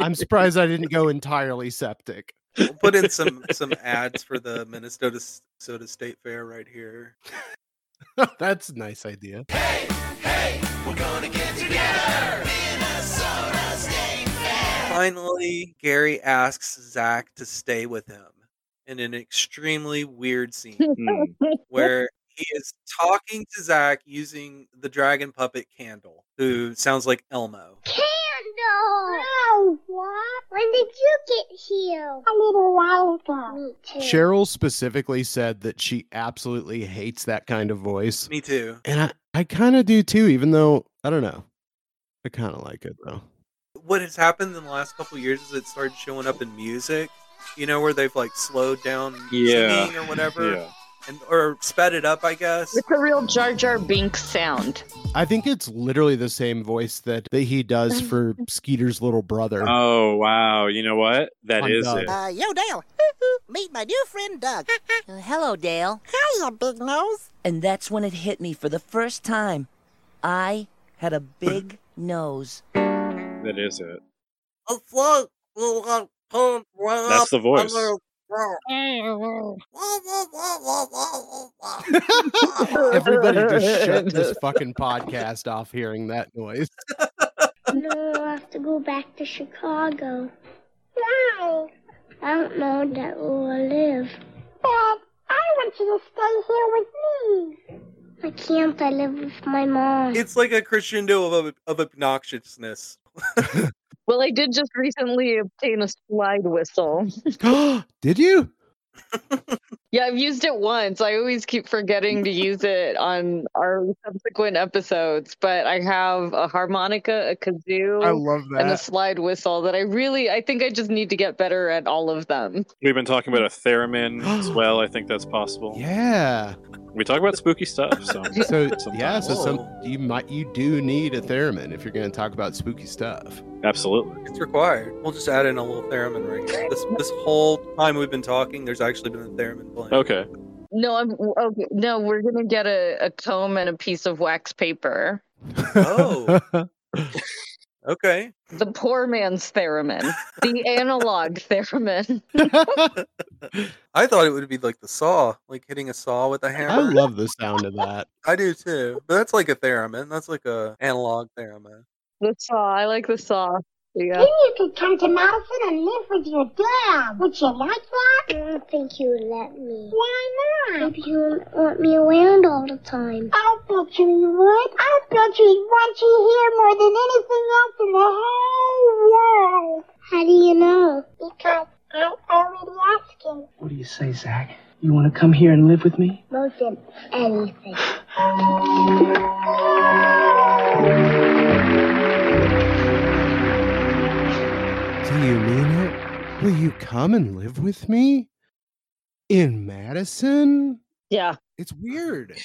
Speaker 3: I'm surprised I didn't go entirely septic.
Speaker 4: We'll put in some some ads for the Minnesota Soda State Fair right here.
Speaker 3: That's a nice idea.
Speaker 4: Finally, Gary asks Zach to stay with him in an extremely weird scene where he is talking to Zach using the dragon puppet Candle, who sounds like Elmo.
Speaker 7: Candle! Oh, what? When did you get here? A little while ago. Me too.
Speaker 3: Cheryl specifically said that she absolutely hates that kind of voice.
Speaker 4: Me too.
Speaker 3: And I, I kind of do too, even though I don't know. I kind of like it though.
Speaker 4: What has happened in the last couple of years is it started showing up in music, you know, where they've like slowed down
Speaker 5: Yeah.
Speaker 4: singing or whatever,
Speaker 5: Yeah.
Speaker 4: and or sped it up, I guess.
Speaker 6: It's a real Jar Jar Binks sound.
Speaker 3: I think it's literally the same voice that, that he does for Skeeter's little brother.
Speaker 5: Oh wow! You know what? That
Speaker 3: I'm
Speaker 5: is
Speaker 3: done.
Speaker 5: it.
Speaker 21: Uh, yo, Dale. Meet my new friend, Doug. Uh, hello, Dale. Hiya, Big Nose. And that's when it hit me for the first time. I had a big nose.
Speaker 5: That is it.
Speaker 21: That's
Speaker 5: That's the voice.
Speaker 3: Everybody just shut this fucking podcast off hearing that noise.
Speaker 7: no, I have to go back to Chicago. Why? I don't know that we'll live. But I want you to stay here with me. I can't. I live with my mom.
Speaker 4: It's like a crescendo of of obnoxiousness.
Speaker 6: Well, I did just recently obtain a slide whistle.
Speaker 3: Did you?
Speaker 6: Yeah, I've used it once. I always keep forgetting to use it on our subsequent episodes, but I have a harmonica, a kazoo,
Speaker 3: I love
Speaker 6: and a
Speaker 3: that.
Speaker 6: slide whistle that I really I think I just need to get better at all of them.
Speaker 5: We've been talking about a theremin as well. I think that's possible.
Speaker 3: Yeah.
Speaker 5: We talk about spooky stuff. So,
Speaker 3: So yeah, so some you might you do need a theremin if you're going to talk about spooky stuff.
Speaker 5: Absolutely.
Speaker 4: It's required. We'll just add in a little theremin right now. This this whole time we've been talking, there's actually been a theremin playing.
Speaker 5: Okay.
Speaker 6: No, I'm okay. No, we're gonna get a, a comb and a piece of wax paper.
Speaker 3: Oh.
Speaker 4: Okay.
Speaker 6: The poor man's theremin. The analog theremin.
Speaker 4: I thought it would be like the saw, like hitting a saw with a
Speaker 3: I
Speaker 4: hammer.
Speaker 3: love the sound of that.
Speaker 4: I do too. But that's like a theremin. That's like a analog theremin.
Speaker 6: The saw. I like the saw. Yeah.
Speaker 7: Then you could come to Madison and live with your dad. Would you like that? I don't think you would let me. Why not? Maybe you wouldn't want me around all the time. I'll bet you you would. I'll bet you'd want you here more than anything else in the whole world. How do you know? Because I already asked him.
Speaker 16: What do you say, Zach? You want to come here and live with me?
Speaker 7: More than anything.
Speaker 3: Do you mean it? Will you come and live with me in Madison?
Speaker 6: Yeah.
Speaker 3: It's weird.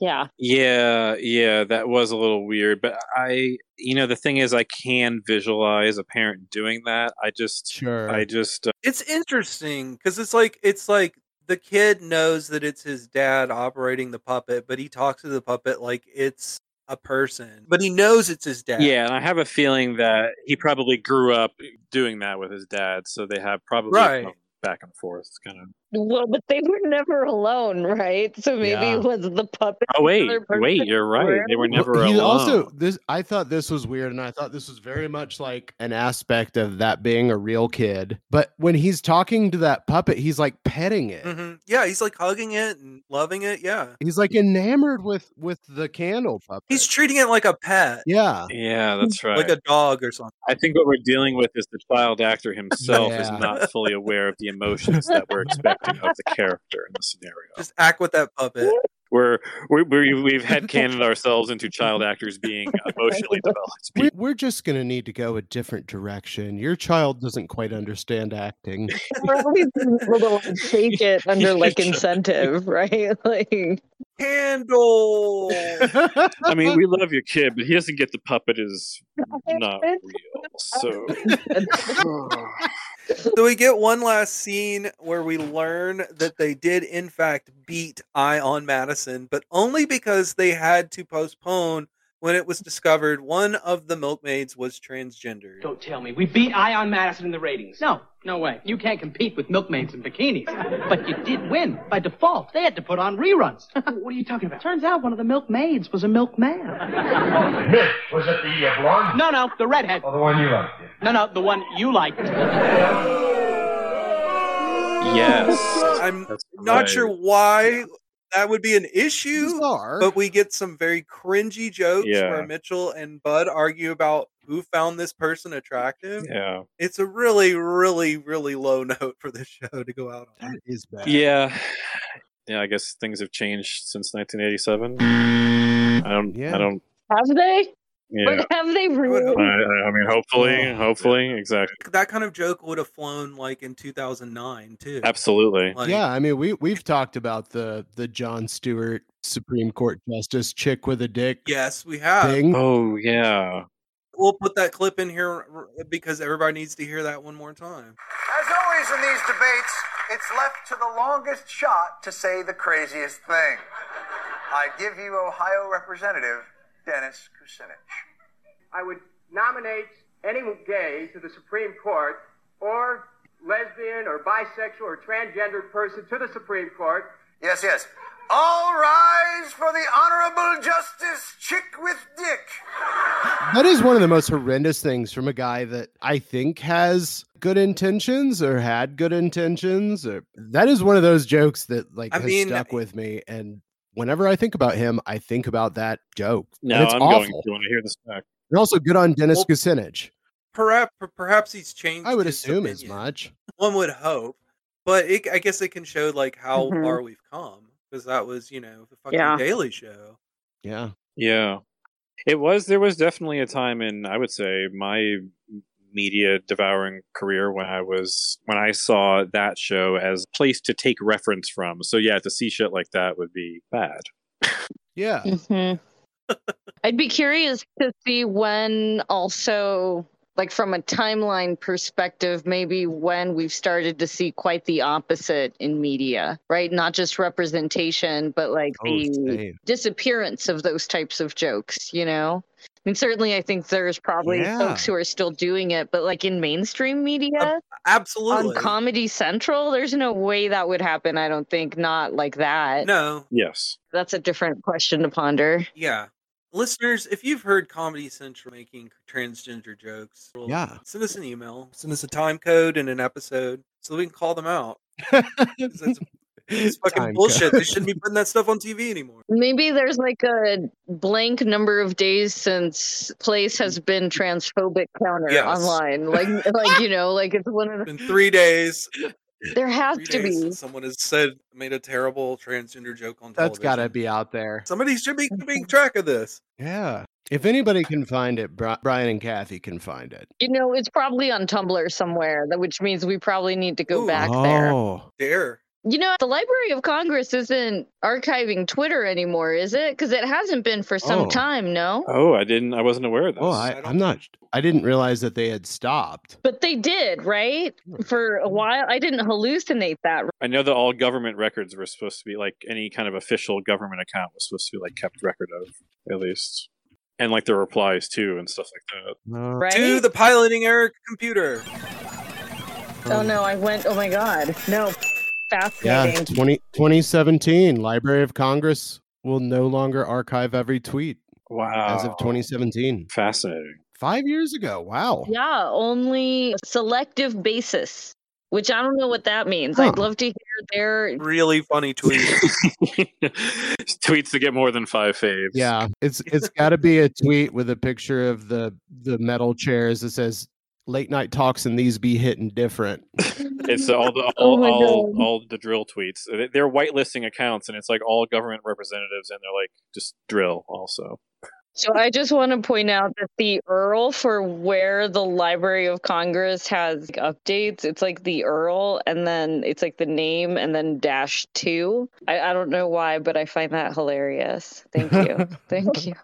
Speaker 6: Yeah.
Speaker 5: Yeah, yeah, that was a little weird, but I, you know, the thing is, I can visualize a parent doing that. I just,
Speaker 3: sure,
Speaker 5: I just, uh,
Speaker 4: It's interesting because it's like it's like the kid knows that it's his dad operating the puppet, but he talks to the puppet like it's a person. But he knows it's his dad.
Speaker 5: yeah, and I have a feeling that he probably grew up doing that with his dad, so they have probably
Speaker 4: Right.
Speaker 5: come back and forth, kind of.
Speaker 6: Well, but they were never alone, right? So maybe
Speaker 5: Yeah.
Speaker 6: it was the puppet.
Speaker 5: Oh wait,
Speaker 6: another person
Speaker 5: wait, you're right. They were
Speaker 3: Well,
Speaker 5: never
Speaker 3: he
Speaker 5: alone.
Speaker 3: also this I thought this was weird and I thought this was very much like an aspect of that being a real kid. But when he's talking to that puppet, he's like petting it.
Speaker 4: hmm Yeah, he's like hugging it and loving it. Yeah.
Speaker 3: He's like enamored with with the candle puppet.
Speaker 4: He's treating it like a pet.
Speaker 3: Yeah.
Speaker 5: yeah, that's right.
Speaker 4: Like a dog or something.
Speaker 5: I think what we're dealing with is the child actor himself is
Speaker 4: Yeah.
Speaker 5: not fully aware of the emotions that we're expecting of the character in the scenario.
Speaker 4: Just act with that puppet.
Speaker 5: We're, we're, we're we've headcanoned ourselves into child actors being emotionally developed.
Speaker 3: We- We're just going to need to go a different direction. Your child doesn't quite understand acting.
Speaker 6: Or at least a little like, fake it under like incentive, right? Like
Speaker 4: Handle.
Speaker 5: I mean, we love your kid, but he doesn't get the puppet is not real. So
Speaker 4: so we get one last scene where we learn that they did in fact beat Eye on Madison, but only because they had to postpone when it was discovered one of the milkmaids was transgender.
Speaker 23: Don't tell me. We beat Ion Madison in the ratings. No, no way. You can't compete with milkmaids and bikinis. But you did win by default. They had to put on reruns. what are you talking about? Turns out one of the milkmaids was a milkman.
Speaker 15: Miss, was it the uh, blonde?
Speaker 23: no, no, the redhead.
Speaker 15: The one you liked.
Speaker 23: No, no, the one you liked.
Speaker 5: yes,
Speaker 4: I'm not
Speaker 5: right.
Speaker 4: sure why that would be an issue,
Speaker 3: Bizarre.
Speaker 4: but we get some very cringy jokes
Speaker 5: Yeah.
Speaker 4: where Mitchell and Bud argue about who found this person attractive.
Speaker 5: yeah,
Speaker 4: It's a really, really, really low note for the show to go out on.
Speaker 3: That is bad.
Speaker 5: yeah, yeah. I guess things have changed since 1987. I don't.
Speaker 3: Yeah.
Speaker 5: I don't.
Speaker 6: have they?
Speaker 5: Yeah.
Speaker 6: But have they really?
Speaker 5: I, I I mean, hopefully, hopefully, exactly,
Speaker 4: That kind of joke would have flown like in 2009 too.
Speaker 5: absolutely.
Speaker 4: Like,
Speaker 3: yeah, I mean we we've talked about the the John Stewart Supreme Court justice chick with a dick
Speaker 4: Yes, we have.
Speaker 3: thing.
Speaker 5: Oh yeah.
Speaker 4: We'll put that clip in here r- because everybody needs to hear that one more time.
Speaker 17: As always in these debates, it's left to the longest shot to say the craziest thing. I give you Ohio Representative Dennis Kucinich.
Speaker 19: I would nominate any gay to the Supreme Court or lesbian or bisexual or transgendered person to the Supreme Court.
Speaker 17: Yes, yes. All rise for the Honorable Justice Chick with Dick.
Speaker 3: That is one of the most horrendous things from a guy that I think has good intentions or had good intentions or that is one of those jokes that like
Speaker 4: I
Speaker 3: has
Speaker 4: mean- eh
Speaker 3: stuck with me and whenever I think about him I think about that joke. And
Speaker 5: Now
Speaker 3: it's
Speaker 5: I'm
Speaker 3: awful.
Speaker 5: going to want to hear this back.
Speaker 3: And also good on Dennis Kucinich.
Speaker 4: Perhaps, perhaps he's changed.
Speaker 3: I would
Speaker 4: his
Speaker 3: assume as
Speaker 4: opinion.
Speaker 3: much.
Speaker 4: One would hope, But it, I guess it can show like how
Speaker 6: Mhm.
Speaker 4: far we've come because that was you know the fucking
Speaker 6: Yeah.
Speaker 4: Daily Show.
Speaker 3: Yeah.
Speaker 5: Yeah. It was there was definitely a time in I would say my media devouring career when I was when I saw that show as a place to take reference from. So yeah, to see shit like that would be bad.
Speaker 3: Yeah.
Speaker 6: Mm-hmm. I'd be curious to see when also like from a timeline perspective maybe when we've started to see quite the opposite in media right not just representation but like
Speaker 9: Oh,
Speaker 6: the
Speaker 9: same.
Speaker 6: disappearance of those types of jokes you know i mean certainly i think there's probably
Speaker 9: Yeah.
Speaker 6: folks who are still doing it but like in mainstream media
Speaker 4: absolutely
Speaker 6: on comedy central there's no way that would happen i don't think not like that
Speaker 4: No.
Speaker 5: Yes.
Speaker 6: that's a different question to ponder
Speaker 4: Yeah. Listeners, if you've heard Comedy Central making transgender jokes, well,
Speaker 6: Yeah.
Speaker 4: send us an email, send us a time code and an episode so we can call them out. 'Cause that's- It's fucking
Speaker 6: Time
Speaker 4: bullshit. They
Speaker 6: code.
Speaker 4: shouldn't be putting that stuff on TV anymore.
Speaker 6: Maybe there's like a blank number of days since place has been transphobic counter
Speaker 4: Yes.
Speaker 6: online. Like like you know, like it's one of
Speaker 4: In
Speaker 6: the
Speaker 4: three days,
Speaker 6: there has
Speaker 4: three
Speaker 6: to
Speaker 4: days
Speaker 6: be.
Speaker 4: since someone has said made a terrible transgender joke on
Speaker 3: That's
Speaker 4: television.
Speaker 3: got to be out there.
Speaker 4: Somebody should be keeping track of this.
Speaker 3: Yeah. If anybody can find it, Bri- Brian and Kathy can find it.
Speaker 6: You know, it's probably on Tumblr somewhere, that which means we probably need to go back there.
Speaker 3: oh.
Speaker 4: Dare.
Speaker 6: You know, the Library of Congress isn't archiving Twitter anymore, is it? Because it hasn't been for some
Speaker 3: Oh.
Speaker 6: time, no?
Speaker 5: Oh, I didn't I wasn't aware of that.
Speaker 3: Oh, I, I'm not. I didn't realize that they had stopped.
Speaker 6: But they did, right? For a while. I didn't hallucinate that.
Speaker 5: I know that all government records were supposed to be like any kind of official government account was supposed to be like kept record of at least. And like their replies too and stuff like that.
Speaker 6: Right?
Speaker 4: To the piloting error computer.
Speaker 6: Oh no, I went. Oh my god, no!
Speaker 3: Yeah.
Speaker 6: Fascinating.
Speaker 3: 20, 2017, Library of Congress will no longer archive every tweet.
Speaker 5: Wow.
Speaker 3: As of 2017.
Speaker 5: Fascinating.
Speaker 3: Five years ago. Wow.
Speaker 6: Yeah. only selective basis, which I don't know what that means. I'd love to hear their.
Speaker 4: Really funny tweet.
Speaker 5: Tweets that get more than five faves.
Speaker 3: Yeah, it's it's got to be a tweet with a picture of the the metal chairs that says "late night talks and these be hitting different."
Speaker 5: It's all the
Speaker 3: Oh
Speaker 5: all
Speaker 3: my
Speaker 5: all,
Speaker 3: God.
Speaker 5: all the drill tweets. They- They're whitelisting accounts, and it's like all government representatives, and they're like just drill also.
Speaker 6: So I just want to point out that the URL for where the Library of Congress has updates, it's like the URL, and then it's like the name, and then dash two. I, I don't know why, but I find that hilarious. Thank you. Thank you.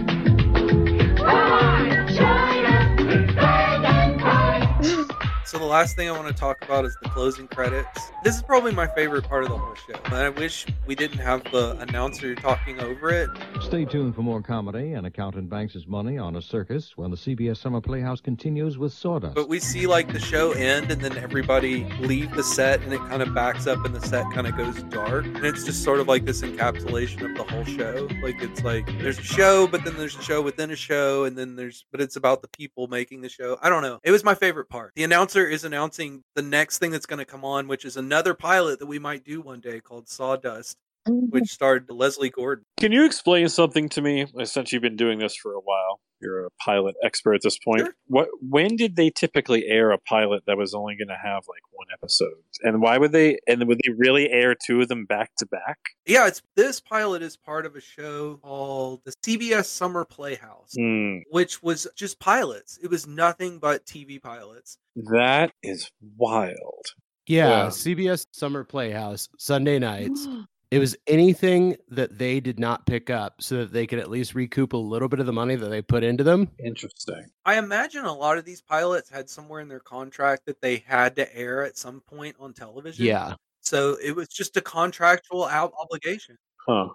Speaker 7: Hmm.
Speaker 4: So the last thing I want to talk about is the closing credits. This is probably my favorite part of the whole show. And I wish we didn't have the announcer talking over it.
Speaker 12: Stay tuned for more comedy and accountant banks his money on a circus when the CBS Summer Playhouse continues with Sawdust.
Speaker 4: But we see like the show end and then everybody leave the set and it kind of backs up and the set kind of goes dark. And it's just sort of like this encapsulation of the whole show. Like it's like there's a show, but then there's a show within a show and then there's but it's about the people making the show. I don't know. It was my favorite part. The announcer is announcing the next thing that's going to come on, which is another pilot that we might do one day called Sawdust,
Speaker 6: Mm-hmm.
Speaker 4: which starred Leslie Gordon.
Speaker 5: Can you explain something to me? uh, Since you've been doing this for a while, you're a pilot expert at this point. What when did they typically air a pilot that was only going to have like one episode? And why would they? And would they really air two of them back to back?
Speaker 4: Yeah, it's this pilot is part of a show called the CBS Summer Playhouse,
Speaker 5: Hmm.
Speaker 4: which was just pilots. It was nothing but TV pilots.
Speaker 5: that is wild.
Speaker 3: Yeah,
Speaker 5: Yeah.
Speaker 3: CBS Summer Playhouse Sunday nights. It was anything that they did not pick up, so that they could at least recoup a little bit of the money that they put into them.
Speaker 5: Interesting.
Speaker 4: I imagine a lot of these pilots had somewhere in their contract that they had to air at some point on television.
Speaker 3: Yeah.
Speaker 4: So it was just a contractual out obligation.
Speaker 5: Huh.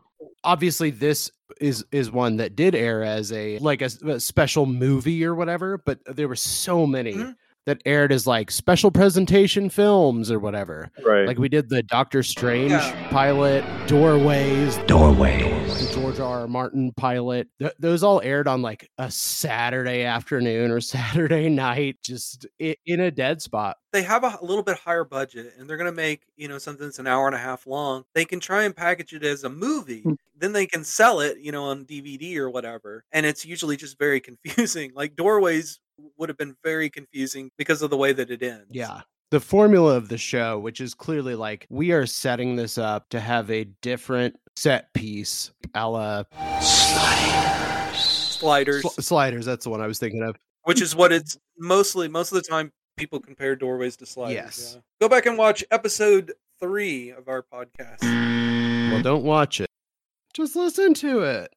Speaker 3: Obviously, this is is one that did air as a like a, s- a special movie or whatever, but there were so many that aired as like special presentation films or whatever.
Speaker 9: Right.
Speaker 3: Like we did the Doctor Strange pilot, Doorways,
Speaker 9: Doorways.
Speaker 3: the George R. R. Martin pilot. Th- those all aired on like a Saturday afternoon or Saturday night, just i- in a dead spot.
Speaker 4: they have a little bit higher budget and they're going to make you know something that's an hour and a half long they can try and package it as a movie
Speaker 3: Hmm.
Speaker 4: then they can sell it you know on dvd or whatever and it's usually just very confusing like doorways would have been very confusing because of the way that it ends
Speaker 3: Yeah. The formula of the show, which is clearly like we are setting this up to have a different set piece, a la
Speaker 4: sliders
Speaker 3: Sli- sliders. That's the one I was thinking of.
Speaker 4: which is what it's mostly most of the time people compare doorways to sliders
Speaker 3: Yes.
Speaker 4: yeah. go back and watch episode three of our podcast
Speaker 3: Well, don't watch it. Just listen to it.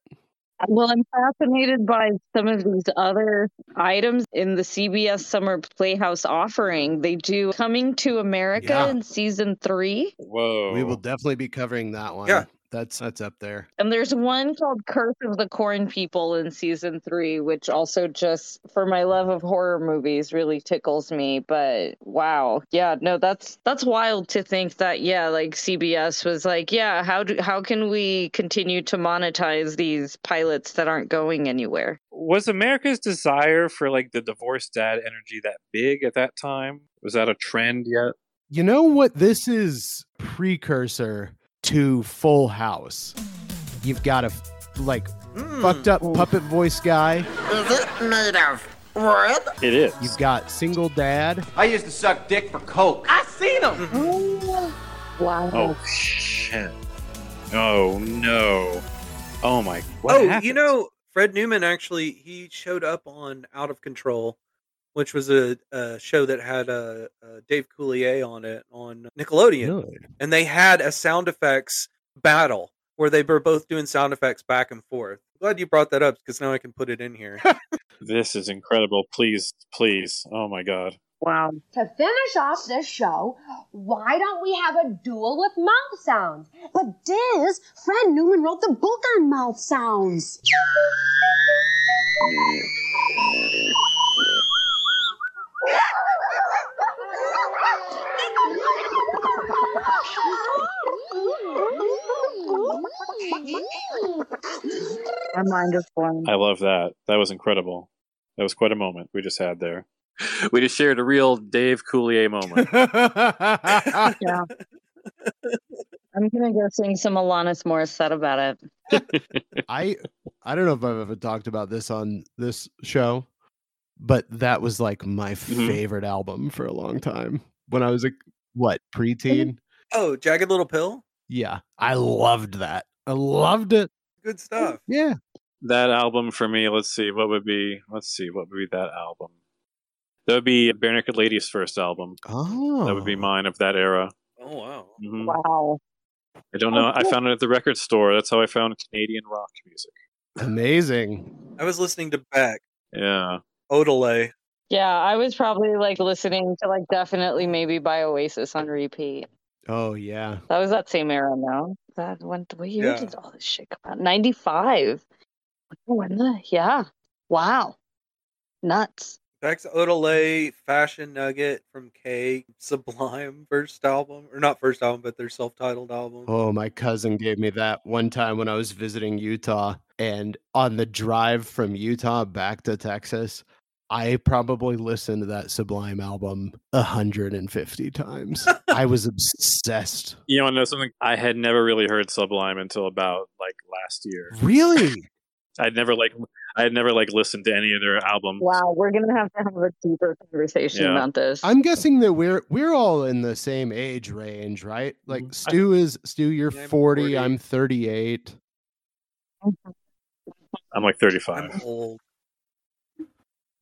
Speaker 6: Well, I'm fascinated by some of these other items in the CBS Summer Playhouse offering. They do Coming to America
Speaker 3: Yeah.
Speaker 6: in season three,
Speaker 5: Whoa.
Speaker 3: We will definitely be covering that one.
Speaker 6: Yeah.
Speaker 3: That's that's up there.
Speaker 6: and there's one called Curse of the Corn People in season three, which also just for my love of horror movies really tickles me. But wow, yeah, no, that's that's wild to think that yeah, like CBS was like, yeah, how do how can we continue to monetize these pilots that aren't going anywhere?
Speaker 5: Was America's desire for like the divorced dad energy that big at that time? Was that a trend yet?
Speaker 3: You know what? This is precursor to Full House. You've got a f- like
Speaker 4: Hmm.
Speaker 3: fucked up puppet voice guy.
Speaker 14: Is it made of wood?
Speaker 5: It is.
Speaker 3: You've got single dad.
Speaker 14: I used to suck dick for coke. I seen him.
Speaker 6: Wow.
Speaker 5: Oh shit. Oh no. Oh my. What
Speaker 4: oh,
Speaker 5: happened?
Speaker 4: you know, Fred Newman actually he showed up on Out of Control, which was a, a show that had uh, uh, Dave Coulier on it on Nickelodeon, and they had a sound effects battle where they were both doing sound effects back and forth. Glad you brought that up because now I can put it in here.
Speaker 5: This is incredible. Please, please. Oh my god.
Speaker 6: Wow.
Speaker 13: To finish off this show, why don't we have a duel with mouth sounds? But Diz, Fred Newman wrote the book on mouth sounds.
Speaker 6: My mind is blown.
Speaker 5: I love that. That was incredible. That was quite a moment we just had there. We just shared a real Dave Coulier moment.
Speaker 6: yeah. I'm gonna go sing some Alanis Morissette about it.
Speaker 3: I I don't know if I've ever talked about this on this show, but that was like my
Speaker 5: Mm-hmm.
Speaker 3: favorite album for a long time when I was a what
Speaker 5: Mm-hmm.
Speaker 3: preteen.
Speaker 4: oh, Jagged Little Pill,
Speaker 3: Yeah, I loved that. I loved it.
Speaker 4: good stuff.
Speaker 3: Oh, Yeah.
Speaker 5: that album for me, let's see, what would be let's see, what would be that album? That would be Bare Naked Ladies' first album.
Speaker 3: Oh.
Speaker 5: That would be mine of that era.
Speaker 4: Oh wow.
Speaker 5: Mhm.
Speaker 6: Wow.
Speaker 5: I don't know. I found it at the record store. That's how I found Canadian rock music.
Speaker 3: Amazing.
Speaker 4: I was listening to Beck,
Speaker 5: Yeah.
Speaker 4: Odelay.
Speaker 6: Yeah, I was probably like listening to like definitely maybe by Oasis on repeat.
Speaker 3: Oh yeah.
Speaker 6: That was that same era now. That when what year
Speaker 3: Yeah.
Speaker 6: did all this shit come out? Ninety five. When the yeah. Wow. Nuts.
Speaker 4: Beck's Odelay, Fashion Nugget from K, Sublime first album, or not first album, but their self-titled album.
Speaker 3: Oh, my cousin gave me that one time when I was visiting Utah. And on the drive from Utah back to Texas, I probably listened to that Sublime album 150 times. I was obsessed.
Speaker 5: You want to know something? I had never really heard Sublime until about like last year.
Speaker 3: Really?
Speaker 5: I'd never like I had never like listened to any of their albums.
Speaker 6: Wow, we're gonna have to have a deeper conversation
Speaker 5: Mm. Yeah.
Speaker 6: about this.
Speaker 3: I'm guessing that we're we're all in the same age range, right? Like Stu is Stu, you're 40, Mm-hmm. I'm 38.
Speaker 5: I'm like 35.
Speaker 4: old.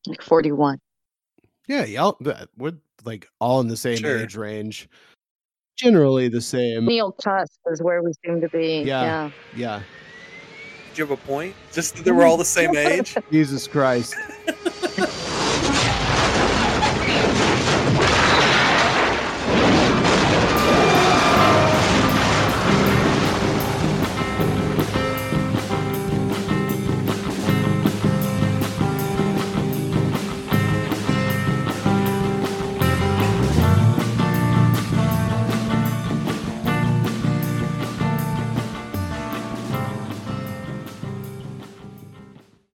Speaker 6: Like 41.
Speaker 3: Yeah, y'all that- we're like all in the same
Speaker 6: Sure.
Speaker 3: age range. Generally the same.
Speaker 6: Neil Cusp is where we seem to be.
Speaker 3: Mm. Yeah. Yeah.
Speaker 4: Did you have a point? Just that they were all the same age?
Speaker 3: Jesus Christ.